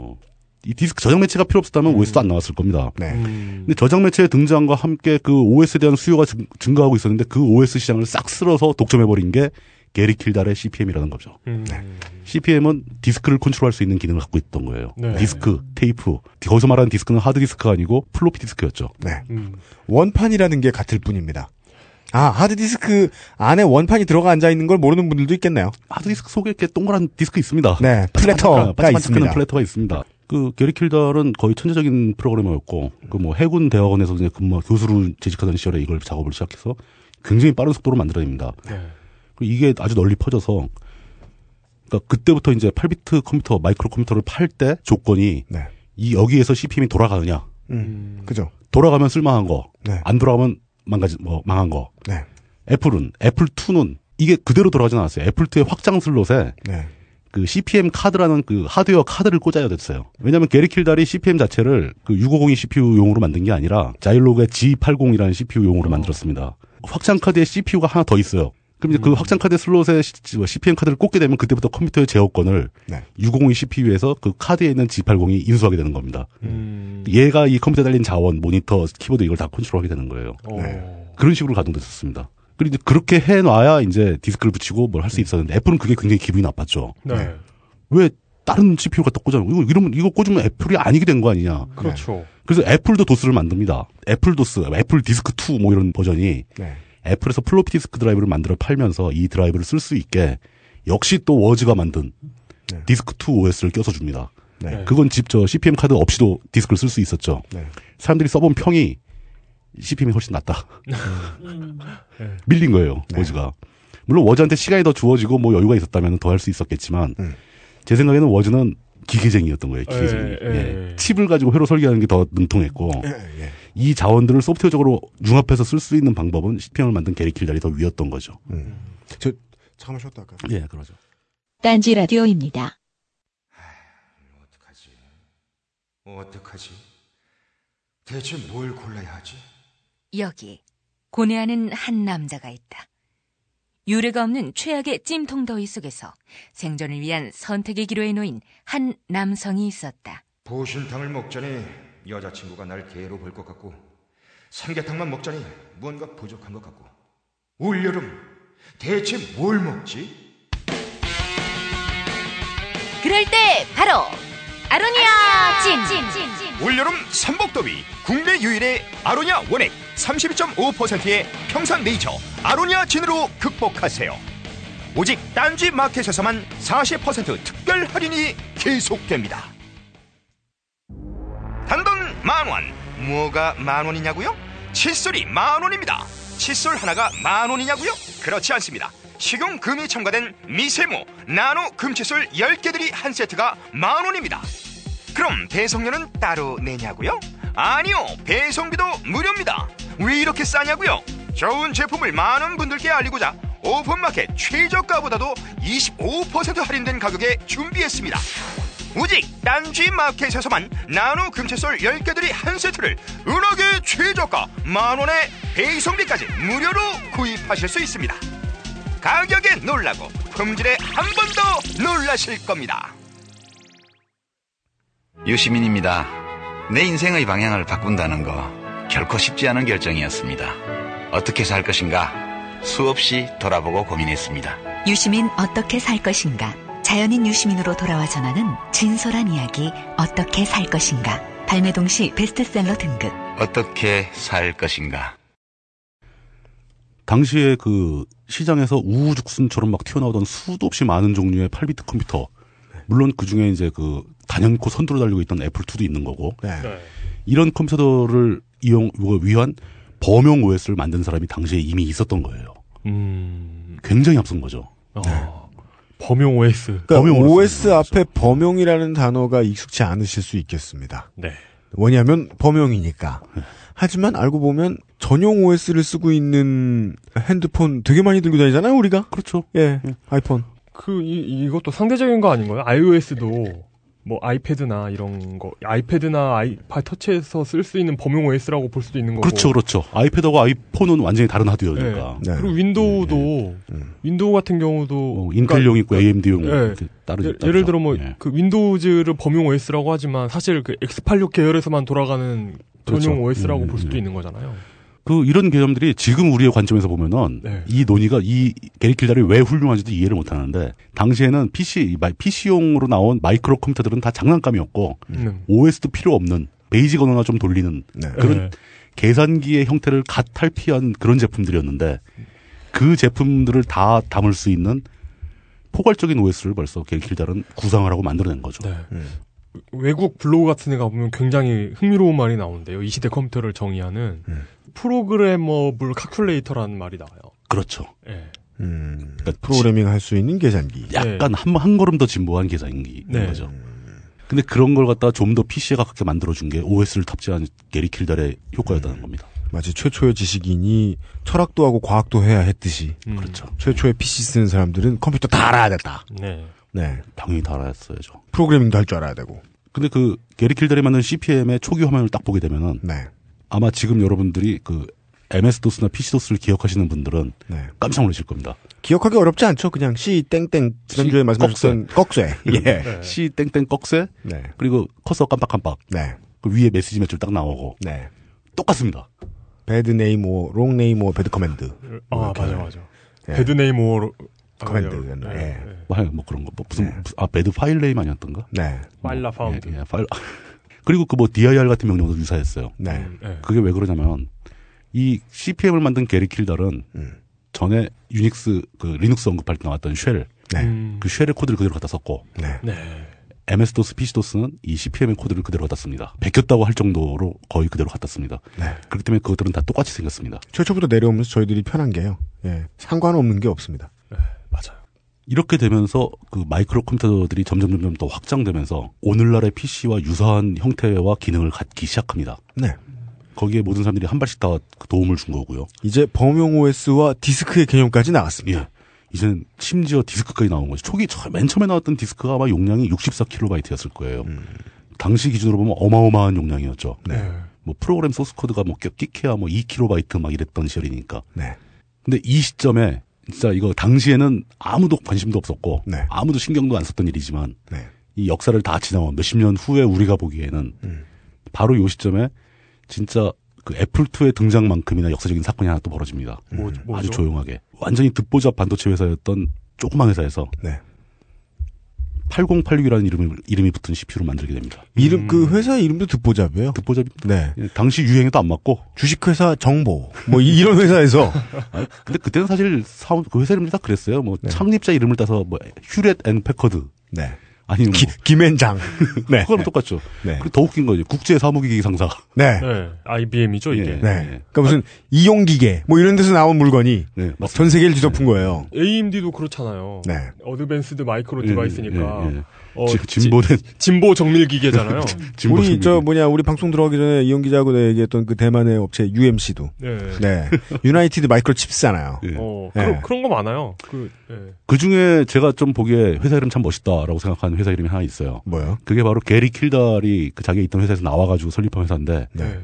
Speaker 6: 이 디스크 저장 매체가 필요 없었다면 OS도 안 나왔을 겁니다.
Speaker 3: 네.
Speaker 4: 음.
Speaker 6: 근데 저장 매체의 등장과 함께 그 OS에 대한 수요가 증- 증가하고 있었는데 그 OS 시장을 싹 쓸어서 독점해버린 게 게리 킬달의 CPM이라는 거죠.
Speaker 4: 음.
Speaker 6: CPM은 디스크를 컨트롤할 수 있는 기능을 갖고 있던 거예요.
Speaker 4: 네.
Speaker 6: 디스크, 테이프. 거기서 말하는 디스크는 하드 디스크가 아니고 플로피 디스크였죠.
Speaker 3: 네.
Speaker 4: 음.
Speaker 3: 원판이라는 게 같을 뿐입니다. 아, 하드디스크 안에 원판이 들어가 앉아 있는 걸 모르는 분들도 있겠네요.
Speaker 6: 하드 디스크 속에 이렇게 동그란 디스크 있습니다.
Speaker 3: 네, 플래터가 있습니다.
Speaker 6: 플래터가 있습니다. 그 게리 킬달은 거의 천재적인 프로그래머였고 그 뭐 해군 대학원에서 이제 근무 교수로 재직하던 시절에 이걸 작업을 시작해서 굉장히 빠른 속도로 만들어냅니다.
Speaker 4: 네.
Speaker 6: 그리고 이게 아주 널리 퍼져서 그러니까 그때부터 이제 8비트 컴퓨터, 마이크로 컴퓨터를 팔 때 조건이
Speaker 3: 네.
Speaker 6: 이 여기에서 CPM이 돌아가느냐
Speaker 3: 음. 그죠?
Speaker 6: 돌아가면 쓸만한 거,
Speaker 3: 네.
Speaker 6: 안 돌아가면 망가지 뭐 망한 거.
Speaker 3: 네.
Speaker 6: 애플은 애플 2는 이게 그대로 돌아가진 않았어요. 애플 2의 확장 슬롯에
Speaker 3: 네.
Speaker 6: 그 CPM 카드라는 그 하드웨어 카드를 꽂아야 됐어요. 왜냐하면 게리 킬달이 CPM 자체를 그 6050이 CPU용으로 만든 게 아니라 자일로그의 G80이라는 CPU용으로 만들었습니다. 확장 카드에 CPU가 하나 더 있어요. 그럼 이제
Speaker 4: 음.
Speaker 6: 그 확장 카드 슬롯에 시- 뭐 CPM 카드를 꽂게 되면 그때부터 컴퓨터의 제어권을
Speaker 3: 네.
Speaker 6: 6050 CPU에서 그 카드에 있는 G80이 인수하게 되는 겁니다.
Speaker 4: 음.
Speaker 6: 얘가 이 컴퓨터에 달린 자원, 모니터, 키보드 이걸 다 컨트롤하게 되는 거예요.
Speaker 4: 어.
Speaker 6: 그런 식으로 가동됐었습니다. 그리고 이제 그렇게 해놔야 이제 디스크를 붙이고 뭘 할
Speaker 4: 음.
Speaker 6: 수 있었는데 애플은 그게 굉장히 기분이 나빴죠.
Speaker 4: 네.
Speaker 6: 왜 다른 CPU가 또 꽂아놓고 이거 이러면 이거 꽂으면 애플이 아니게 된 거 아니냐.
Speaker 4: 그렇죠.
Speaker 6: 그래서 애플도 도스를 만듭니다. 애플 도스, 애플 디스크 2 뭐 이런 버전이
Speaker 3: 네.
Speaker 6: 애플에서 플로피 디스크 드라이브를 만들어 팔면서 이 드라이브를 쓸 수 있게 역시 또 워즈가 만든
Speaker 3: 네.
Speaker 6: 디스크 2 OS를 껴서 줍니다.
Speaker 3: 네.
Speaker 6: 그건 집 저 CPM 카드 없이도 디스크를 쓸 수 있었죠.
Speaker 3: 네.
Speaker 6: 사람들이 써본 평이 CPM이 훨씬 낫다.
Speaker 3: 네.
Speaker 6: 밀린 거예요, 워즈가. 물론 워즈한테 시간이 더 주어지고 뭐 여유가 있었다면 더 할 수 있었겠지만
Speaker 3: 음.
Speaker 6: 제 생각에는 워즈는 기계쟁이였던 거예요, 기계쟁이.
Speaker 4: 예,
Speaker 6: 예.
Speaker 4: 예, 예.
Speaker 6: 칩을 가지고 회로 설계하는 게 더 능통했고
Speaker 3: 예.
Speaker 6: 이 자원들을 소프트웨어적으로 융합해서 쓸 수 있는 방법은 CPM을 만든 게리 킬달이 더 위였던 거죠.
Speaker 3: 저 잠깐만 쉬었다 할까요?
Speaker 6: 예, 그러죠.
Speaker 1: 딴지 라디오입니다.
Speaker 7: 뭐 어떡하지? 뭐 어떡하지? 대체 뭘 골라야 하지?
Speaker 8: 여기 고뇌하는 한 남자가 있다. 유례가 없는 최악의 찜통 더위 속에서 생존을 위한 선택의 기로에 놓인 한 남성이 있었다.
Speaker 7: 보신탕을 먹자니 여자친구가 날 개로 볼 것 같고 삼계탕만 먹자니 무언가 부족한 것 같고 올여름 대체 뭘 먹지?
Speaker 8: 그럴 때 바로 아로니아 찜.
Speaker 7: 올여름 삼복더위 국내 유일의 아로니아 원액 32.5%의 평산네이처 아로니아 진으로 극복하세요. 오직 딴지 마켓에서만 40% 특별 할인이 계속됩니다. 단돈 만 원. 뭐가 만 원이냐고요? 칫솔이 만 원입니다. 칫솔 하나가 만 원이냐고요? 그렇지 않습니다. 식용 금이 첨가된 미세모 나노 금칫솔 10개들이 한 세트가 만 원입니다. 그럼 배송료는 따로 내냐고요? 아니요. 배송비도 무료입니다. 왜 이렇게 싸냐고요? 좋은 제품을 많은 분들께 알리고자 오픈마켓 최저가보다도 25% 할인된 가격에 준비했습니다. 오직 딴지 마켓에서만 나노 금채솔 10개들이 한 세트를 은하계 최저가 만원에 배송비까지 무료로 구입하실 수 있습니다. 가격에 놀라고 품질에 한 번 더 놀라실 겁니다.
Speaker 9: 유시민입니다. 내 인생의 방향을 바꾼다는 거 결코 쉽지 않은 결정이었습니다. 어떻게 살 것인가 수없이 돌아보고 고민했습니다.
Speaker 10: 유시민 어떻게 살 것인가? 자연인 유시민으로 돌아와 전하는 진솔한 이야기 어떻게 살 것인가? 발매 동시 베스트셀러 등급.
Speaker 9: 어떻게 살 것인가?
Speaker 6: 당시에 그 시장에서 우후죽순처럼 막 튀어나오던 수도 없이 많은 종류의 8비트 컴퓨터. 물론 그 중에 이제 그 단연코 선두로 달리고 있던 애플2도 있는 거고.
Speaker 4: 네.
Speaker 6: 이런 컴퓨터를 이용, 이거 위한 범용 OS를 만든 사람이 당시에 이미 있었던 거예요.
Speaker 4: 음,
Speaker 6: 굉장히 앞선 거죠.
Speaker 4: 어, 범용 OS.
Speaker 3: 그러니까
Speaker 6: 범용으로
Speaker 3: OS
Speaker 6: 쓰는 거죠.
Speaker 3: 앞에 범용이라는 단어가 익숙치 않으실 수 있겠습니다.
Speaker 4: 네.
Speaker 3: 왜냐하면 범용이니까. 하지만 알고 보면 전용 OS를 쓰고 있는 핸드폰 되게 많이 들고 다니잖아요, 우리가.
Speaker 6: 그렇죠.
Speaker 3: 예, 아이폰.
Speaker 4: 그, 이, 이것도 상대적인 거 아닌가요? iOS도 뭐 아이패드나 이런 거, 아이패드나 아이팟 터치해서 쓸 수 있는 범용 OS라고 볼 수도 있는 거고.
Speaker 6: 그렇죠, 그러니까. 그렇죠. 아이패드하고 아이폰은 완전히 다른 하드웨어니까. 네.
Speaker 3: 네.
Speaker 4: 그리고 윈도우도 윈도우 같은 경우도
Speaker 6: 음. 뭐 인텔용 있고 AMD용
Speaker 4: 예.
Speaker 6: 따르죠.
Speaker 4: 예, 를 들어 뭐
Speaker 6: 네.
Speaker 4: 그 윈도우즈를 범용 OS라고 하지만 사실 그 X86 계열에서만 돌아가는
Speaker 6: 그렇죠.
Speaker 4: 전용 OS라고
Speaker 6: 음,
Speaker 4: 볼 수도
Speaker 6: 음.
Speaker 4: 있는 거잖아요.
Speaker 6: 그 이런 개념들이 지금 우리의 관점에서 보면은
Speaker 4: 네.
Speaker 6: 이 논의가 이 게리킬달이 왜 훌륭한지도 이해를 못하는데 당시에는 PC 마- PC용으로 나온 마이크로 컴퓨터들은 다 장난감이었고
Speaker 4: 음.
Speaker 6: OS도 필요 없는 베이직 언어나 좀 돌리는
Speaker 3: 네.
Speaker 6: 그런 계산기의 형태를 갓 탈피한 그런 제품들이었는데 그 제품들을 다 담을 수 있는 포괄적인 OS를 벌써 게리킬달은 구상을 하고 만들어낸 거죠.
Speaker 4: 네. 외국 블로그 같은 데 가보면 굉장히 흥미로운 말이 나오는데요. 이 시대 컴퓨터를 정의하는
Speaker 3: 네.
Speaker 4: 프로그래머블 카큘레이터라는 말이 나와요.
Speaker 6: 그렇죠.
Speaker 4: 예.
Speaker 3: 음,
Speaker 6: 그러니까
Speaker 3: 프로그래밍 할 수 있는 계산기.
Speaker 6: 약간 한, 한 걸음 더 진보한 계산기인
Speaker 4: 네.
Speaker 6: 거죠. 근데 그런 걸 갖다가 좀 더 PC에 가깝게 만들어준 게 OS를 탑재한 게리 킬달의
Speaker 3: 네.
Speaker 6: 효과였다는 겁니다.
Speaker 3: 마치 최초의 지식인이 철학도 하고 과학도 해야 했듯이
Speaker 4: 음.
Speaker 6: 그렇죠.
Speaker 3: 최초의 PC 쓰는 사람들은 컴퓨터 다 알아야 됐다.
Speaker 4: 네.
Speaker 3: 네.
Speaker 6: 당연히 달아야어야죠
Speaker 3: 프로그래밍도 할 줄 알아야 되고.
Speaker 6: 근데 그 게리 킬달이 만든 CPM의 초기 화면을 딱 보게 되면은
Speaker 3: 네.
Speaker 6: 아마 지금 여러분들이 그 MS 도스나 PC 도스를 기억하시는 분들은
Speaker 3: 네.
Speaker 6: 깜짝 놀라실 겁니다.
Speaker 3: 기억하기 어렵지 않죠. 그냥 C 땡땡 지난주에
Speaker 6: C
Speaker 3: 말씀하셨던 꺽쇠. 예. 네.
Speaker 6: C 땡땡 꺽쇠
Speaker 3: 네.
Speaker 6: 그리고 커서 깜빡깜빡
Speaker 3: 네.
Speaker 6: 그 위에 메시지 몇 줄 딱 나오고
Speaker 3: 네.
Speaker 6: 똑같습니다.
Speaker 3: 배드 네임 오어, 롱 네임 오어, 배드 커맨드.
Speaker 4: 아, 맞아, 맞아.
Speaker 3: 예.
Speaker 4: 배드네임 오어로.
Speaker 3: 커맨드,
Speaker 4: 아,
Speaker 3: 예.
Speaker 4: 예. 예.
Speaker 6: 뭐뭐 그런 거 뭐 무슨 무슨- 아 배드 파일 네임 아니었던가?
Speaker 3: 네.
Speaker 4: 파일라 파운드.
Speaker 6: 예, 예, 파일- 그리고 그 뭐 DIR 같은 명령도 유사했어요.
Speaker 3: 네.
Speaker 4: 예.
Speaker 6: 그게 왜 그러냐면 이 CPM을 만든 게리 킬달은
Speaker 3: 음.
Speaker 6: 전에 유닉스 그 리눅스 언급할 때 나왔던 쉘,
Speaker 3: 네.
Speaker 4: 음.
Speaker 6: 그 쉘의 코드를 그대로 갖다 썼고
Speaker 3: 네.
Speaker 4: 네.
Speaker 6: MS 도스, PC 도스는 이 CPM의 코드를 그대로 갖다 씁니다. 베꼈다고 할 정도로 거의 그대로 갖다 씁니다.
Speaker 3: 네.
Speaker 6: 그렇기 때문에 그것들은 다 똑같이 생겼습니다.
Speaker 3: 최초부터 내려오면서 저희들이 편한 게요. 예. 상관없는 게 없습니다.
Speaker 4: 맞아요.
Speaker 6: 이렇게 되면서 그 마이크로 컴퓨터들이 점점 점점 더 확장되면서 오늘날의 PC와 유사한 형태와 기능을 갖기 시작합니다.
Speaker 3: 네.
Speaker 6: 거기에 모든 사람들이 한 발씩 다 도움을 준 거고요.
Speaker 3: 이제 범용 OS와 디스크의 개념까지 나왔습니다.
Speaker 6: 예. 이제는 심지어 디스크까지 나온 거죠. 초기 처- 맨 처음에 나왔던 디스크가 아마 용량이 64KB였을 거예요. 당시 기준으로 보면 어마어마한 용량이었죠.
Speaker 3: 네.
Speaker 6: 뭐 프로그램 소스 코드가 뭐 끼- 끼케야 뭐 2KB 막 이랬던 시절이니까.
Speaker 3: 네.
Speaker 6: 근데 이 시점에 진짜 이거 당시에는 아무도 관심도 없었고
Speaker 3: 네.
Speaker 6: 아무도 신경도 안 썼던 일이지만
Speaker 3: 네.
Speaker 6: 이
Speaker 3: 음.
Speaker 6: 역사를 다 지나온 몇십 년 후에 우리가 보기에는 바로 요 시점에 진짜 그 애플2의 등장만큼이나 역사적인 사건이 하나 또 벌어집니다.
Speaker 3: 뭐-
Speaker 6: 아주
Speaker 3: 뭐죠?
Speaker 6: 조용하게. 완전히 듣보잡 반도체 회사였던 조그만 회사에서
Speaker 3: 네.
Speaker 6: 8086이라는 이름이, 이름이 붙은 CPU를 만들게 됩니다.
Speaker 3: 이름 그
Speaker 6: 음.
Speaker 3: 회사 이름도 듣보잡이에요.
Speaker 6: 듣보잡이
Speaker 3: 네.
Speaker 6: 예, 당시 유행에도 안 맞고
Speaker 3: 주식회사 정보 뭐 이, 런 회사에서
Speaker 6: 아, 근데 그때는 사실 사업 그 회사 이름이 다 그랬어요. 뭐 창립자 이름을 따서 뭐 휴렛 앤 패커드
Speaker 3: 네.
Speaker 6: 아니면
Speaker 3: 기,
Speaker 6: 뭐
Speaker 3: 김앤장. 네.
Speaker 6: 그거랑 똑같죠.
Speaker 3: 네.
Speaker 6: 그리고 더 웃긴 거죠. 국제 사무기기 상사.
Speaker 3: 네.
Speaker 4: 네. IBM이죠, 이게.
Speaker 3: 네. 그러니까 무슨 이용기계 뭐 이런 데서 나온 물건이
Speaker 6: 네, 맞습니다. 네.
Speaker 3: 전 세계를 뒤덮은 거예요.
Speaker 4: AMD도 그렇잖아요.
Speaker 3: 네.
Speaker 4: 어드밴스드 마이크로
Speaker 6: 예,
Speaker 4: 디바이스니까.
Speaker 6: 예, 예.
Speaker 4: 어,
Speaker 6: 지- 진보는
Speaker 4: 지- 진보 정밀기계잖아요.
Speaker 6: 진보
Speaker 3: 우리 저
Speaker 6: 성격이.
Speaker 3: 뭐냐 우리 방송 들어가기 전에 이용기자하고 내가 얘기했던 그 대만의 업체 UMC도
Speaker 4: 네.
Speaker 3: 네. 유나이티드 마이크로 칩스잖아요.
Speaker 6: 예.
Speaker 4: 어,
Speaker 3: 네.
Speaker 4: 그런, 그런 거 많아요. 그, 예.
Speaker 6: 그 중에 제가 좀 보기에 회사 이름 참 멋있다라고 생각하는 회사 이름이 하나 있어요.
Speaker 3: 뭐요?
Speaker 6: 그게 바로 게리 킬달이 그 자기가 있던 회사에서 나와가지고 설립한 회사인데
Speaker 3: 네.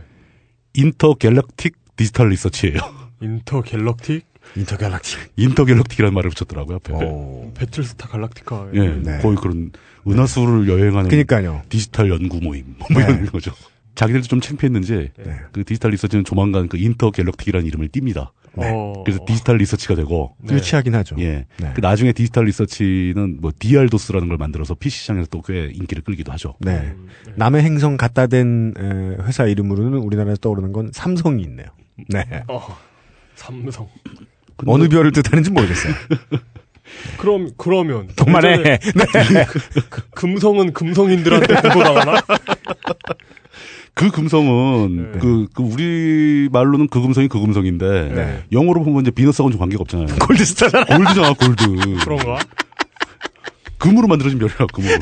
Speaker 6: 인터갤럭틱 디지털 리서치예요.
Speaker 4: 인터갤럭틱?
Speaker 3: 인터갤럭틱.
Speaker 6: 인터갤럭틱이라는 말을 붙였더라고요. 앞에.
Speaker 3: 오.
Speaker 4: 배틀스타 갈락티카.
Speaker 6: 예,
Speaker 3: 어, 네. 그러니까
Speaker 6: 거의 그런 은하수를 여행하는
Speaker 3: 그니까요. 네.
Speaker 6: 디지털 연구 모임 뭐 이런 거죠. 자기들도 좀 창피했는지
Speaker 4: 네.
Speaker 6: 그 디지털 리서치는 조만간 그 인터갤럭틱이라는 이름을 띕니다.
Speaker 4: 어,
Speaker 6: 그래서 디지털 리서치가 되고
Speaker 4: 네.
Speaker 3: 유치하긴 하죠.
Speaker 6: 예.
Speaker 3: 네.
Speaker 6: 그 나중에 디지털 리서치는 뭐 DR도스라는 걸 만들어서 PC 시장에서 또 꽤 인기를 끌기도 하죠.
Speaker 3: 네. 남의 행성 갖다 댄 에, 회사 이름으로는 우리나라에서 떠오르는 건 삼성이 있네요. 네.
Speaker 4: 어, 삼성.
Speaker 6: 아, 근데
Speaker 3: 어느 별을 뜻하는지 모르겠어요.
Speaker 4: 그럼, 그러면.
Speaker 3: 그만해.
Speaker 4: 예전에 그,
Speaker 3: 네.
Speaker 4: 금성은 금성인들한테 공고당하나?
Speaker 6: 그 금성은
Speaker 4: 네.
Speaker 6: 그, 그 우리 말로는 그 금성이 그 금성인데
Speaker 4: 네.
Speaker 6: 영어로 보면 이제 비너스하고는 좀 관계가 없잖아요.
Speaker 3: 골드스타잖아.
Speaker 6: 골드잖아, 골드.
Speaker 4: 그런가?
Speaker 6: 금으로 만들어진 별이라 금으로.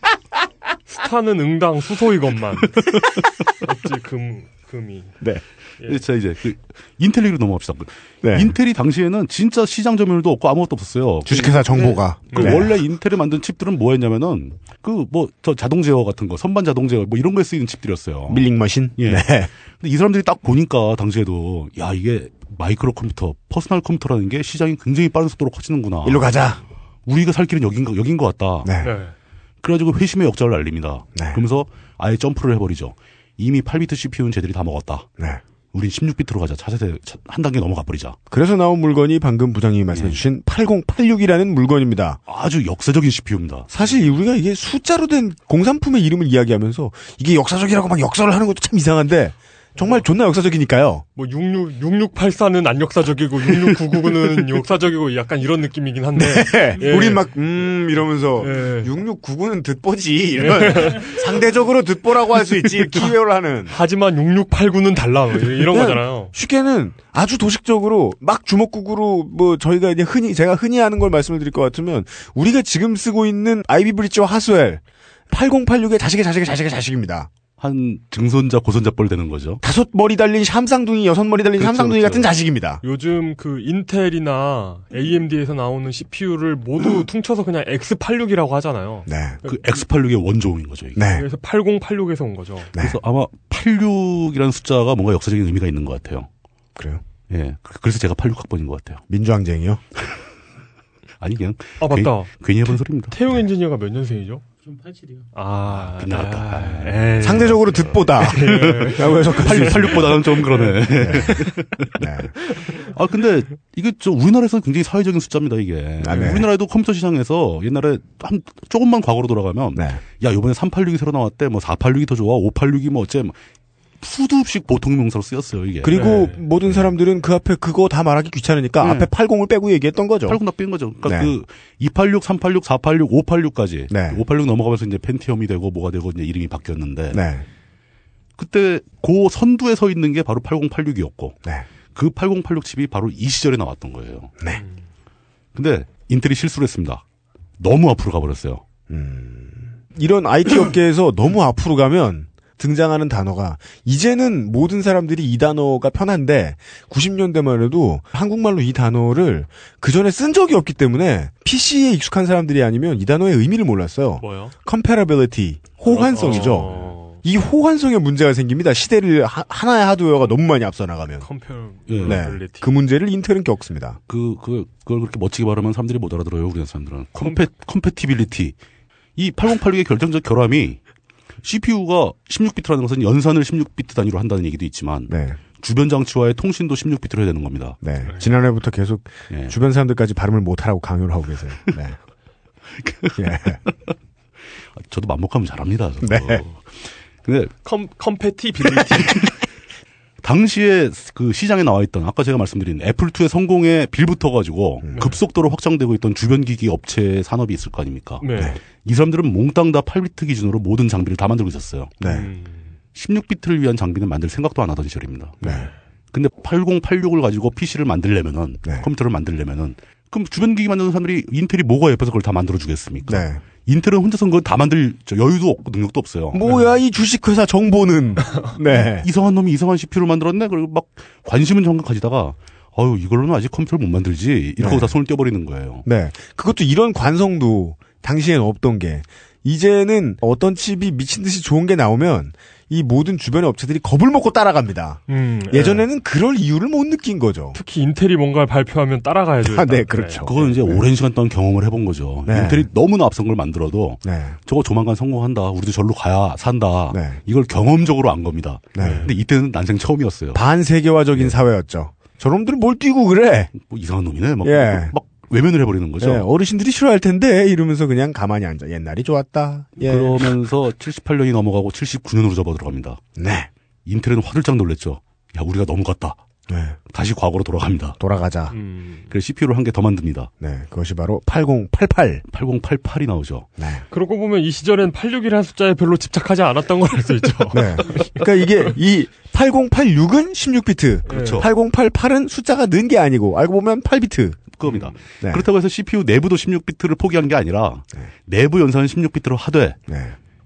Speaker 4: 스타는 응당 수소이것만. 어찌 금, 금이.
Speaker 3: 네.
Speaker 6: 근데 자 이제 그 인텔리로 넘어갑시다. 그
Speaker 3: 네.
Speaker 6: 인텔이 당시에는 진짜 시장 점유율도 없고 아무것도 없었어요.
Speaker 3: 주식회사 정보가.
Speaker 6: 그
Speaker 3: 네.
Speaker 6: 원래 인텔이 만든 칩들은 뭐였냐면은 그 뭐 저 자동 제어 같은 거 선반 자동 제어 뭐 이런 거에 쓰이는 칩들이었어요.
Speaker 3: 밀링머신.
Speaker 6: 예.
Speaker 3: 네.
Speaker 6: 근데 이 사람들이 딱 보니까 당시에도 야 이게 마이크로 컴퓨터, 퍼스널 컴퓨터라는 게 시장이 굉장히 빠른 속도로 커지는구나.
Speaker 3: 일로 가자.
Speaker 6: 우리가 살 길은 여긴 거 여긴 것 같다.
Speaker 3: 네.
Speaker 4: 네.
Speaker 6: 그래가지고 회심의 역작을 날립니다.
Speaker 3: 네.
Speaker 6: 그러면서 아예 점프를 해버리죠. 이미 8비트 CPU는 쟤들이 다 먹었다.
Speaker 3: 네.
Speaker 6: 우린 16비트로 가자. 차세대 차- 한 단계 넘어가 버리자.
Speaker 3: 그래서 나온 물건이 방금 부장님이 말씀해
Speaker 6: 예.
Speaker 3: 주신 8086이라는 물건입니다.
Speaker 6: 아주 역사적인 CPU입니다.
Speaker 3: 사실 우리가 이게 숫자로 된 공산품의 이름을 이야기하면서 이게 역사적이라고 막 역설을 하는 것도 참 이상한데
Speaker 6: 어.
Speaker 3: 정말 존나 역사적이니까요.
Speaker 4: 뭐 66, 6684는 안 역사적이고 6699는 역사적이고 약간 이런 느낌이긴 한데. 예.
Speaker 3: 우린 막, 음, 이러면서,
Speaker 4: 예.
Speaker 3: 6699는 듣보지, 이런. 상대적으로 듣보라고 할 수 있지, 키웨어를 하는.
Speaker 4: 하지만 6689는 달라. 뭐 그러니까. 이런
Speaker 3: 네.
Speaker 4: 거잖아요.
Speaker 3: 쉽게는 아주 도식적으로 막 주먹구구로 뭐 저희가 이제 흔히 제가 흔히 하는 걸 말씀을 드릴 것 같으면 우리가 지금 쓰고 있는 아이비 브릿지와 하스웰 8086의 자식의 자식의 자식의 자식입니다.
Speaker 6: 한 증손자 고손자뻘 되는 거죠.
Speaker 3: 다섯 머리 달린 샴쌍둥이, 여섯 머리 달린
Speaker 6: 그렇죠,
Speaker 3: 샴쌍둥이
Speaker 6: 그렇죠.
Speaker 3: 같은 자식입니다.
Speaker 4: 요즘 그 인텔이나 AMD에서 나오는 CPU를 모두 퉁쳐서 그냥 X86이라고 하잖아요.
Speaker 3: 네.
Speaker 6: 그 X86의 원조인 거죠. 이게.
Speaker 3: 네.
Speaker 4: 그래서 8086에서 온 거죠.
Speaker 6: 그래서 아마 86이라는 숫자가 뭔가 역사적인 의미가 있는 것 같아요.
Speaker 3: 그래요.
Speaker 6: 예. 그- 그래서 제가 86학번인 것 같아요.
Speaker 3: 민주항쟁이요?
Speaker 6: 아니 그냥
Speaker 4: 아 맞다.
Speaker 6: 괜히 해본 소리입니다.
Speaker 4: 태용 엔지니어가 몇 년생이죠? 좀 87이요. 아,
Speaker 6: 빗나갔다.
Speaker 4: 아, 에이.
Speaker 3: 상대적으로 듣보다.
Speaker 4: 네.
Speaker 3: 라고 해서
Speaker 6: 86, 86보다는 좀 그러네.
Speaker 3: 네.
Speaker 6: 아 근데 이게 저 우리나라에서는 굉장히 사회적인 숫자입니다 이게.
Speaker 3: 아, 네.
Speaker 6: 우리나라에도 컴퓨터 시장에서 옛날에 한 조금만 과거로 돌아가면
Speaker 3: 네.
Speaker 6: 야 요번에 386이 새로 나왔대 뭐 486이 더 좋아 586이 뭐 어째 뭐 수도 없이 보통 명사로 쓰였어요 이게.
Speaker 3: 예, 그리고
Speaker 4: 네. 음.
Speaker 3: 모든 사람들은 그 앞에 그거 다 말하기 귀찮으니까
Speaker 6: 네.
Speaker 3: 앞에 80을 빼고 얘기했던 거죠.
Speaker 6: 86 나쁜 거죠. 그러니까
Speaker 3: 네.
Speaker 6: 그 286, 386, 486, 586까지
Speaker 3: 네.
Speaker 6: 586 넘어가면서 이제 펜티엄이 되고 뭐가 되고 이제 이름이 바뀌었는데
Speaker 3: 네.
Speaker 6: 그때 그 선두에 서 있는 게 바로 8086이었고
Speaker 3: 네.
Speaker 6: 그 8086 칩이 바로 이 시절에 나왔던 거예요.
Speaker 3: 네.
Speaker 6: 근데 인텔이 실수를 했습니다. 너무 앞으로 가버렸어요.
Speaker 3: 이런 IT 업계에서 너무 앞으로 가면 등장하는 단어가 이제는 모든 사람들이 이 단어가 편한데 90년대만 해도 한국말로 이 단어를 그 전에 쓴 적이 없기 때문에 PC에 익숙한 사람들이 아니면 이 단어의 의미를 몰랐어요.
Speaker 4: 뭐요?
Speaker 3: Comparability, 호환성이죠.
Speaker 4: 어,
Speaker 3: 이 호환성에 문제가 생깁니다. 시대를 하, 하나의 하드웨어가 너무 많이 앞서 나가면.
Speaker 4: 예.
Speaker 3: 네.
Speaker 4: 컴페어빌리티.
Speaker 3: 그 문제를 인텔은 겪습니다.
Speaker 6: 예. 그, 그, 그걸 그렇게 멋지게 발음하면 사람들이 못
Speaker 3: 그러니까.
Speaker 6: 알아들어요, 우리나라 사람들은. 컴페, 컴패티빌리티. 이 8086의 결정적 결함이 CPU가 16비트라는 것은 연산을 16비트 단위로 한다는 얘기도 있지만 주변 장치와의 통신도 16비트로 해야 되는 겁니다.
Speaker 3: 네. 지난해부터 계속 주변 사람들까지 발음을 못하라고 강요를 하고 계세요. 네.
Speaker 6: 저도 맘먹하면 잘합니다. 저도.
Speaker 3: 네.
Speaker 6: 근데
Speaker 4: 컴 컴패티빌리티
Speaker 6: 당시에 그 시장에 나와 있던 아까 제가 말씀드린 애플 2의 성공에 빌붙어 가지고
Speaker 3: 음.
Speaker 6: 급속도로 확장되고 있던 주변 기기 업체 산업이 있을 거 아닙니까?
Speaker 3: 음.
Speaker 4: 네.
Speaker 6: 이 사람들은 몽땅 다 8비트 기준으로 모든 장비를 다 만들고 있었어요.
Speaker 3: 네.
Speaker 6: 16비트를 위한 장비는 만들 생각도 안 하던 시절입니다.
Speaker 3: 네.
Speaker 6: 근데 8086을 가지고 PC를 만들려면은
Speaker 3: 네.
Speaker 6: 컴퓨터를 만들려면은 그럼 주변 기기 만드는 사람들이 인텔이 뭐가 옆에서 그걸 다 만들어 주겠습니까?
Speaker 3: 네.
Speaker 6: 인텔은 혼자서는 그걸 다 만들 저 여유도 없고 능력도 없어요.
Speaker 3: 뭐야 이 주식회사 정보는. 네.
Speaker 6: 이상한 놈이 이상한 CPU를 만들었네. 그리고 막 관심은 정각 가지다가 어유 이걸로는 아직 컴퓨터를 못 만들지. 이러고
Speaker 3: 네.
Speaker 6: 다 손을 떼버리는 거예요.
Speaker 3: 네. 그것도 이런 관성도 당시엔 없던 게 이제는 어떤 칩이 미친 듯이 좋은 게 나오면 이 모든 주변의 업체들이 겁을 먹고 따라갑니다.
Speaker 4: 음,
Speaker 3: 예전에는 그럴 이유를 못 느낀 거죠.
Speaker 4: 특히 인텔이 뭔가를 발표하면 따라가야죠.
Speaker 3: 아, 네, 그렇죠.
Speaker 6: 그거는 이제 오랜 시간 동안 경험을 해본 거죠.
Speaker 3: 네.
Speaker 6: 인텔이 너무나 앞선 걸 만들어도
Speaker 3: 네.
Speaker 6: 저거 조만간 성공한다. 우리도 절로 가야 산다.
Speaker 3: 네.
Speaker 6: 이걸 경험적으로 안 겁니다.
Speaker 3: 네.
Speaker 6: 근데 이때는 난생 처음이었어요.
Speaker 3: 반세계화적인 사회였죠. 저놈들은 뭘 뛰고 그래.
Speaker 6: 뭐 이상한 놈이네. 막,
Speaker 3: 예.
Speaker 6: 막 외면을 해버리는 거죠.
Speaker 3: 예, 어르신들이 싫어할 텐데 이러면서 그냥 가만히 앉아. 옛날이 좋았다. 예.
Speaker 6: 그러면서 78년이 넘어가고 79년으로 접어들어갑니다.
Speaker 3: 네.
Speaker 6: 인텔은 화들짝 놀랬죠. 야, 우리가 너무 갔다.
Speaker 3: 네.
Speaker 6: 다시 과거로 돌아갑니다.
Speaker 3: 돌아가자.
Speaker 6: 음. 그래서 CPU를 한 개 더 만듭니다.
Speaker 3: 네. 그것이 바로 네. 8088.
Speaker 6: 8088이 나오죠.
Speaker 4: 네. 그러고 보면 이 시절엔 86이라는 숫자에 별로 집착하지 않았던 걸 알 수 있죠.
Speaker 3: 네. 그러니까 이게 이 8086은 16비트.
Speaker 6: 그렇죠.
Speaker 3: 8088은 숫자가 는 게 아니고 알고 보면 8비트.
Speaker 6: 그겁니다.
Speaker 3: 네.
Speaker 6: 그렇다고 해서 CPU 내부도 16비트를 포기한 게 아니라 내부 연산은 16비트로 하되
Speaker 3: 네.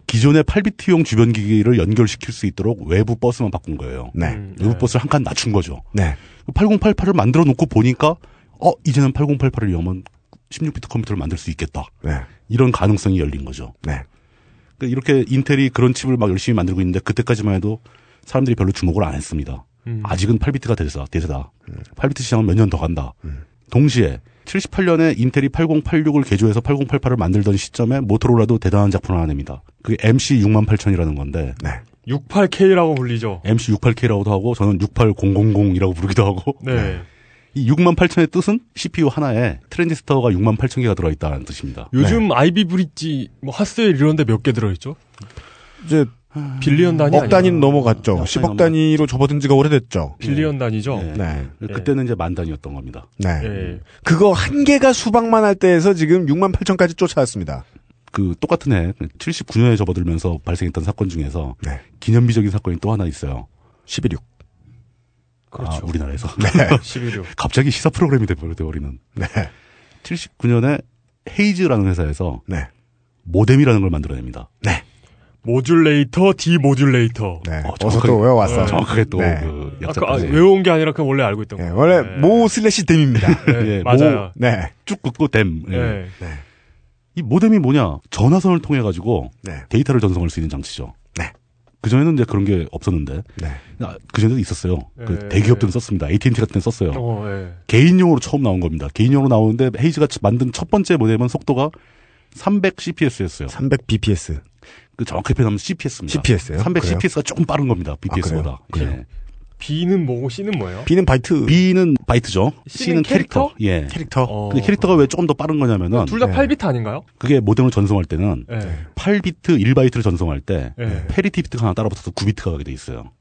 Speaker 6: 기존의 8비트용 주변 기기를 연결시킬 수 있도록 외부 버스만 바꾼 거예요.
Speaker 3: 네.
Speaker 6: 외부 버스를 한 칸 낮춘 거죠.
Speaker 3: 네.
Speaker 6: 8088을 만들어 놓고 보니까 어 이제는 8088을 이용하면 16비트 컴퓨터를 만들 수 있겠다.
Speaker 3: 네.
Speaker 6: 이런 가능성이 열린 거죠.
Speaker 3: 네.
Speaker 6: 그러니까 이렇게 인텔이 그런 칩을 막 열심히 만들고 있는데 그때까지만 해도 사람들이 별로 주목을 안 했습니다. 아직은 8비트가 대세다. 대세다. 8비트 시장은 몇 년 더 간다. 동시에 78년에 인텔이 8086을 개조해서 8088을 만들던 시점에 모토로라도 대단한 작품을 하나 냅니다. 그게 MC68000이라는 건데
Speaker 3: 네.
Speaker 4: 68K라고 불리죠.
Speaker 6: MC68K라고도 하고 저는 68000이라고 부르기도 하고
Speaker 4: 네.
Speaker 6: 이 68,000의 뜻은 CPU 하나에 트랜지스터가 68,000개가 들어있다는 뜻입니다.
Speaker 4: 요즘
Speaker 3: 네.
Speaker 4: 아이비 브릿지 뭐 핫세일 이런데 몇 개 들어있죠?
Speaker 3: 이제
Speaker 4: 빌리언 단위
Speaker 3: 억 단위
Speaker 4: 아니에요?
Speaker 3: 넘어갔죠.
Speaker 6: 억 단위
Speaker 3: 10억 단위로 접어든 지가 오래됐죠.
Speaker 4: 빌리언 단위죠.
Speaker 6: 네.
Speaker 3: 네.
Speaker 6: 그때는 이제 만 단위였던 겁니다.
Speaker 3: 네.
Speaker 4: 예.
Speaker 3: 그거 한 개가 수박만 할 때에서 지금 6만 8천까지 쫓아왔습니다.
Speaker 6: 그 똑같은 해 79년에 접어들면서 발생했던 사건 중에서
Speaker 3: 네.
Speaker 6: 기념비적인 사건이 또 하나 있어요.
Speaker 3: 11.6.
Speaker 6: 아,
Speaker 3: 그렇죠.
Speaker 6: 우리나라에서
Speaker 4: 11호.
Speaker 6: 갑자기 시사 프로그램이 돼버리는
Speaker 3: 네.
Speaker 6: 79년에 헤이즈라는 회사에서
Speaker 3: 네.
Speaker 6: 모뎀이라는 걸 만들어냅니다.
Speaker 4: 모듈레이터, 디모듈레이터.
Speaker 3: 네.
Speaker 6: 어,
Speaker 3: 어, 서또
Speaker 6: 정확하게-
Speaker 3: 외워왔어.
Speaker 6: 정확하게 또
Speaker 3: 네.
Speaker 6: 그
Speaker 4: 아까 아,
Speaker 6: 약자까지
Speaker 4: 외운 게 아니라 그냥 원래 알고 있던
Speaker 3: 네,
Speaker 4: 거예요.
Speaker 3: 원래
Speaker 4: 네.
Speaker 3: 모 슬래시 댐입니다.
Speaker 4: 네,
Speaker 6: 예,
Speaker 4: 맞아요.
Speaker 3: 네.
Speaker 6: 쭉 긋고 댐. 예.
Speaker 4: 네.
Speaker 6: 이 모뎀이 뭐냐? 전화선을 통해 가지고
Speaker 3: 네.
Speaker 6: 데이터를 전송할 수 있는 장치죠.
Speaker 3: 네.
Speaker 6: 그전에는 이제 그런 게 없었는데
Speaker 3: 네.
Speaker 6: 아, 그전에도 있었어요.
Speaker 4: 네.
Speaker 6: 그 대기업들은 썼습니다. AT&T 같은 데 썼어요.
Speaker 4: 어, 예.
Speaker 6: 개인용으로 처음 나온 겁니다. 개인용으로 나오는데 헤이즈가 만든 첫 번째 모델은 속도가 300 CPS였어요.
Speaker 3: 300 bps.
Speaker 6: 그 정확히 표현하면 CPS입니다.
Speaker 3: CPS 예요?
Speaker 6: 300
Speaker 3: 그래요? 아,
Speaker 6: CPS가 조금 빠른 겁니다. BPS보다. 예.
Speaker 3: 그래요? 그래요?
Speaker 4: B는 뭐고 C는 뭐예요?
Speaker 3: B는 바이트.
Speaker 6: B는 바이트죠.
Speaker 4: C는
Speaker 6: C는
Speaker 4: 캐릭터?
Speaker 6: 캐릭터. 예.
Speaker 3: 캐릭터.
Speaker 4: 어.
Speaker 6: 근데 캐릭터가 왜 조금 더 빠른 거냐면은
Speaker 4: 둘다
Speaker 3: 네.
Speaker 4: 8비트 아닌가요?
Speaker 6: 그게 모뎀으로 전송할 때는
Speaker 4: 예.
Speaker 6: 8비트, 1바이트를 전송할 때
Speaker 4: 네.
Speaker 6: 페리티 비트가 하나 따라붙어서 9비트가 가게 돼 있어요.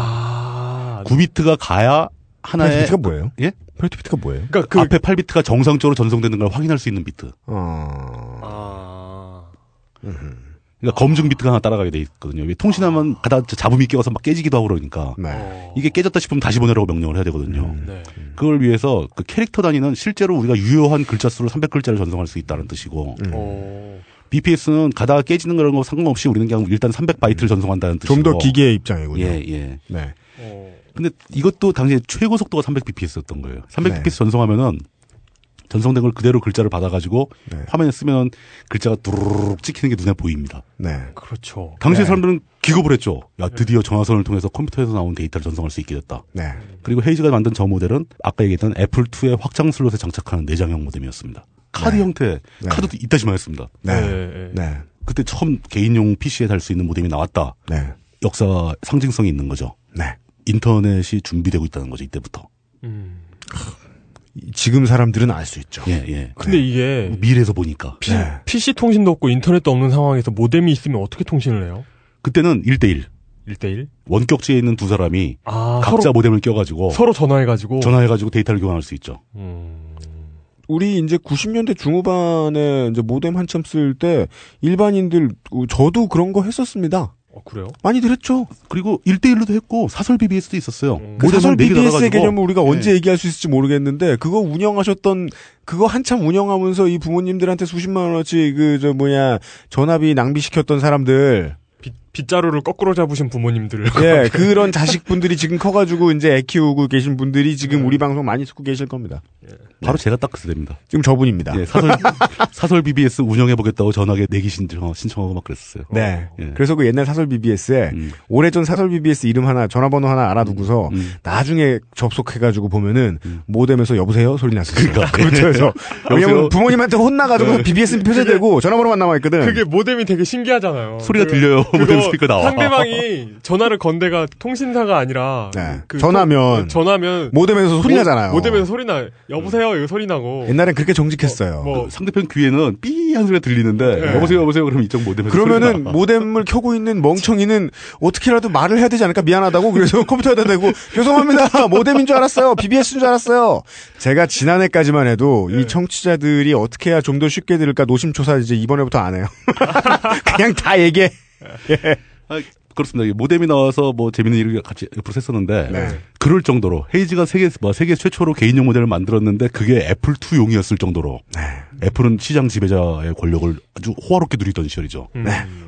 Speaker 4: 아.
Speaker 6: 9비트가 가야 하나의
Speaker 3: 비트가 뭐예요?
Speaker 6: 예?
Speaker 3: 페리티 비트가 뭐예요?
Speaker 4: 그러니까 그
Speaker 6: 앞에 8비트가 정상적으로 전송되는 걸 확인할 수 있는 비트.
Speaker 3: 어.
Speaker 4: 아.
Speaker 6: 그러니까 검증 비트가 하나 따라가게 돼 있거든요. 이게 통신하면 가다 잡음이 끼어서 막 깨지기도 하고 그러니까
Speaker 3: 아. 네. 음.
Speaker 4: 어.
Speaker 6: 이게 깨졌다 싶으면 다시 보내라고 명령을 해야 되거든요.
Speaker 4: 네.
Speaker 6: 그걸 위해서 그 캐릭터 단위는 실제로 우리가 유효한 글자 수로 300글자를 전송할 수 있다는 뜻이고
Speaker 3: 음.
Speaker 4: 어.
Speaker 6: BPS는 가다가 깨지는 그런 거 상관없이 우리는 그냥 일단 300바이트를 전송한다는 뜻이고
Speaker 3: 음. 좀 더 기계의 입장이군요.
Speaker 6: 예, 예.
Speaker 3: 네.
Speaker 4: 어.
Speaker 6: 근데 이것도 당시에 최고 속도가 300bps였던 거예요.
Speaker 3: 네.
Speaker 6: 300bps 전송하면은 전송된 걸 그대로 글자를 받아가지고
Speaker 3: 네.
Speaker 6: 화면에 쓰면 글자가 두르륵 찍히는 게 눈에 보입니다.
Speaker 3: 네.
Speaker 4: 그렇죠.
Speaker 6: 당시 에
Speaker 3: 네.
Speaker 6: 사람들은 기겁을 했죠. 야
Speaker 4: 네.
Speaker 6: 드디어 전화선을 통해서 컴퓨터에서 나온 데이터를 전송할 수 있게 됐다.
Speaker 3: 네.
Speaker 6: 그리고 헤이즈가 만든 저 모델은 아까 얘기했던 애플 2의 확장
Speaker 4: 네.
Speaker 6: 슬롯에 장착하는 내장형 모뎀이었습니다. 카드 형태, 카드도 이따시만했습니다.
Speaker 3: 네.
Speaker 4: 예, 예.
Speaker 3: 네.
Speaker 6: 그때 처음 개인용 PC에 달 수 있는 모뎀이 나왔다.
Speaker 3: 네.
Speaker 6: 역사 상징성이 있는 거죠.
Speaker 3: 네.
Speaker 6: 인터넷이 준비되고 있다는 거죠. 이때부터.
Speaker 4: 음.
Speaker 6: 네.
Speaker 3: 지금 사람들은 알 수 있죠.
Speaker 6: 예, 예.
Speaker 4: 그렇죠. 근데 이게
Speaker 6: 미래에서 보니까.
Speaker 3: 네.
Speaker 4: PC 통신도 없고 인터넷도 없는 상황에서 모뎀이 있으면 어떻게 통신을 해요?
Speaker 6: 그때는 1대1.
Speaker 4: 1대1?
Speaker 6: 원격지에 있는 두 사람이
Speaker 4: 아,
Speaker 6: 각자
Speaker 4: 서로,
Speaker 6: 모뎀을 껴가지고
Speaker 4: 서로 전화해가지고.
Speaker 6: 전화해가지고 데이터를 교환할 수 있죠.
Speaker 4: 음.
Speaker 3: 우리 이제 90년대 중후반에 이제 모뎀 한참 쓸 때 일반인들 어, 저도 그런 거 했었습니다.
Speaker 4: 어, 그래요?
Speaker 3: 많이들 했죠.
Speaker 6: 그리고 1대1로도 했고 사설 BBS도 있었어요.
Speaker 4: 음.
Speaker 3: 그 사설
Speaker 6: 모뎀은 네개
Speaker 3: BBS의
Speaker 6: 달아가지고
Speaker 3: 개념을 우리가 언제
Speaker 6: 예.
Speaker 3: 얘기할 수 있을지 모르겠는데 그거 운영하셨던 그거 한참 운영하면서 이 부모님들한테 수십만 원어치 그 저 뭐냐 전화비 낭비시켰던 사람들
Speaker 4: 빗, 빗자루를 거꾸로 잡으신 부모님들을.
Speaker 3: 예 그런 자식분들이 지금 커가지고 이제 애 키우고 계신 분들이 지금
Speaker 6: 네.
Speaker 3: 우리 방송 많이 듣고 계실 겁니다.
Speaker 6: 바로 제가 딱 그 때입니다.
Speaker 3: 지금 저분입니다.
Speaker 6: 예, 사설 사설 BBS 운영해보겠다고 전화기 내기 신청, 신청하고 막 그랬어요.
Speaker 3: 네.
Speaker 6: 예.
Speaker 3: 그래서 그 옛날 사설 BBS에
Speaker 6: 음,
Speaker 3: 오래전 사설 BBS 이름 하나 전화번호 하나 알아두고서
Speaker 6: 음.
Speaker 3: 나중에 접속해가지고 보면은
Speaker 6: 음.
Speaker 3: 모뎀에서 여보세요 소리 났어요.
Speaker 6: 그러니까. 예.
Speaker 3: 그래서 왜냐면
Speaker 6: 여보세요? 네.
Speaker 3: 부모님한테 혼나가지고 BBS는 표시되고 전화번호만 남아 있거든.
Speaker 4: 그게 모뎀이 되게 신기하잖아요.
Speaker 6: 소리가
Speaker 4: 그-
Speaker 6: 들려요.
Speaker 4: 그거
Speaker 6: 모뎀 소리가 나와.
Speaker 4: 상대방이 전화를 건데가 통신사가 아니라
Speaker 3: 네.
Speaker 4: 그
Speaker 3: 전화면
Speaker 4: 통- 전화면
Speaker 3: 모뎀에서 뭐 소리
Speaker 6: 뭐,
Speaker 4: 모-
Speaker 3: 나잖아요.
Speaker 4: 모뎀에서 뭐, 소리 나. 여보세요. 이거 소리 나고.
Speaker 3: 옛날엔 그렇게 정직했어요.
Speaker 4: 뭐
Speaker 6: 상대편 귀에는 삐 한 소리가 들리는데
Speaker 4: 네.
Speaker 6: 여보세요 여보세요 그럼 이쪽 모뎀에서
Speaker 3: 그러면은
Speaker 6: 네, 소리가 나.
Speaker 3: 모뎀을 켜고 있는 멍청이는 어떻게라도 말을 해야 되지 않을까 미안하다고 그래서 컴퓨터에다 대고 죄송합니다 모뎀인 줄 알았어요 BBS인 줄 알았어요 제가 지난해까지만 해도 이 청취자들이 어떻게 해야 좀 더 쉽게 들을까 노심초사 이제 이번에부터 안 해요 그냥 다 얘기해
Speaker 6: 아, 그렇습니다. 이 모뎀이 나와서 뭐 재밌는 일을 같이 옆으로 했었는데
Speaker 3: 네.
Speaker 6: 그럴 정도로 헤이즈가 세계 뭐 세계 최초로 개인용 모델을 만들었는데 그게 애플 2용이었을 정도로
Speaker 3: 네.
Speaker 6: 애플은 시장 지배자의 권력을 아주 호화롭게 누리던 시절이죠.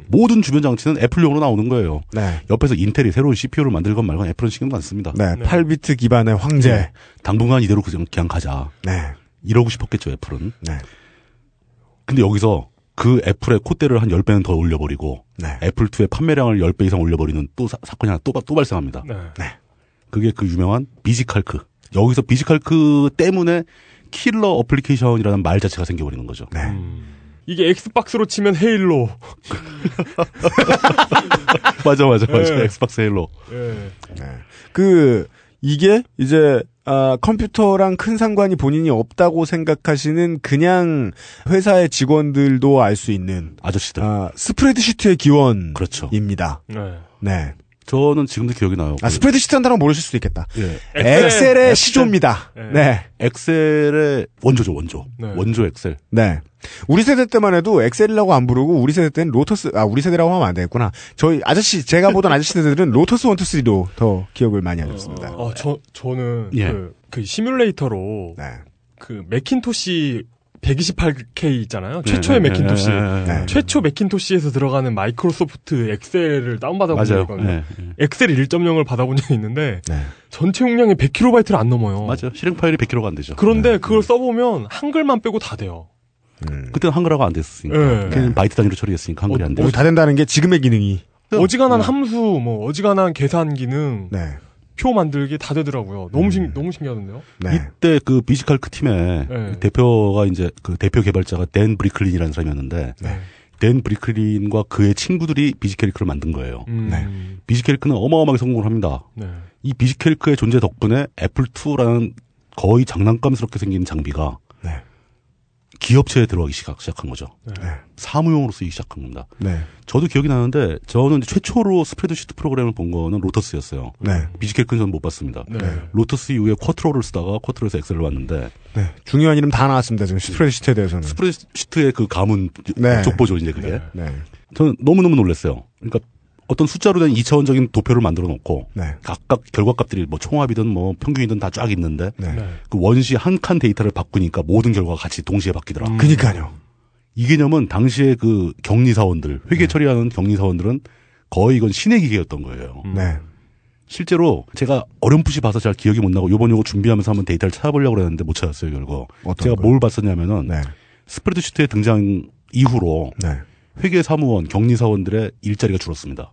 Speaker 6: 모든 주변 장치는 애플용으로 나오는 거예요.
Speaker 3: 음. 네.
Speaker 6: 옆에서 인텔이 새로운 CPU를 만들건 말건 애플은 신경도 안 씁니다.
Speaker 3: 네,
Speaker 4: 네.
Speaker 3: 8비트 기반의 황제.
Speaker 6: 당분간 이대로 그냥, 그냥 가자.
Speaker 3: 네,
Speaker 6: 이러고 싶었겠죠, 애플은.
Speaker 3: 네,
Speaker 6: 근데 여기서 그 애플의 콧대를 한 10배는 더 올려버리고
Speaker 3: 네.
Speaker 6: 애플2의 판매량을 10배 이상 올려버리는 또 사, 건이 하나 또, 바- 또 발생합니다.
Speaker 4: 네.
Speaker 6: 그게 그 유명한 비지칼크. 여기서 비지칼크 때문에 킬러 어플리케이션이라는 말 자체가 생겨버리는 거죠.
Speaker 3: 네.
Speaker 4: 음. 이게 엑스박스로 치면 헤일로.
Speaker 6: 맞아, 맞아, 맞아.
Speaker 4: 네.
Speaker 6: 엑스박스 헬로.
Speaker 4: 예.
Speaker 3: 그 이게 이제 아, 컴퓨터랑 큰 상관이 본인이 없다고 생각하시는 그냥 회사의 직원들도 알 수 있는
Speaker 6: 아저씨들.
Speaker 3: 아, 스프레드시트의 기원입니다.
Speaker 6: 그렇죠.
Speaker 4: 네.
Speaker 3: 네.
Speaker 6: 저는 지금도 기억이 나요.
Speaker 3: 아,
Speaker 6: 그
Speaker 3: 스프레드시트란 단어 모르실 수도 있겠다.
Speaker 6: 예.
Speaker 4: 엑셀.
Speaker 3: 엑셀의
Speaker 4: 엑셀.
Speaker 3: 시조입니다.
Speaker 4: 네.
Speaker 3: 네.
Speaker 6: 엑셀의 원조죠, 원조.
Speaker 4: 네.
Speaker 6: 원조 엑셀.
Speaker 3: 네. 우리 세대 때만 해도 엑셀이라고 안 부르고 우리 세대 때는 로터스 아 우리 세대라고 하면 안 되겠구나. 저희 아저씨
Speaker 6: 네.
Speaker 3: 제가 보던 아저씨 세대들은 로터스 1 2 3로 더 기억을 많이 하셨습니다.
Speaker 4: 어, 저 저는
Speaker 6: 예.
Speaker 4: 그, 그 시뮬레이터로
Speaker 3: 네.
Speaker 4: 그 매킨토시 128K 있잖아요. 최초의
Speaker 6: 네, 네,
Speaker 4: 매킨토시.
Speaker 6: 네, 네, 네.
Speaker 3: 네.
Speaker 4: 최초 매킨토시에서 들어가는 마이크로소프트 엑셀을 다운받아본 적이
Speaker 6: 맞아요.
Speaker 4: 있거든요.
Speaker 6: 예, 예.
Speaker 4: 엑셀 1.0을 받아본 적이 있는데
Speaker 3: 네.
Speaker 4: 전체 용량이 100kb를 안 넘어요.
Speaker 6: 맞아요. 실행 파일이 100kg가 안 되죠.
Speaker 4: 그런데
Speaker 6: 네.
Speaker 4: 그걸 써보면 한글만 빼고 다 돼요.
Speaker 3: 음.
Speaker 6: 그때는 한글화가 안 됐으니까.
Speaker 4: 예. 어,
Speaker 6: 그냥 바이트 단위로 처리했으니까 한글이 안 돼요.
Speaker 3: 오, 다 된다는 게 지금의 기능이.
Speaker 4: 어지간한 함수, 뭐 어지간한 계산 기능,
Speaker 3: 네.
Speaker 4: 표 만들기 다 되더라고요. 너무 신 너무 신기하던데요.
Speaker 3: 네.
Speaker 6: 이때 그 비지칼크 팀의
Speaker 4: 네.
Speaker 6: 대표가 이제 그 대표 개발자가 댄 브리클린이라는 사람이었는데
Speaker 3: 네.
Speaker 6: 댄 브리클린과 그의 친구들이 비지칼크를 만든 거예요.
Speaker 4: 음,
Speaker 6: 네. 비지칼크는 어마어마하게 성공을 합니다.
Speaker 4: 네.
Speaker 6: 이 비지칼크의 존재 덕분에 애플 2라는 거의 장난감스럽게 생긴 장비가
Speaker 3: 네.
Speaker 6: 기업체에 들어가기 시작, 시작한 거죠.
Speaker 4: 네.
Speaker 6: 사무용으로 쓰기 시작한 겁니다.
Speaker 3: 네.
Speaker 6: 저도 기억이 나는데 저는 최초로 스프레드시트 프로그램을 본 거는 로터스였어요.
Speaker 3: 네.
Speaker 6: 비지칼크는 저는 못 봤습니다.
Speaker 4: 네.
Speaker 6: 로터스 이후에 쿼트로를 쓰다가 쿼트로에서 엑셀로 왔는데
Speaker 3: 네. 중요한 이름 다 나왔습니다. 지금 스프레드시트에 대해서는.
Speaker 6: 스프레드시트의 그 가문
Speaker 3: 네.
Speaker 6: 족보죠 이제 그게.
Speaker 3: 네.
Speaker 6: 저는 너무너무 놀랐어요. 그러니까 어떤 숫자로 된 2차원적인 도표를 만들어 놓고
Speaker 3: 네.
Speaker 6: 각각 결과값들이 뭐 총합이든 뭐 평균이든 다 쫙 있는데
Speaker 3: 네.
Speaker 6: 그 원시 한 칸 데이터를 바꾸니까 모든 결과가 같이 동시에 바뀌더라.
Speaker 3: 음. 그니까요.
Speaker 6: 이 개념은 당시에 그 경리사원들,
Speaker 3: 네.
Speaker 6: 회계 처리하는 경리사원들은 거의 이건 신의 기계였던 거예요.
Speaker 4: 음.
Speaker 3: 네.
Speaker 6: 실제로 제가 어렴풋이 봐서 잘 기억이 못 나고 요번 요거 준비하면서 한번 데이터를 찾아보려고 했는데 못 찾았어요, 결국.
Speaker 3: 어떤
Speaker 6: 제가
Speaker 3: 거요?
Speaker 6: 뭘 봤었냐면은
Speaker 3: 네.
Speaker 6: 스프레드시트의 등장 이후로
Speaker 3: 네.
Speaker 6: 회계 사무원, 경리 사원들의 일자리가 줄었습니다.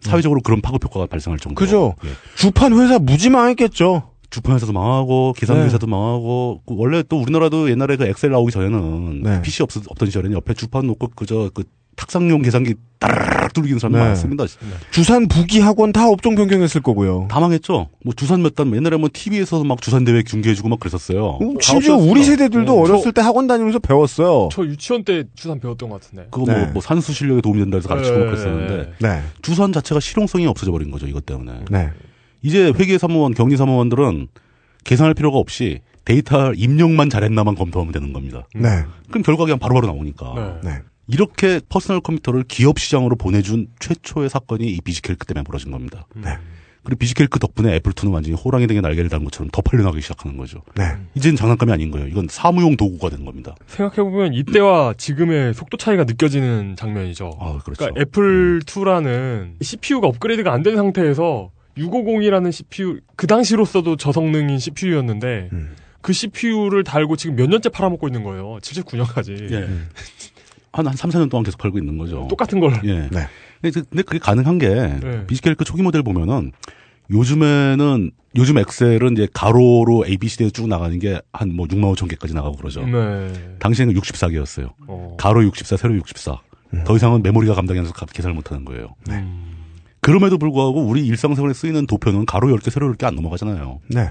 Speaker 6: 사회적으로 그런 파급 효과가 발생할 정도로.
Speaker 3: 음. 그죠?
Speaker 6: 예.
Speaker 3: 주판 회사 무지 망했겠죠.
Speaker 6: 주판 회사도 망하고 계산
Speaker 3: 네.
Speaker 6: 회사도 망하고 그 원래 또 우리나라도 옛날에 그 엑셀 나오기 전에는
Speaker 3: 네.
Speaker 6: PC 없, 없던 시절에는 옆에 주판 놓고 그저 그 탁상용 계산기 따르르 뚫리는 사람
Speaker 3: 네.
Speaker 6: 많습니다.
Speaker 3: 주산 부기 학원 다 업종 변경했을 거고요.
Speaker 6: 다 망했죠. 뭐 주산 몇 단 옛날에 뭐 TV에서 막 주산 대회 중계해주고 막 그랬었어요. 뭐
Speaker 3: 음, 심지어 우리 세대들도
Speaker 6: 음,
Speaker 3: 어렸을 때 학원 다니면서 배웠어요.
Speaker 4: 저 유치원 때 주산 배웠던 것 같은데.
Speaker 6: 그거 뭐,
Speaker 3: 네.
Speaker 6: 뭐 산수 실력에 도움이 된다 해서 가르치고 막
Speaker 4: 네,
Speaker 6: 그랬었는데
Speaker 4: 네.
Speaker 3: 네.
Speaker 6: 주산 자체가 실용성이 없어져 버린 거죠 이것 때문에
Speaker 3: 네.
Speaker 6: 이제 회계 사무원 경리 사무원들은 계산할 필요가 없이 데이터 입력만 잘했나만 검토하면 되는 겁니다
Speaker 3: 네.
Speaker 6: 그럼 결과가 그냥 바로바로 나오니까
Speaker 4: 네.
Speaker 3: 네.
Speaker 6: 이렇게 퍼스널 컴퓨터를 기업 시장으로 보내준 최초의 사건이 이 비지켈크 때문에 벌어진 겁니다 그리고 비지켈크 덕분에 애플2는 완전히 호랑이 등에 날개를 단 것처럼 더 팔려나가기 시작하는 거죠
Speaker 3: 네.
Speaker 6: 이젠 장난감이 아닌 거예요 이건 사무용 도구가 된 겁니다
Speaker 4: 생각해보면 이때와 지금의 속도 차이가 느껴지는 장면이죠.
Speaker 6: 아 그렇죠
Speaker 4: 그러니까 애플2라는 CPU가 업그레이드가 안 된 상태에서 650이라는 CPU, 그 당시로서도 저성능인 CPU였는데,
Speaker 3: 음.
Speaker 4: 그 CPU를 달고 지금 몇 년째 팔아먹고 있는 거예요. 79년까지.
Speaker 6: 예. 한, 한 3, 4년 동안 계속 팔고 있는 거죠.
Speaker 4: 똑같은 걸.
Speaker 6: 예.
Speaker 3: 네.
Speaker 6: 근데, 그- 근데 그게 가능한 게,
Speaker 4: 네.
Speaker 6: 비스켈크 초기 모델 보면은, 요즘에는, 요즘 엑셀은 이제 가로로 ABCD에 쭉 나가는 게 한 뭐 6만 5천 개까지 나가고 그러죠.
Speaker 4: 네.
Speaker 6: 당시에는 예. 64개였어요.
Speaker 4: 어.
Speaker 6: 가로 64, 세로 64. 더 이상은 메모리가 감당이 안 돼서 가- 계산을 못 하는 거예요. 그럼에도 불구하고 우리 일상생활에 쓰이는 도표는 가로 10개, 세로 10개 안 넘어가잖아요.
Speaker 3: 네.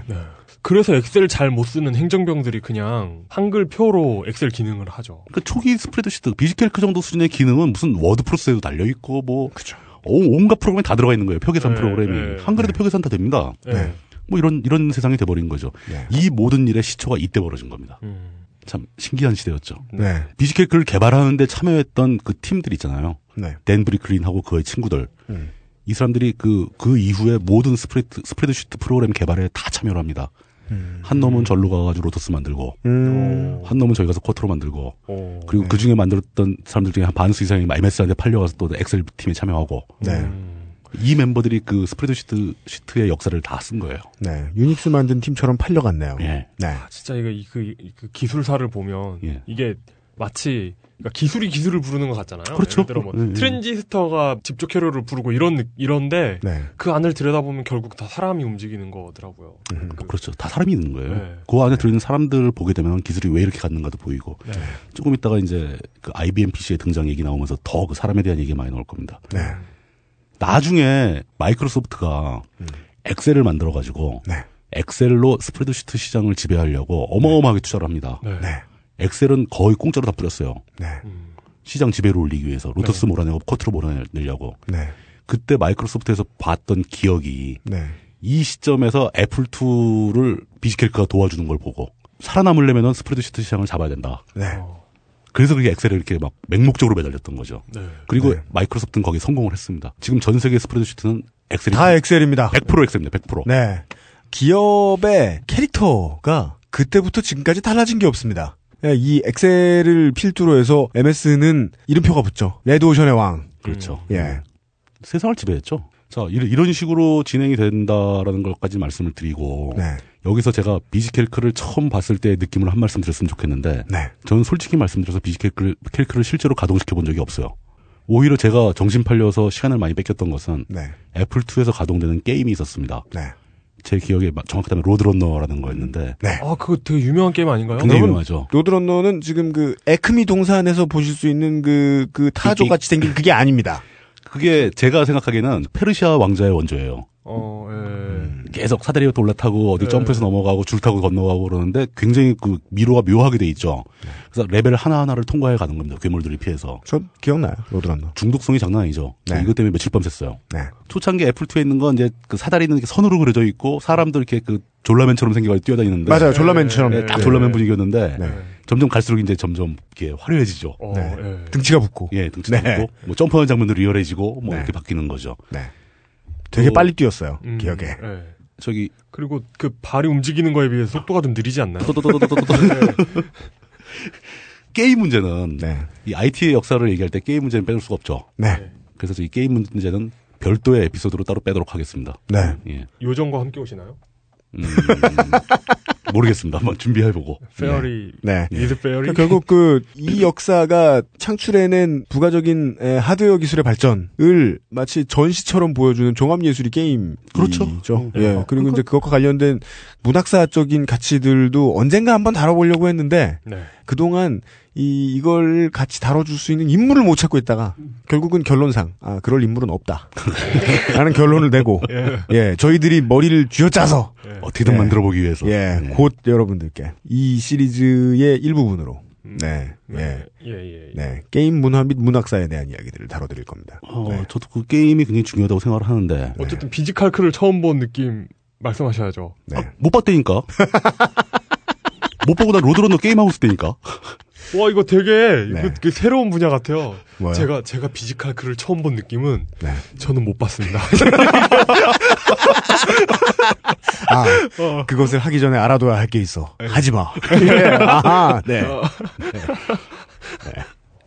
Speaker 4: 그래서 엑셀 잘 못 쓰는 행정병들이 그냥 한글 표로 엑셀 기능을 하죠.
Speaker 6: 그러니까 초기 스프레드시트, 비스켈크 그 정도 수준의 기능은 무슨 워드 프로세스에도 달려있고 뭐, 온- 온갖 프로그램이 다 들어가 있는 거예요. 표계산
Speaker 4: 네,
Speaker 6: 프로그램이.
Speaker 4: 네.
Speaker 6: 한글에도 표계산 다 됩니다.
Speaker 4: 예.
Speaker 3: 네.
Speaker 6: 뭐 이런 이런 세상이 돼버린 거죠.
Speaker 3: 네.
Speaker 6: 이 모든 일의 시초가 이때 벌어진 겁니다.
Speaker 4: 음.
Speaker 6: 참 신기한 시대였죠.
Speaker 3: 네.
Speaker 6: 비지케이크를 개발하는데 참여했던 그 팀들 있잖아요.
Speaker 3: 네.
Speaker 6: 댄 브리클린하고 그의 친구들.
Speaker 3: 음.
Speaker 6: 이 사람들이 그, 그 이후에 모든 스프레드, 스프레드시트 프로그램 개발에 다 참여를 합니다. 한 놈은 절로 가가지고 로터스 만들고,
Speaker 3: 음.
Speaker 6: 한 놈은 저기 가서 쿼트로 만들고,
Speaker 4: 오.
Speaker 6: 그리고 그 중에 만들었던 사람들 중에 한 반수 이상이 IMS한테 팔려가서 또 엑셀 팀에 참여하고,
Speaker 3: 네.
Speaker 4: 음.
Speaker 6: 이 멤버들이 그 스프레드시트 시트의 역사를 다 쓴 거예요.
Speaker 3: 네. 유닉스 만든 팀처럼 팔려갔네요.
Speaker 6: 예.
Speaker 3: 네.
Speaker 4: 아, 진짜 이거 이- 그, 이- 그 기술사를 보면
Speaker 6: 예.
Speaker 4: 이게 마치 그러니까 기술이 기술을 부르는 것 같잖아요.
Speaker 6: 그렇죠.
Speaker 4: 예를 들어 뭐
Speaker 6: 예, 예.
Speaker 4: 트랜지스터가 집적 회로를 부르고 이런 느- 이런데
Speaker 3: 네.
Speaker 4: 그 안을 들여다보면 결국 다 사람이 움직이는 거더라고요. 그-
Speaker 6: 그렇죠. 다 사람이 있는 거예요.
Speaker 4: 네.
Speaker 6: 그 안에 들어있는 사람들을 보게 되면 기술이 왜 이렇게 갔는가도 보이고
Speaker 4: 네.
Speaker 6: 조금 있다가 이제 그 IBM PC의 등장 얘기 나오면서 더 그 사람에 대한 얘기가 많이 나올 겁니다.
Speaker 3: 네.
Speaker 6: 나중에 마이크로소프트가 엑셀을 만들어 가지고
Speaker 3: 네.
Speaker 6: 엑셀로 스프레드시트 시장을 지배하려고 어마어마하게 투자를 합니다.
Speaker 4: 네.
Speaker 3: 네.
Speaker 6: 엑셀은 거의 공짜로 다 뿌렸어요.
Speaker 3: 네.
Speaker 4: 음.
Speaker 6: 시장 지배를 올리기 위해서 로터스 몰아내고 쿼트로 몰아내려고
Speaker 3: 네.
Speaker 6: 그때 마이크로소프트에서 봤던 기억이
Speaker 3: 네.
Speaker 6: 이 시점에서 애플2를 비지켈크가 도와주는 걸 보고 살아남으려면 스프레드시트 시장을 잡아야 된다.
Speaker 3: 네.
Speaker 6: 어. 그래서 그게 엑셀에 이렇게 막 맹목적으로 매달렸던 거죠.
Speaker 4: 네.
Speaker 6: 그리고
Speaker 3: 네.
Speaker 6: 마이크로소프트는 거기에 성공을 했습니다. 지금 전 세계 스프레드시트는 엑셀이
Speaker 3: 다 엑셀입니다.
Speaker 6: 100% 엑셀입니다. 100%.
Speaker 3: 네. 기업의 캐릭터가 그때부터 지금까지 달라진 게 없습니다. 예, 이 엑셀을 필두로 해서 MS는 이름표가 붙죠. 레드오션의 왕.
Speaker 6: 그렇죠.
Speaker 3: 예.
Speaker 6: 세상을 지배했죠. 자, 이런, 이런 식으로 진행이 된다라는 것까지 말씀을 드리고
Speaker 3: 네.
Speaker 6: 여기서 제가 비지켈크를 처음 봤을 때의 느낌을 한 말씀 드렸으면 좋겠는데
Speaker 3: 네.
Speaker 6: 저는 솔직히 말씀드려서 비지켈크를 켈크를 실제로 가동시켜 본 적이 없어요. 오히려 제가 정신 팔려서 시간을 많이 뺏겼던 것은
Speaker 3: 네.
Speaker 6: 애플2에서 가동되는 게임이 있었습니다.
Speaker 3: 네.
Speaker 6: 제 기억에 마- 정확하다면 로드런너라는 거였는데
Speaker 3: 네.
Speaker 4: 아 그거 되게 유명한 게임 아닌가요?
Speaker 6: 굉장히
Speaker 3: 여러분,
Speaker 6: 유명하죠.
Speaker 3: 로드런너는 지금 그 에크미 동산에서 보실 수 있는 그, 그 타조 같이 생긴 그게 아닙니다.
Speaker 6: 그게 제가 생각하기에는 페르시아 왕자의 원조예요.
Speaker 4: 어, 예.
Speaker 6: 계속 사다리부터 올라타고 어디
Speaker 4: 네.
Speaker 6: 점프해서 넘어가고 줄 타고 건너가고 그러는데 굉장히 그 미로가 묘하게 돼 있죠. 그래서 레벨 하나하나를 통과해 가는 겁니다. 괴물들이 피해서.
Speaker 3: 전 기억나요, 로드런너.
Speaker 6: 중독성이 장난 아니죠.
Speaker 3: 네.
Speaker 6: 이것 때문에 며칠 밤 샜어요.
Speaker 3: 네.
Speaker 6: 초창기 애플2에 있는 건 이제 그 사다리는 이렇게 선으로 그려져 있고 사람도 이렇게 그 졸라맨처럼 생겨가지고 뛰어다니는데.
Speaker 3: 맞아요, 졸라맨처럼.
Speaker 6: 네, 딱
Speaker 3: 네.
Speaker 6: 졸라맨 분위기였는데
Speaker 3: 네.
Speaker 6: 점점 갈수록 이제 점점 이게 화려해지죠.
Speaker 4: 어,
Speaker 3: 네.
Speaker 4: 예.
Speaker 3: 등치가 붙고.
Speaker 6: 예, 등치도
Speaker 3: 네.
Speaker 6: 고뭐 점프하는 장면도 리얼해지고 뭐
Speaker 3: 네.
Speaker 6: 이렇게 바뀌는 거죠.
Speaker 3: 네. 되게
Speaker 6: 또-
Speaker 3: 빨리 뛰었어요,
Speaker 4: 음,
Speaker 3: 기억에.
Speaker 4: 예.
Speaker 6: 저기
Speaker 4: 그리고 그 발이 움직이는 거에 비해 서 속도가 좀 느리지 않나요?
Speaker 6: 또또또또또또 게임 문제는
Speaker 3: 네.
Speaker 6: 이 IT의 역사를 얘기할 때 게임 문제는 빼놓을 수가 없죠.
Speaker 3: 네.
Speaker 6: 그래서 이 게임 문제는 별도의 예. 에피소드로 따로 빼도록 하겠습니다.
Speaker 3: 네.
Speaker 6: 예.
Speaker 4: 요정과 함께 오시나요?
Speaker 6: 음, 모르겠습니다. 한번 준비해보고.
Speaker 11: 페어리.
Speaker 3: 네.
Speaker 11: 리드 페어리.
Speaker 3: 그러니까 결국 그 이 역사가 창출해낸 부가적인 에, 하드웨어 기술의 발전을 마치 전시처럼 보여주는 종합 예술이 게임 그렇죠. 예. 그리고 이제 그것과 관련된 문학사적인 가치들도 언젠가 한번 다뤄보려고 했는데
Speaker 11: 네.
Speaker 3: 그동안 이 이걸 같이 다뤄줄 수 있는 인물을 못 찾고 있다가 결국은 결론상 아 그럴 인물은 없다. 라는 결론을 내고
Speaker 6: 예.
Speaker 3: 예 저희들이 머리를 쥐어짜서
Speaker 6: 어떻게든 만들어 보기 위해서
Speaker 3: 예, 곧 여러분들께 이 시리즈의 일부분으로 네, 예,
Speaker 11: 예, 예.
Speaker 3: 네 게임 문화 및 문학사에 대한 이야기들을 다뤄드릴 겁니다. 네.
Speaker 6: 어, 저도 그 게임이 굉장히 중요하다고 생각을 하는데.
Speaker 4: 네.
Speaker 11: 어쨌든 비지칼크를 처음 본 느낌 말씀하셔야죠.
Speaker 6: 아, 못 봤다니까. 못 보고 난 로드런너 게임하고 있을 때니까.
Speaker 3: 네.
Speaker 11: 와 이거 되게 이거 그 새로운 분야 같아요.
Speaker 6: 뭐요?
Speaker 11: 제가 제가 비지칼크를 처음 본 느낌은
Speaker 3: 네.
Speaker 11: 저는 못 봤습니다.
Speaker 3: 아 그것을 하기 전에 알아둬야 할 게 있어. 하지 마. 예, 아하, 네.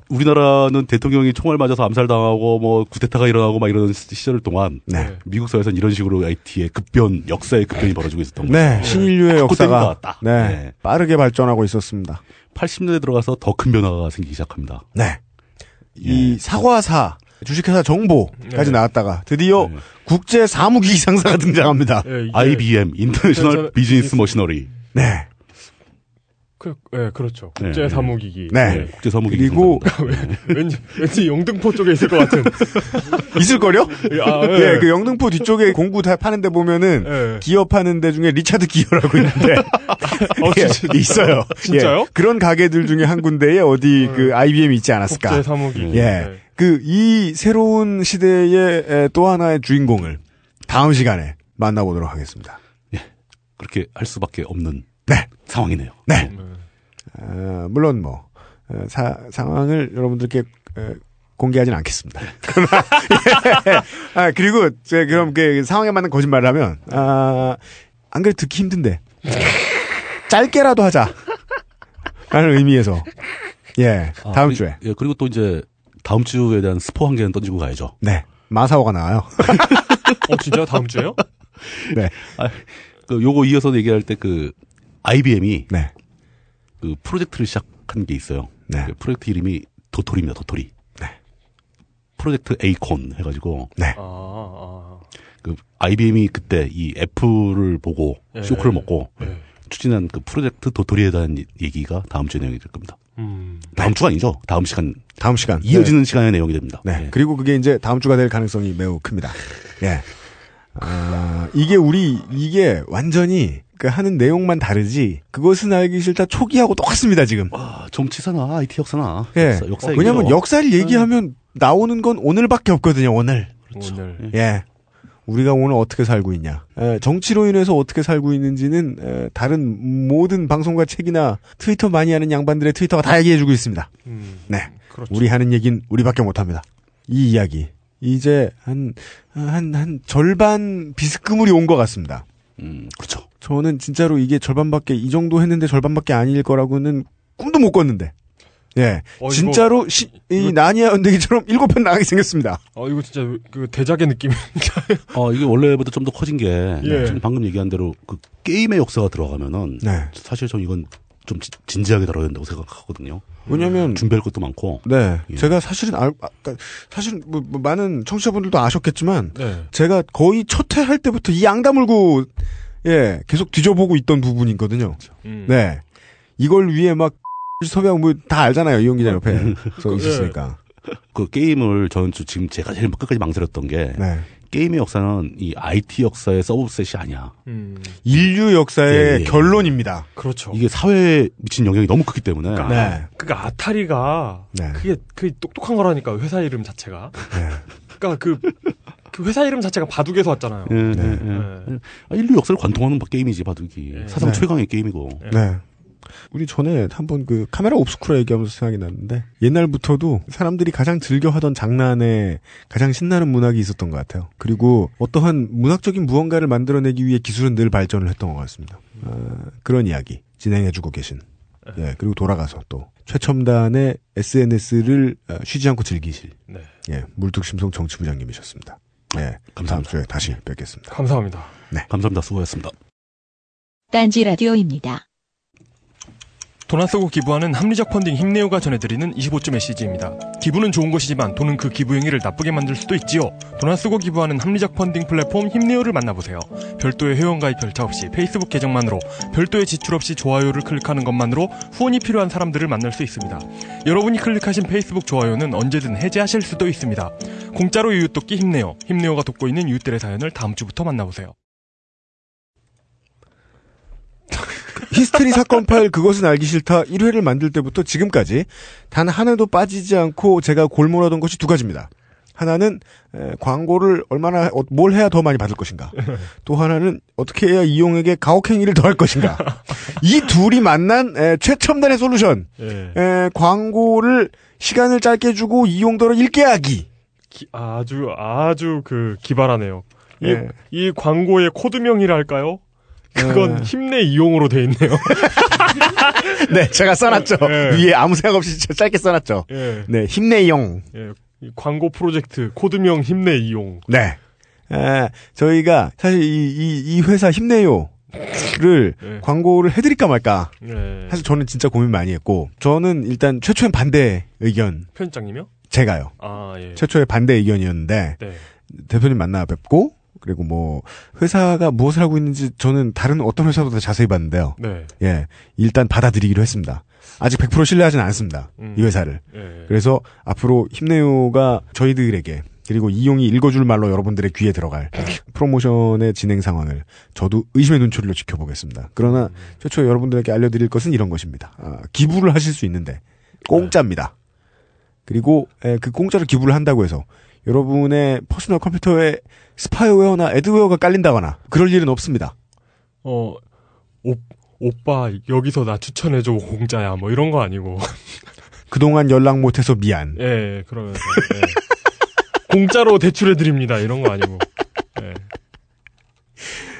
Speaker 6: 우리나라는 대통령이 총알 맞아서 암살당하고 뭐 구데타가 일어나고 막 이런 시- 시절 동안 미국 사회에서는 이런 식으로 IT의 급변, 역사의 급변이 벌어지고 있었던 거죠.
Speaker 3: 네, 신인류의
Speaker 6: 자꾸 때린 것
Speaker 3: 역사가
Speaker 6: 같다.
Speaker 3: 네, 빠르게 발전하고 있었습니다.
Speaker 6: 80년대 들어가서 더 큰 변화가 생기기 시작합니다.
Speaker 3: 네. 이 사과사 주식회사 정보까지
Speaker 6: 네.
Speaker 3: 나왔다가 드디어 국제 사무기 상사가 등장합니다.
Speaker 11: 예, 이게-
Speaker 6: IBM 인터내셔널
Speaker 11: 인터내셔널
Speaker 6: 비즈니스 머시너리.
Speaker 3: 네.
Speaker 11: 그, 예, 그렇죠.
Speaker 6: 네,
Speaker 11: 국제
Speaker 6: 네.
Speaker 11: 사무기기.
Speaker 6: 네. 네, 국제 사무기기 그리고-
Speaker 11: 왠지 왠지 영등포 쪽에 있을 것 같은.
Speaker 3: 있을 걸요?
Speaker 11: 아,
Speaker 3: 예,
Speaker 11: 예.
Speaker 3: 그 영등포 뒤쪽에 공구 다 파는데 보면은
Speaker 11: 예.
Speaker 3: 기업 파는데 중에 리차드 기어라고 있는데
Speaker 11: 어,
Speaker 3: 예,
Speaker 11: 진짜-
Speaker 3: 있어요.
Speaker 11: 진짜요? 예.
Speaker 3: 예, 그런 가게들 중에 한 군데에 어디 그 IBM 이 있지 않았을까?
Speaker 11: 국제 사무기.
Speaker 3: 예,
Speaker 11: 네.
Speaker 3: 그 이 새로운 시대의 에, 또 하나의 주인공을 다음 시간에 만나보도록 하겠습니다.
Speaker 6: 그렇게 할 수밖에 없는
Speaker 3: 네.
Speaker 6: 상황이네요.
Speaker 3: 네.
Speaker 6: 음.
Speaker 3: 아, 물론 뭐 어, 사- 상황을 여러분들께 에, 공개하진 않겠습니다. 그러나, 예. 아, 그리고 제 그럼 그 상황에 맞는 거짓말을 하면 아, 안 그래 도 듣기 힘든데 짧게라도 하자. 라는 의미에서 예
Speaker 6: 아,
Speaker 3: 다음
Speaker 6: 그리-
Speaker 3: 주에
Speaker 6: 예, 그리고 또 이제 다음 주에 대한 스포 한 개는 던지고 가야죠.
Speaker 3: 네 마사오가 나와요.
Speaker 11: 어 진짜 다음 주에요?
Speaker 3: 네.
Speaker 6: 아, 그 요거 이어서 얘기할 때 그 IBM이
Speaker 3: 네.
Speaker 6: 그 프로젝트를 시작한 게 있어요.
Speaker 3: 네.
Speaker 6: 그 프로젝트 이름이 도토리입니다. 도토리. 프로젝트 에이콘 해가지고
Speaker 3: 네.
Speaker 11: 아,
Speaker 6: 그 IBM이 그때 이 애플을 보고
Speaker 11: 예.
Speaker 6: 쇼크를 먹고 추진한 그 프로젝트 도토리에 대한 이- 얘기가 다음 주에 내용이 될 겁니다.
Speaker 3: 네.
Speaker 6: 다음 주가 아니죠. 다음 시간.
Speaker 3: 다음 시간
Speaker 6: 이어지는
Speaker 3: 네.
Speaker 6: 시간의 내용이 됩니다.
Speaker 3: 네. 그리고 그게 이제 다음 주가 될 가능성이 매우 큽니다. 예. 아, 이게 우리, 이게 완전히 그 하는 내용만 다르지, 그것은 알기 싫다 초기하고 똑같습니다, 지금.
Speaker 6: 그러니까 정치사나 IT 역사나
Speaker 3: 예.
Speaker 6: 아, 역사, 음. 역사 얘기죠.
Speaker 3: 왜냐면 역사를 얘기하면 나오는 건 오늘밖에 없거든요, 오늘.
Speaker 6: 음.
Speaker 11: 오늘
Speaker 3: 예. 우리가 오늘 어떻게 살고 있냐. 예, 정치로 인해서 어떻게 살고 있는지는 예, 다른 모든 방송과 책이나 트위터 많이 하는 양반들의 트위터가 다 얘기해주고 있습니다.
Speaker 11: 음,
Speaker 3: 네.
Speaker 11: 그렇죠.
Speaker 3: 우리 하는 얘기는 우리밖에 못합니다. 이 이야기. 이제 한, 한, 한 절반 비스크물이 온 것 같습니다.
Speaker 6: 음, 그렇죠.
Speaker 3: 저는 진짜로 이게 절반밖에, 이 정도 했는데 절반밖에 아닐 거라고는 꿈도 못 꿨는데. 예.
Speaker 11: 어, 이거-
Speaker 3: 진짜로 시- 이 나니아 연대기처럼 일곱 편 나가게 생겼습니다.
Speaker 11: 어 이거 진짜 그 대작의 느낌.
Speaker 6: 어, 이게 원래보다 좀 더 커진 게
Speaker 11: 예.
Speaker 6: 지금 방금 얘기한 대로 그 게임의 역사가 들어가면은
Speaker 11: 네.
Speaker 6: 사실 저는 이건 좀 진- 진지하게 다뤄야 된다고 생각하거든요.
Speaker 11: 음,
Speaker 3: 왜냐면
Speaker 6: 준비할 것도 많고
Speaker 3: 네.
Speaker 11: 예.
Speaker 3: 제가 사실은 알, 아, 그러니까 사실 뭐, 뭐 많은 청취자분들도 아셨겠지만
Speaker 11: 네.
Speaker 3: 제가 거의 첫 회 할 때부터 이 양다물고 예 계속 뒤져보고 있던 부분이거든요.
Speaker 11: 음.
Speaker 3: 네. 이걸 위해 막 섭외하고 뭐다 알잖아요 이용 기자 옆에 서 있었으니까.
Speaker 6: 그 게임을 저는 저- 지금 제가 제일 끝까지 망설였던 게
Speaker 11: 네.
Speaker 3: 네.
Speaker 6: 게임의 역사는 이 IT 역사의 서브셋이 아니야.
Speaker 11: 음.
Speaker 3: 인류 역사의 결론입니다.
Speaker 11: 그렇죠.
Speaker 6: 이게 사회에 미친 영향이 너무 크기 때문에
Speaker 11: 그러니까, 그러니까 아타리가
Speaker 3: 네.
Speaker 11: 그게 그 똑똑한 거라니까 회사 이름 자체가. 그러니까 그, 그 회사 이름 자체가 바둑에서 왔잖아요.
Speaker 6: 예, 예, 예. 아, 인류 역사를 관통하는 게임이지 바둑이 사상
Speaker 3: 네.
Speaker 6: 최강의 게임이고
Speaker 3: 네. 우리 전에 한번 그 카메라 옵스쿠라 얘기하면서 생각이 났는데 옛날부터도 사람들이 가장 즐겨 하던 장난에 가장 신나는 문학이 있었던 것 같아요. 그리고 어떠한 문학적인 무언가를 만들어내기 위해 기술은 늘 발전을 했던 것 같습니다. 아, 그런 이야기 진행해주고 계신. 예, 그리고 돌아가서 또 최첨단의 SNS를 아, 쉬지 않고 즐기실. 예, 물뚝심송 정치부장님이셨습니다. 예, 감사합니다. 다음 주에 다시 뵙겠습니다.
Speaker 11: 감사합니다.
Speaker 3: 네.
Speaker 6: 감사합니다. 수고하셨습니다.
Speaker 1: 딴지 라디오입니다.
Speaker 4: 돈 안 쓰고 기부하는 합리적 펀딩 힘내요가 전해드리는 25주 메시지입니다. 기부는 좋은 것이지만 돈은 그 기부 행위를 나쁘게 만들 수도 있지요. 돈 안 쓰고 기부하는 합리적 펀딩 플랫폼 힘내요를 만나보세요. 별도의 회원가입 절차 없이 페이스북 계정만으로 별도의 지출 없이 좋아요를 클릭하는 것만으로 후원이 필요한 사람들을 만날 수 있습니다. 여러분이 클릭하신 페이스북 좋아요는 언제든 해제하실 수도 있습니다. 공짜로 이웃돕기 힘내요. 힘내요가 돕고 있는 이웃들의 사연을 다음 주부터 만나보세요.
Speaker 3: 히스테리 사건 파일 그것은 알기 싫다 1회를 만들 때부터 지금까지 단 한 회도 빠지지 않고 제가 골몰하던 것이 두 가지입니다. 하나는 에, 광고를 얼마나 어, 뭘 해야 더 많이 받을 것인가. 또 하나는 어떻게 해야 이용에게 가혹행위를 덜 할 것인가. 이 둘이 만난 에, 최첨단의 솔루션.
Speaker 11: 예.
Speaker 3: 에, 광고를 시간을 짧게 주고 이용도를 읽게 하기.
Speaker 11: 기- 아주 아주 그 기발하네요. 이,
Speaker 3: 예.
Speaker 11: 이 광고의 코드명이랄까요? 그건
Speaker 3: 예.
Speaker 11: 힘내 이용으로 돼 있네요.
Speaker 3: 네, 제가 써놨죠.
Speaker 11: 예.
Speaker 3: 위에 아무 생각 없이 진짜 짧게 써놨죠.
Speaker 11: 예.
Speaker 3: 네, 힘내용.
Speaker 11: 예. 이 광고 프로젝트 코드명 힘내 이용.
Speaker 3: 네. 에, 저희가 사실 이, 이, 이 회사 힘내요를
Speaker 11: 예.
Speaker 3: 광고를 해드릴까 말까.
Speaker 11: 예.
Speaker 4: 네.
Speaker 3: 사실 저는 진짜 고민 많이 했고, 저는 일단 최초엔 반대 의견,
Speaker 11: 편집장님이요?
Speaker 3: 제가요.
Speaker 11: 아
Speaker 4: 네.
Speaker 11: 예.
Speaker 3: 최초의 반대 의견이었는데,
Speaker 11: 네.
Speaker 3: 대표님 만나 뵙고, 그리고 뭐, 회사가 무엇을 하고 있는지 저는 다른 어떤 회사보다 자세히 봤는데요.
Speaker 11: 네.
Speaker 3: 예, 일단 받아들이기로 했습니다. 아직 100% 신뢰하진 않습니다.
Speaker 11: 음.
Speaker 3: 이 회사를.
Speaker 11: 예.
Speaker 3: 네. 그래서 앞으로 힘내요가 저희들에게 그리고 이용이 읽어줄 말로 여러분들의 귀에 들어갈 프로모션의 진행 상황을 저도 의심의 눈초리로 지켜보겠습니다. 그러나 최초 여러분들에게 알려드릴 것은 이런 것입니다. 아, 기부를 하실 수 있는데 공짜입니다. 그리고 에, 그 공짜로 기부를 한다고 해서 여러분의 퍼스널 컴퓨터에 스파이웨어나 애드웨어가 깔린다거나 그럴 일은 없습니다.
Speaker 11: 어, 오, 오빠, 여기서 나 추천해줘, 공짜야, 뭐 이런 거 아니고.
Speaker 3: 그동안 연락 못해서 미안.
Speaker 11: 예, 예, 그러면서. 예. 공짜로 대출해드립니다, 이런 거 아니고. 예.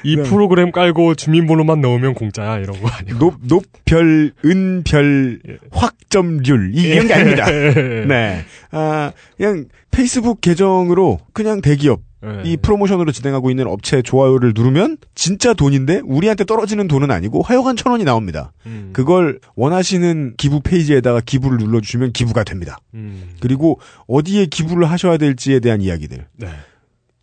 Speaker 11: 이
Speaker 3: 네.
Speaker 11: 프로그램 깔고 주민번호만 넣으면 공짜야, 이런 거 아니고.
Speaker 3: 높, 높별, 은별, 확점률 이- 이런 게 아닙니다.
Speaker 11: 예.
Speaker 3: 네. 아, 그냥 페이스북 계정으로 그냥 대기업
Speaker 11: 예.
Speaker 3: 이 프로모션으로 진행하고 있는 업체 좋아요를 누르면 진짜 돈인데 우리한테 떨어지는 돈은 아니고 하여간 천 원이 나옵니다.
Speaker 11: 음.
Speaker 3: 그걸 원하시는 기부 페이지에다가 기부를 눌러주시면 기부가 됩니다.
Speaker 11: 음.
Speaker 3: 그리고 어디에 기부를 하셔야 될지에 대한 이야기들.
Speaker 11: 네.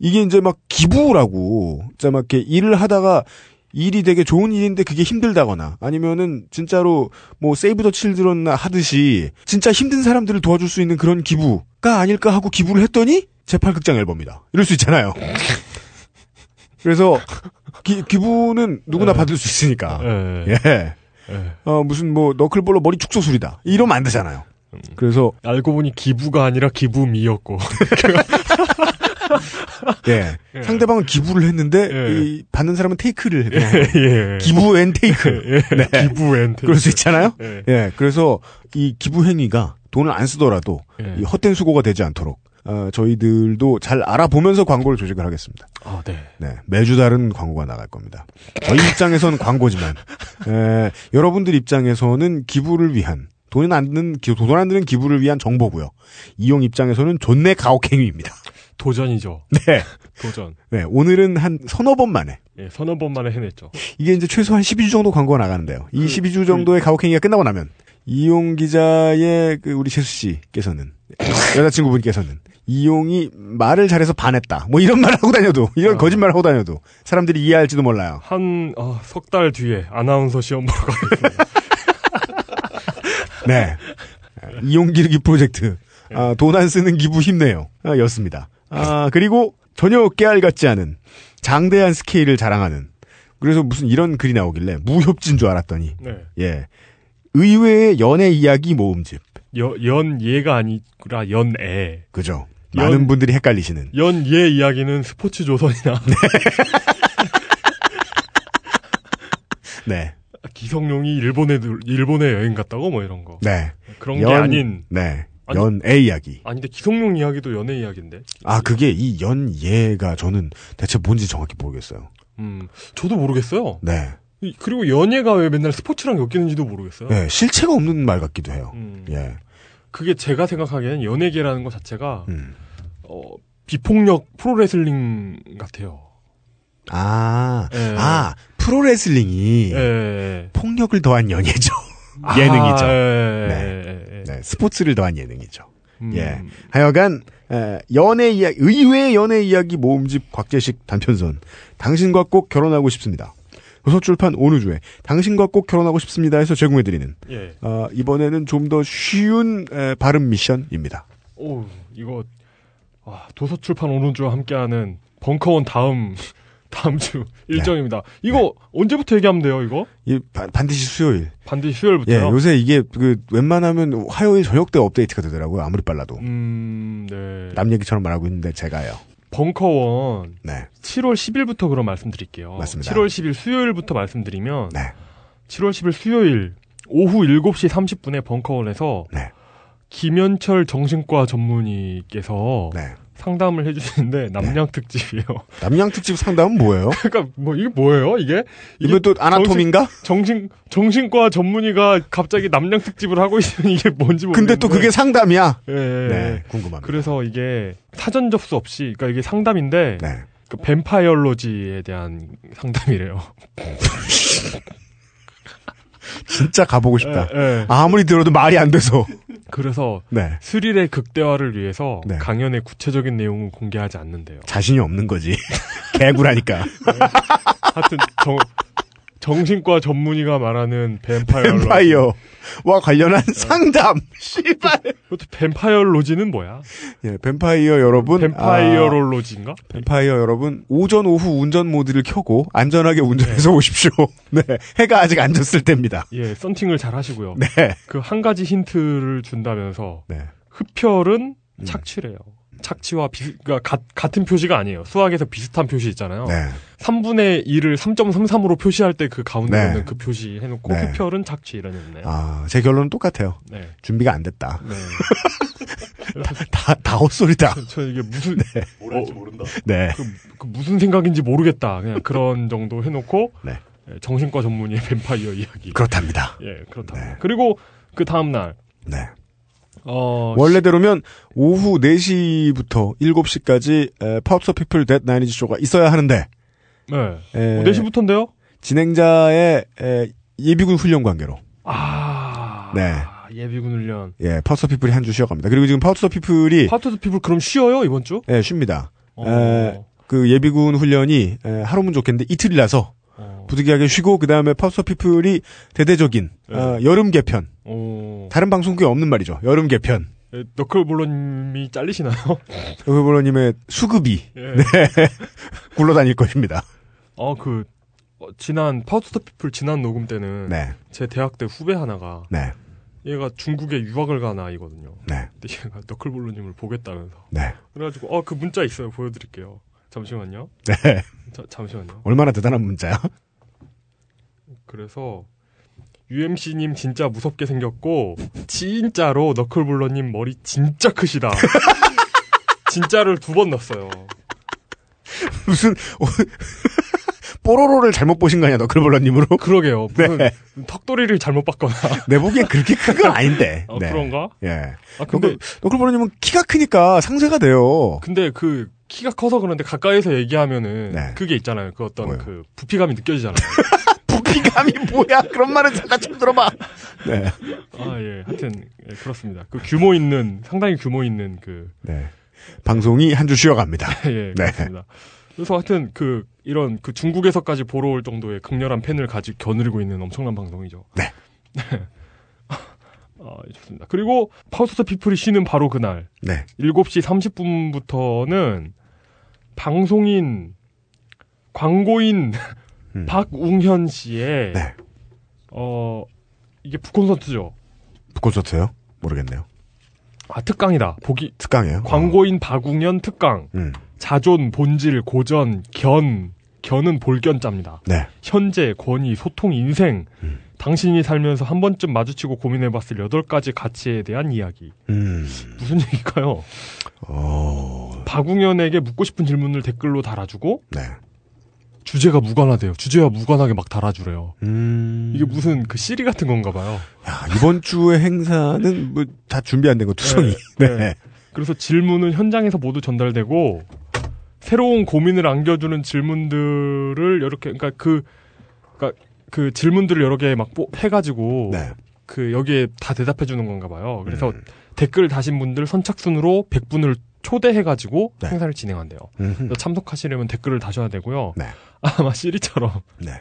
Speaker 3: 이게 이제 막 기부라고 진짜 막 이렇게 일을 하다가 일이 되게 좋은 일인데 그게 힘들다거나 아니면은 진짜로 뭐 세이브 더 칠드런 하듯이 진짜 힘든 사람들을 도와줄 수 있는 그런 기부가 아닐까 하고 기부를 했더니 제8극장 앨범이다. 이럴 수 있잖아요. 그래서 기, 기부는 누구나 받을 수 있으니까.
Speaker 4: 네.
Speaker 11: 예.
Speaker 3: 예.
Speaker 11: 예.
Speaker 3: 어, 무슨 뭐 너클볼로 머리 축소술이다. 이러면 안 되잖아요. 그래서
Speaker 11: 알고 보니 기부가 아니라 기부미였고.
Speaker 3: 예.
Speaker 11: 예.
Speaker 3: 상대방은 기부를 했는데
Speaker 11: 예.
Speaker 3: 이 받는 사람은 테이크를 그냥
Speaker 11: 예.
Speaker 3: 기부 앤 테이크. 네.
Speaker 11: 기부 엔트.
Speaker 3: 그럴 수 있잖아요.
Speaker 11: 예.
Speaker 3: 예. 그래서 이 기부 행위가 돈을 안 쓰더라도
Speaker 11: 예.
Speaker 3: 이 헛된 수고가 되지 않도록 어, 저희들도 잘 알아보면서 광고를 조직을 하겠습니다.
Speaker 11: 아, 네.
Speaker 3: 네. 매주 다른 광고가 나갈 겁니다. 저희 입장에선 광고지만 예, 여러분들 입장에서는 기부를 위한 돈이 안 드는 기- 돈 안 드는 기부를 위한 정보고요. 이용 입장에서는 존내 가혹행위입니다.
Speaker 11: 도전이죠.
Speaker 3: 네.
Speaker 11: 도전.
Speaker 3: 네, 오늘은 한 서너 번 만에.
Speaker 11: 예, 서너 번만에 해냈죠.
Speaker 3: 이게 이제 최소한 12주 정도 광고가 나가는데요. 이 12주 정도의 가혹행위가 끝나고 나면, 이용 기자의 그 우리 재수 씨께서는, 여자친구분께서는, 이용이 말을 잘해서 반했다. 뭐 이런 말 하고 다녀도, 이런 거짓말 하고 다녀도, 사람들이 이해할지도 몰라요.
Speaker 11: 한, 어, 석 달 뒤에 아나운서 시험 보러 가겠습니다.
Speaker 3: 네. 이용 기르기 프로젝트. 아, 돈 안 쓰는 기부 힘내요. 아, 였습니다. 아, 그리고 전혀 깨알 같지 않은 장대한 스케일을 자랑하는. 그래서 무슨 이런 글이 나오길래 무협지인 줄 알았더니
Speaker 11: 네.
Speaker 3: 예. 의외의 연애 이야기 모음집.
Speaker 11: 여, 연예가 아니라 연애.
Speaker 3: 그죠?
Speaker 11: 연-
Speaker 3: 많은 분들이 헷갈리시는.
Speaker 11: 연예 이야기는 스포츠 조선이나
Speaker 3: 네.
Speaker 11: 기성용이 일본에, 놀- 일본에 여행 갔다고 뭐 이런 거.
Speaker 3: 네.
Speaker 11: 그런 게 아닌.
Speaker 3: 네.
Speaker 11: 아니-
Speaker 3: 연애 이야기.
Speaker 11: 아니, 근데 기성용 이야기도 연애 이야기인데.
Speaker 3: 아, 그게 이 연예가 저는 대체 뭔지 정확히 모르겠어요.
Speaker 11: 음, 저도 모르겠어요.
Speaker 3: 네.
Speaker 11: 이- 그리고 연예가 왜 맨날 스포츠랑 엮이는지도 모르겠어요.
Speaker 3: 네. 실체가 없는 말 같기도 해요.
Speaker 11: 음,
Speaker 3: 예.
Speaker 11: 그게 제가 생각하기에는 연예계라는 것 자체가,
Speaker 3: 음.
Speaker 11: 어, 비폭력 프로레슬링 같아요.
Speaker 3: 아,
Speaker 4: 예.
Speaker 3: 아, 프로레슬링이
Speaker 4: 예.
Speaker 3: 폭력을 더한 연예죠.
Speaker 4: 아,
Speaker 3: 예능이죠.
Speaker 4: 예,
Speaker 3: 네. 네, 스포츠를 더한 예능이죠.
Speaker 4: 음.
Speaker 3: 예. 하여간, 에, 연애 이야기, 의외의 연애 이야기 모음집 곽재식 단편선. 당신과 꼭 결혼하고 싶습니다. 소설출판 온우주에 당신과 꼭 결혼하고 싶습니다에서 제공해드리는
Speaker 4: 예.
Speaker 3: 어, 이번에는 좀 더 쉬운 에, 발음 미션입니다.
Speaker 4: 오, 이거 와, 도서출판 오른주와 함께하는 벙커원 다음
Speaker 3: 네.
Speaker 4: 다음 주 일정입니다. 이거 언제부터 얘기하면 돼요? 이거
Speaker 3: 이 바- 반드시 수요일.
Speaker 4: 반드시 수요일부터요.
Speaker 3: 예, 요새 이게 그 웬만하면 화요일 저녁 때 업데이트가 되더라고요. 아무리 빨라도
Speaker 4: 음, 네.
Speaker 3: 남 얘기처럼 말하고 있는데 제가요.
Speaker 4: 벙커원
Speaker 3: 네.
Speaker 4: 7월 10일부터 그럼 말씀드릴게요.
Speaker 3: 맞습니다.
Speaker 4: 7월 10일 수요일부터 말씀드리면
Speaker 3: 네.
Speaker 4: 7월 10일 수요일 오후 7시 30분에 벙커원에서
Speaker 3: 네,
Speaker 4: 김현철 정신과 전문의께서
Speaker 3: 네.
Speaker 4: 상담을 해주시는데 남양 특집이에요.
Speaker 3: 남양 특집 상담은 뭐예요?
Speaker 4: 그러니까 뭐 이게 뭐예요? 이게
Speaker 3: 이게 또 아나토미인가?
Speaker 4: 정신, 정신 과 전문의가 갑자기 남양 특집을 하고 있으니 이게 뭔지 모르겠는데.
Speaker 3: 근데 또 그게 상담이야.
Speaker 4: 예, 예,
Speaker 3: 네,
Speaker 4: 예.
Speaker 3: 궁금합니다.
Speaker 4: 그래서 이게 사전 접수 없이 그러니까 이게 상담인데
Speaker 3: 네.
Speaker 4: 그 뱀파이어로지에 대한 상담이래요.
Speaker 3: 진짜 가보고 싶다.
Speaker 4: 예, 예.
Speaker 3: 아무리 들어도 말이 안 돼서.
Speaker 4: 그래서
Speaker 3: 네.
Speaker 4: 스릴의 극대화를 위해서 강연의 구체적인 내용은 공개하지 않는데요.
Speaker 3: 자신이 없는 거지. 개구라니까.
Speaker 4: 하여튼 정, 정신과 전문의가 말하는 뱀파이어
Speaker 3: 뱀파이어와 관련한 상담. 씨발.
Speaker 4: 뱀파이어 로지는 뭐야?
Speaker 3: 예, 뱀파이어 여러분.
Speaker 4: 뱀파이어
Speaker 3: 아,
Speaker 4: 로지인가?
Speaker 3: 뱀파이어 여러분, 오전 오후 운전 모드를 켜고 안전하게 운전해서 오십시오. 네, 해가 아직 안 졌을 때입니다.
Speaker 4: 예, 썬팅을 잘 하시고요.
Speaker 3: 네.
Speaker 4: 그 한 가지 힌트를 준다면서 흡혈은 착취래요. 착취와 비, 그러니까 가- 같은 표시가 아니에요. 수학에서 비슷한 표시 있잖아요.
Speaker 3: 네.
Speaker 4: 3분의 1을 3.33으로 표시할 때 그 가운데
Speaker 3: 네.
Speaker 4: 있는 그 표시 해놓고
Speaker 3: 네.
Speaker 4: 흡혈은 착취 이런 의미네요.
Speaker 3: 아, 제 결론은 똑같아요.
Speaker 4: 네.
Speaker 3: 준비가 안 됐다.
Speaker 4: 네.
Speaker 3: 다, 다 헛소리다.
Speaker 4: 저, 저 이게 무슨 뭘 할지 모른다.
Speaker 3: 네.
Speaker 4: 그, 그 무슨 생각인지 모르겠다. 그냥 그런 정도 해놓고
Speaker 3: 네.
Speaker 4: 예, 정신과 전문의 뱀파이어 이야기.
Speaker 3: 그렇답니다.
Speaker 4: 예,
Speaker 3: 네.
Speaker 4: 그렇답니다. 그리고 그 다음 날. 어,
Speaker 3: 원래대로면 오후 4시부터 7시까지 에, 파업서 피플 댓 나인이즈 쇼가 있어야 하는데
Speaker 4: 네. 어,
Speaker 3: 에,
Speaker 4: 4시부터인데요?
Speaker 3: 진행자의 에, 예비군 훈련 관계로 네.
Speaker 4: 아, 예비군 훈련.
Speaker 3: 예, 파업서 피플이 한 주 쉬어갑니다. 그리고 지금 파업서 피플이
Speaker 4: 파트도 피부 그럼 쉬어요, 이번 주?
Speaker 3: 예, 쉽니다.
Speaker 4: 어.
Speaker 3: 에, 그 예비군 훈련이 에, 하루면 좋겠는데 이틀이라서
Speaker 4: 어.
Speaker 3: 부득이하게 쉬고 그 다음에 파업서 피플이 대대적인
Speaker 4: 네.
Speaker 3: 어, 여름 개편
Speaker 4: 어,
Speaker 3: 다른 방송국에 없는 말이죠. 여름 개편
Speaker 4: 에, 너클볼러님이 잘리시나요?
Speaker 3: 여배보로님의 수급이
Speaker 4: 예.
Speaker 3: 네, 굴러다닐 것입니다.
Speaker 4: 어, 그, 어, 지난, 파우스터 피플 지난 녹음 때는.
Speaker 3: 네.
Speaker 4: 제 대학 때 후배 하나가.
Speaker 3: 네.
Speaker 4: 얘가 중국에 유학을 간 아이거든요.
Speaker 3: 네.
Speaker 4: 근데 얘가 너클볼러님을 보겠다면서.
Speaker 3: 네.
Speaker 4: 그래가지고, 어, 그 문자 있어요. 보여드릴게요. 잠시만요.
Speaker 3: 네.
Speaker 4: 자, 잠시만요.
Speaker 3: 얼마나 대단한 문자야?
Speaker 4: 그래서, UMC님 진짜 무섭게 생겼고, 진짜로 너클볼러님 머리 진짜 크시다. 진짜를 두 번 넣었어요.
Speaker 3: 무슨 어, 뽀로로를 잘못 보신 거 아니야, 너클볼러님으로?
Speaker 4: 그러게요. 무슨
Speaker 3: 네.
Speaker 4: 턱도리를 잘못 봤거나.
Speaker 3: 내 보기엔 그렇게 큰 건 아닌데.
Speaker 4: 어, 그런가?
Speaker 3: 예.
Speaker 4: 아, 근데-
Speaker 3: 너클, 볼러님은 키가 크니까 상쇄가 돼요.
Speaker 4: 근데 그 키가 커서 그런데 가까이서 얘기하면은 그게 있잖아요. 그 어떤 그 부피감이 느껴지잖아요.
Speaker 3: 부피감이 뭐야? 그런 말은 잠깐 좀 들어봐. 네.
Speaker 4: 아 예. 하여튼 예, 그렇습니다. 그 규모 있는 상당히 규모 있는 그
Speaker 3: 네. 방송이 한 주 쉬어갑니다.
Speaker 4: 예, 그렇습니다. 그래서 하여튼 그 이런 그 중국에서까지 보러 올 정도의 극렬한 팬을 가지고 겨누리고 있는 엄청난 방송이죠.
Speaker 3: 네.
Speaker 4: 아, 좋습니다. 그리고 파우스터 피플이 쉬는 바로 그날
Speaker 3: 네.
Speaker 4: 7시 30분부터는 방송인 광고인 박웅현 씨의 어 이게 북콘서트죠.
Speaker 3: 북콘서트요? 모르겠네요.
Speaker 4: 아 특강이다. 보기
Speaker 3: 특강이에요.
Speaker 4: 광고인 박웅현 특강.
Speaker 3: 음.
Speaker 4: 자존, 본질, 고전, 견. 견은 볼견자입니다.
Speaker 3: 네.
Speaker 4: 현재, 권위, 소통, 인생. 당신이 살면서 한 번쯤 마주치고 고민해봤을 여덟 가지 가치에 대한 이야기.
Speaker 3: 음. 어,
Speaker 4: 무슨 얘기일까요? 박웅현에게 묻고 싶은 질문을 댓글로 달아주고
Speaker 3: 네.
Speaker 4: 주제가 무관하대요. 주제와 무관하게 막 달아주래요.
Speaker 3: 음.
Speaker 4: 이게 무슨 그 시리 같은 건가 봐요.
Speaker 3: 아, 이번 주의 행사는 뭐 다 준비 안 된 거 투성이. 네.
Speaker 4: 그래서 질문은 현장에서 모두 전달되고 새로운 고민을 안겨주는 질문들을 이렇게 그러니까 그 그러니까 그 질문들을 여러 개 막
Speaker 3: 네.
Speaker 4: 해가지고 그 여기에 다 대답해 주는 건가 봐요. 그래서 댓글 다신 분들 선착순으로 100분을 초대해가지고 행사를 진행한대요.
Speaker 3: 음흠.
Speaker 4: 그래서 참석하시려면 댓글을 다셔야 되고요. 아마 시리처럼
Speaker 3: 네.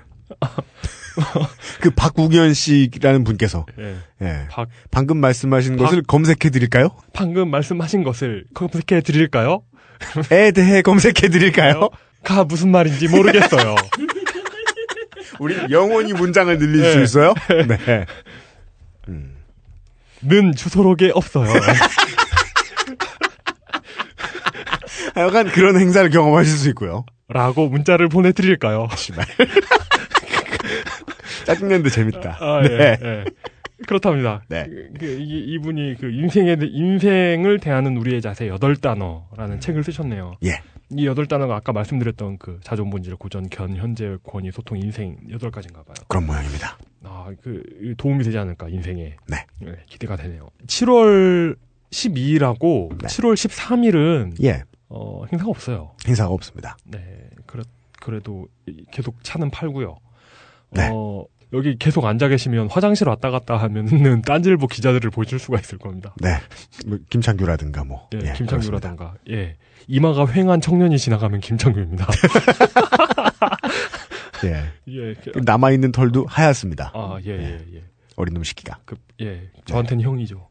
Speaker 3: 그 박우견 씨라는 분께서
Speaker 4: 예.
Speaker 3: 예.
Speaker 4: 박-
Speaker 3: 방금 말씀하신
Speaker 4: 박-
Speaker 3: 것을 검색해 드릴까요?
Speaker 4: 방금 말씀하신 것을 검색해 드릴까요?
Speaker 3: 에 대해 검색해 드릴까요?
Speaker 4: 가 무슨 말인지 모르겠어요.
Speaker 3: 우리 영원히 문장을 늘릴 수
Speaker 4: 네.
Speaker 3: 있어요? 네.
Speaker 4: 는 주소록에 없어요.
Speaker 3: 하여간 그런 행사를 경험하실 수 있고요.
Speaker 4: 라고 문자를 보내드릴까요?
Speaker 3: 짜증내는데 재밌다.
Speaker 4: 아, 예,
Speaker 3: 네.
Speaker 4: 예. 그렇답니다.
Speaker 3: 네.
Speaker 4: 그, 그, 이, 이분이 그 인생에 대- 인생을 대하는 우리의 자세 여덟 단어라는 책을 쓰셨네요.
Speaker 3: 음. 예.
Speaker 4: 이 여덟 단어가 아까 말씀드렸던 그 자존 본질 고전 견 현재 권위 소통 인생 여덟 가지인가 봐요.
Speaker 3: 그런 모양입니다.
Speaker 4: 아, 그 도움이 되지 않을까 인생에. 예,
Speaker 3: 네.
Speaker 4: 기대가 되네요. 7월 12일하고
Speaker 3: 네.
Speaker 4: 7월 13일은
Speaker 3: 예.
Speaker 4: 어, 행사가 없어요.
Speaker 3: 행사가 없습니다.
Speaker 4: 네, 그래, 그래도 이- 계속 차는 팔고요.
Speaker 3: 네.
Speaker 4: 어, 여기 계속 앉아 계시면 화장실 왔다 갔다 하면은 딴질보 기자들을 보실 수가 있을 겁니다.
Speaker 3: 네. 뭐 김창규라든가 뭐.
Speaker 4: 예,
Speaker 3: 예,
Speaker 4: 김창규라던가. 예. 이마가 휑한 청년이 지나가면 김창규입니다.
Speaker 3: 네. 그렇습니다.
Speaker 4: 예.
Speaker 3: 예. 남아있는 털도 하얗습니다.
Speaker 4: 아, 예,
Speaker 3: 네.
Speaker 4: 예, 예.
Speaker 3: 어린 놈 시키가.
Speaker 4: 그, 예.
Speaker 3: 네.
Speaker 4: 저한테는 형이죠.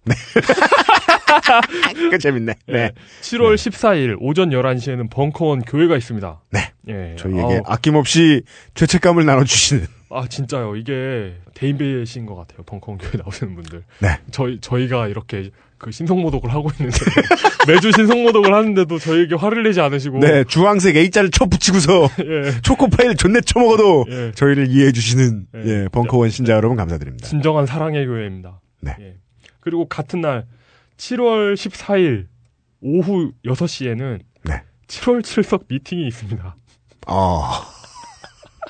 Speaker 3: 그 재밌네.
Speaker 4: 예.
Speaker 3: 네.
Speaker 4: 7월 14일 오전 11시에는 벙커원 교회가 있습니다.
Speaker 3: 네.
Speaker 4: 예.
Speaker 3: 저희에게 아낌없이 죄책감을 나눠주시는.
Speaker 4: 아 진짜요 이게 대인배신 것 같아요 벙커원 교회 나오시는 분들
Speaker 3: 네.
Speaker 4: 저희 저희가 이렇게 그 신성모독을 하고 있는데 매주 신성모독을 하는데도 저희에게 화를 내지 않으시고
Speaker 3: 네. 주황색 A자를 쳐 붙이고서
Speaker 4: 예.
Speaker 3: 초코파이를 존내 쳐먹어도
Speaker 4: 예.
Speaker 3: 저희를 이해해주시는
Speaker 4: 예.
Speaker 3: 예, 벙커원 신자 여러분 감사드립니다.
Speaker 4: 진정한 사랑의 교회입니다
Speaker 3: 네.
Speaker 4: 예. 그리고 같은 날 7월 14일 오후 6시에는
Speaker 3: 네.
Speaker 4: 7월 7석 미팅이 있습니다
Speaker 3: 어.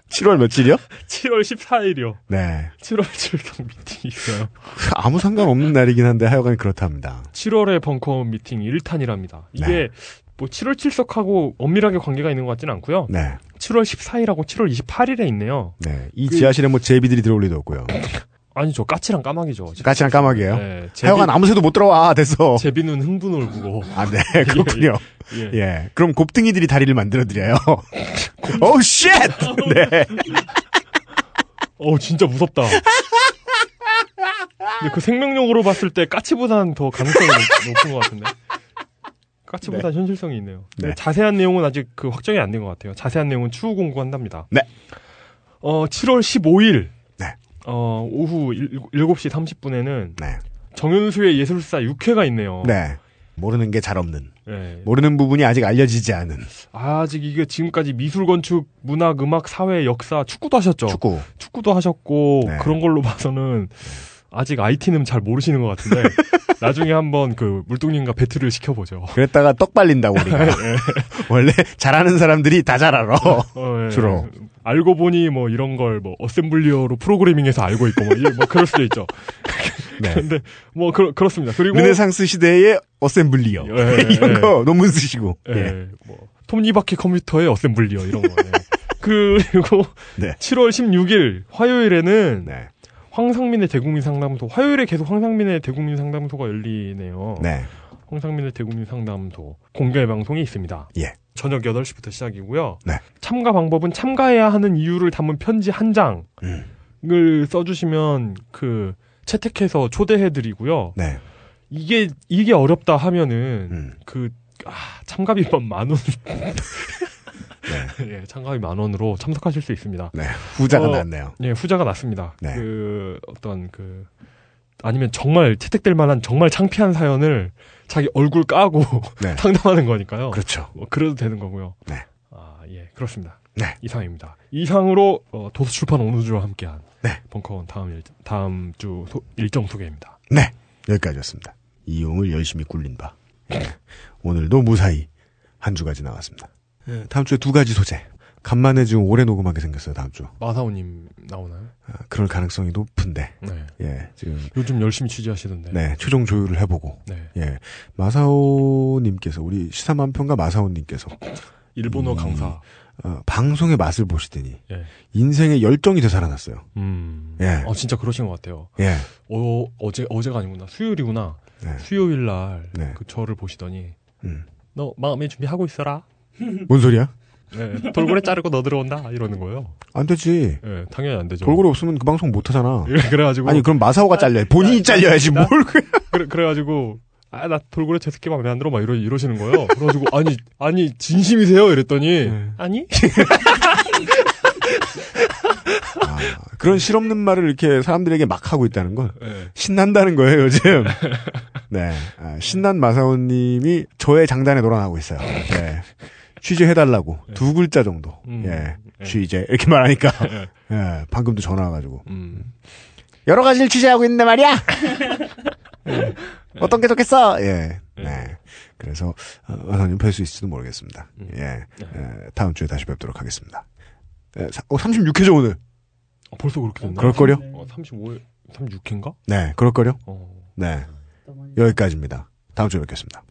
Speaker 3: 7월 며칠이요?
Speaker 4: 7월 14일이요
Speaker 3: 네.
Speaker 4: 7월 7석 미팅이 있어요
Speaker 3: 아무 상관없는 날이긴 한데 하여간 그렇답니다.
Speaker 4: 7월에 벙커원 미팅 1탄이랍니다
Speaker 3: 네.
Speaker 4: 이게 뭐 7월 7석하고 엄밀하게 관계가 있는 것 같지는 않고요
Speaker 3: 네.
Speaker 4: 7월 14일하고 7월 28일에 있네요.
Speaker 3: 네. 이
Speaker 4: 그-
Speaker 3: 지하실에 뭐 제비들이 들어올 리도 없고요.
Speaker 4: 아니죠. 까치랑 까마귀죠.
Speaker 3: 까치랑 까마귀예요
Speaker 4: 네, 제비-
Speaker 3: 하여간 아무 새도 못 들어와. 됐어.
Speaker 4: 제비는 흥분 울고.
Speaker 3: 아, 네. 그렇군요.
Speaker 4: 예, 예.
Speaker 3: 예. 그럼 곱등이들이 다리를 만들어드려요. 오, 쉣! 네.
Speaker 4: 어 진짜 무섭다. 근데 그 생명력으로 봤을 때 까치보다는 더 가능성이 높- 높은 것 같은데. 까치보다 현실성이 있네요. 근데
Speaker 3: 네.
Speaker 4: 자세한 내용은 아직 그 확정이 안 된 것 같아요. 자세한 내용은 추후 공고한답니다.
Speaker 3: 네.
Speaker 4: 어 7월 15일.
Speaker 3: 네.
Speaker 4: 어 오후 일- 7시 30분에는
Speaker 3: 네.
Speaker 4: 정현수의 예술사 6회가 있네요.
Speaker 3: 네. 모르는 게 잘 없는.
Speaker 4: 예.
Speaker 3: 모르는 부분이 아직 알려지지 않은.
Speaker 4: 아직 이게 지금까지 미술, 건축, 문학, 음악, 사회, 역사, 축구도 하셨죠?
Speaker 3: 축구.
Speaker 4: 도 하셨고
Speaker 3: 네.
Speaker 4: 그런 걸로 봐서는 아직 IT는 잘 모르시는 것 같은데 나중에 한번 그 물뚱님과 배틀을 시켜보죠.
Speaker 3: 그랬다가 떡 발린다고 우리가. 원래 잘하는 사람들이 다 잘 알아.
Speaker 4: 어, 예.
Speaker 3: 주로.
Speaker 4: 알고 보니 뭐 이런 걸 뭐 어셈블리어로 프로그래밍해서 알고 있고 뭐, 이- 뭐 그럴 수도 있죠.
Speaker 3: 네.
Speaker 4: 근데 뭐 그렇, 그렇습니다. 그리고
Speaker 3: 르네상스 시대의 어셈블리어.
Speaker 4: 예,
Speaker 3: 이런
Speaker 4: 예.
Speaker 3: 거 논문 쓰시고.
Speaker 4: 예,
Speaker 3: 예.
Speaker 4: 뭐 톱니바퀴 컴퓨터의 어셈블리어 이런 거. 예. 그리고
Speaker 3: 네.
Speaker 4: 7월 16일 화요일에는
Speaker 3: 네.
Speaker 4: 황상민의 대국민 상담소 화요일에 계속 황상민의 대국민 상담소가 열리네요.
Speaker 3: 네.
Speaker 4: 황상민의 대국민 상담소 공개 방송이 있습니다.
Speaker 3: 예.
Speaker 4: 저녁 8시부터 시작이고요.
Speaker 3: 네.
Speaker 4: 참가 방법은 참가해야 하는 이유를 담은 편지 한 장을
Speaker 3: 음.
Speaker 4: 써주시면 그 채택해서 초대해드리고요.
Speaker 3: 네.
Speaker 4: 이게 이게 어렵다 하면은
Speaker 3: 음. 네.
Speaker 4: 그 아, 참가비만 만 원. 예, 참가비 만 원으로 참석하실 수 있습니다.
Speaker 3: 네. 후자가
Speaker 4: 어,
Speaker 3: 났네요.
Speaker 4: 예, 후자가 났습니다.
Speaker 3: 네.
Speaker 4: 그 어떤 그 아니면 정말 채택될 만한 정말 창피한 사연을 자기 얼굴 까고
Speaker 3: 네.
Speaker 4: 상담하는 거니까요.
Speaker 3: 그렇죠.
Speaker 4: 뭐 그래도 되는 거고요.
Speaker 3: 네.
Speaker 4: 아, 예, 그렇습니다.
Speaker 3: 네.
Speaker 4: 이상입니다. 이상으로 어, 도서출판 오누주와 함께한
Speaker 3: 네.
Speaker 4: 벙커원 다음 일, 다음 주 소- 일정 소개입니다.
Speaker 3: 네. 여기까지였습니다. 이용을 열심히 굴린 바. 예. 오늘도 무사히 한 주가 지나갔습니다. 예, 다음 주에 두 가지 소재. 간만에 지금 오래 녹음하게 생겼어요, 다음 주.
Speaker 4: 마사오님 나오나요?
Speaker 3: 아, 그럴 가능성이 높은데.
Speaker 4: 네.
Speaker 3: 예, 지금.
Speaker 4: 요즘 열심히 취재하시던데.
Speaker 3: 네, 최종 조율을 해보고.
Speaker 4: 네.
Speaker 3: 예. 마사오님께서, 우리 시사만평가 마사오님께서
Speaker 4: 일본어 강사.
Speaker 3: 어, 방송의 맛을 보시더니
Speaker 4: 예.
Speaker 3: 인생의 열정이 되살아났어요.
Speaker 4: 음.
Speaker 3: 예.
Speaker 4: 어, 진짜 그러신 것 같아요.
Speaker 3: 예.
Speaker 4: 어, 어제, 어제가 아니구나. 수요일이구나. 수요일 날, 그 저를 보시더니,
Speaker 3: 음.
Speaker 4: 너 마음의 준비하고 있어라.
Speaker 3: 뭔 소리야?
Speaker 4: 네, 돌고래 자르고 너 들어온다. 이러는 거예요.
Speaker 3: 안 되지.
Speaker 4: 예, 당연히 안 되죠.
Speaker 3: 돌고래 없으면 그 방송 못 하잖아.
Speaker 4: 예, 그래가지고.
Speaker 3: 아니 그럼 마사오가 잘려. 본인이 잘려야지 뭘. 그
Speaker 4: 그래, 그래가지고, 아, 나 돌고래 제 새끼 마음에 안 들어. 막 이러, 이러시는 거예요. 그래가지고, 아니, 아니, 진심이세요? 이랬더니, 아니?
Speaker 3: 그런 실없는 말을 이렇게 사람들에게 막 하고 있다는 건 신난다는 거예요 요즘. 네, 아, 신난 마사오님이 저의 장단에 놀아나고 있어요. 네. 취재해달라고 두 글자 정도.
Speaker 4: 음.
Speaker 3: 예, 취재 이렇게 말하니까. 예, 방금도 전화 와가지고. 여러 가지를 취재하고 있는데 말이야. 예. 어떤 게 좋겠어? 예. 네. 그래서 어, 마사오님 뵐 수 있을지도 모르겠습니다. 예. 예, 다음 주에 다시 뵙도록 하겠습니다. 예, 사- 어, 36회죠 오늘.
Speaker 4: 아, 벌써 그렇게 됐나?
Speaker 3: 그럴걸요?
Speaker 4: 어, 35회, 36회인가?
Speaker 3: 네, 그럴걸요?
Speaker 4: 어.
Speaker 3: 네. 여기까지입니다. 다음 주에 뵙겠습니다.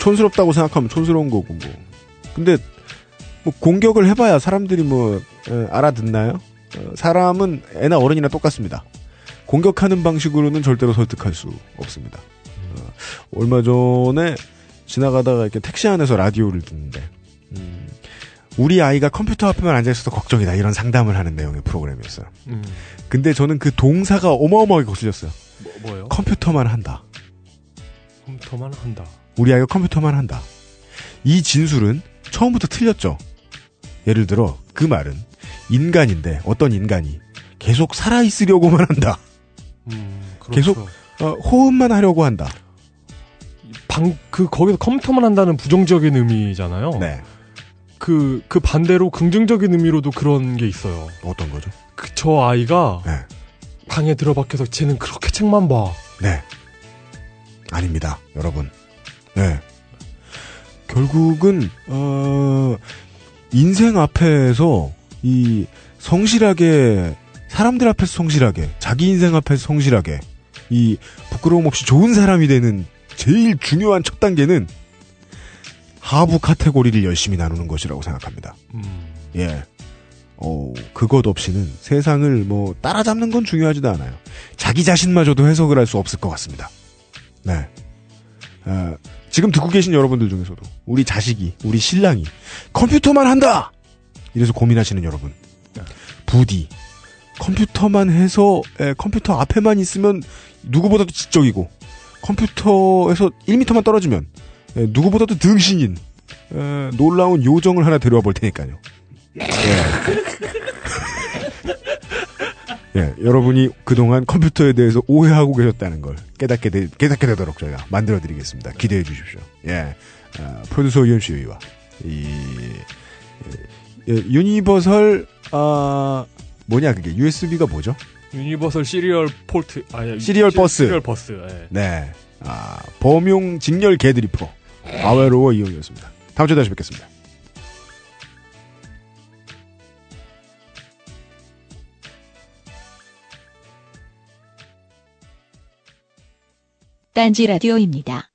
Speaker 3: 촌스럽다고 생각하면 촌스러운 거고 뭐. 근데 뭐 공격을 해봐야 사람들이 뭐 에, 알아듣나요? 어, 사람은 애나 어른이나 똑같습니다. 공격하는 방식으로는 절대로 설득할 수 없습니다. 어, 얼마 전에 지나가다가 이렇게 택시 안에서 라디오를 듣는데 음, 우리 아이가 컴퓨터 앞에만 앉아 있어서 걱정이다 이런 상담을 하는 내용의 프로그램이었어요.
Speaker 4: 음.
Speaker 3: 근데 저는 그 동사가 어마어마하게 거슬렸어요.
Speaker 4: 뭐, 예요 음,
Speaker 3: 컴퓨터만 한다.
Speaker 4: 컴퓨터만 한다.
Speaker 3: 우리 아이가 컴퓨터만 한다. 이 진술은 처음부터 틀렸죠. 예를 들어 그 말은 인간인데 어떤 인간이 계속 살아 있으려고만 한다.
Speaker 4: 음, 그렇죠.
Speaker 3: 계속 어, 호흡만 하려고 한다.
Speaker 4: 방, 그, 거기서 컴퓨터만 한다는 부정적인 의미잖아요.
Speaker 3: 네.
Speaker 4: 그, 그 반대로 긍정적인 의미로도 그런 게 있어요.
Speaker 3: 어떤 거죠?
Speaker 4: 그, 저 아이가 방에 들어박혀서 쟤는 그렇게 책만 봐.
Speaker 3: 네. 아닙니다, 여러분. 네. 결국은, 어, 인생 앞에서 이 성실하게, 사람들 앞에서 성실하게, 자기 인생 앞에서 성실하게, 이 부끄러움 없이 좋은 사람이 되는 제일 중요한 첫 단계는 하부 카테고리를 열심히 나누는 것이라고 생각합니다.
Speaker 4: 음.
Speaker 3: 예. 어, 그것 없이는 세상을 뭐 따라잡는 건 중요하지도 않아요. 자기 자신마저도 해석을 할 수 없을 것 같습니다. 네. 어, 지금 듣고 계신 여러분들 중에서도 우리 자식이, 우리 신랑이 컴퓨터만 한다! 이래서 고민하시는 여러분. 부디 컴퓨터만 해서 에, 컴퓨터 앞에만 있으면 누구보다도 지적이고 컴퓨터에서 1m만 떨어지면 에, 누구보다도 등신인 에, 놀라운 요정을 하나 데려와 볼 테니까요. 예, 여러분이 그동안 컴퓨터에 대해서 오해하고 계셨다는 걸 깨닫게, 되, 깨닫게 되도록 저희가 만들어드리겠습니다. 기대해 주십시오. 예, 아, 프로듀서 유현 씨와 이, 예, 유니버설, 아, 뭐냐 그게, USB가 뭐죠?
Speaker 4: 유니버설 시리얼 폴트, 아니,
Speaker 3: 시리얼 버스.
Speaker 4: 시리얼 버스, 예.
Speaker 3: 네, 아, 범용 직렬 개드립 프로, 아웨로워 이용이었습니다. 다음 주에 다시 뵙겠습니다.
Speaker 1: 딴지 라디오입니다.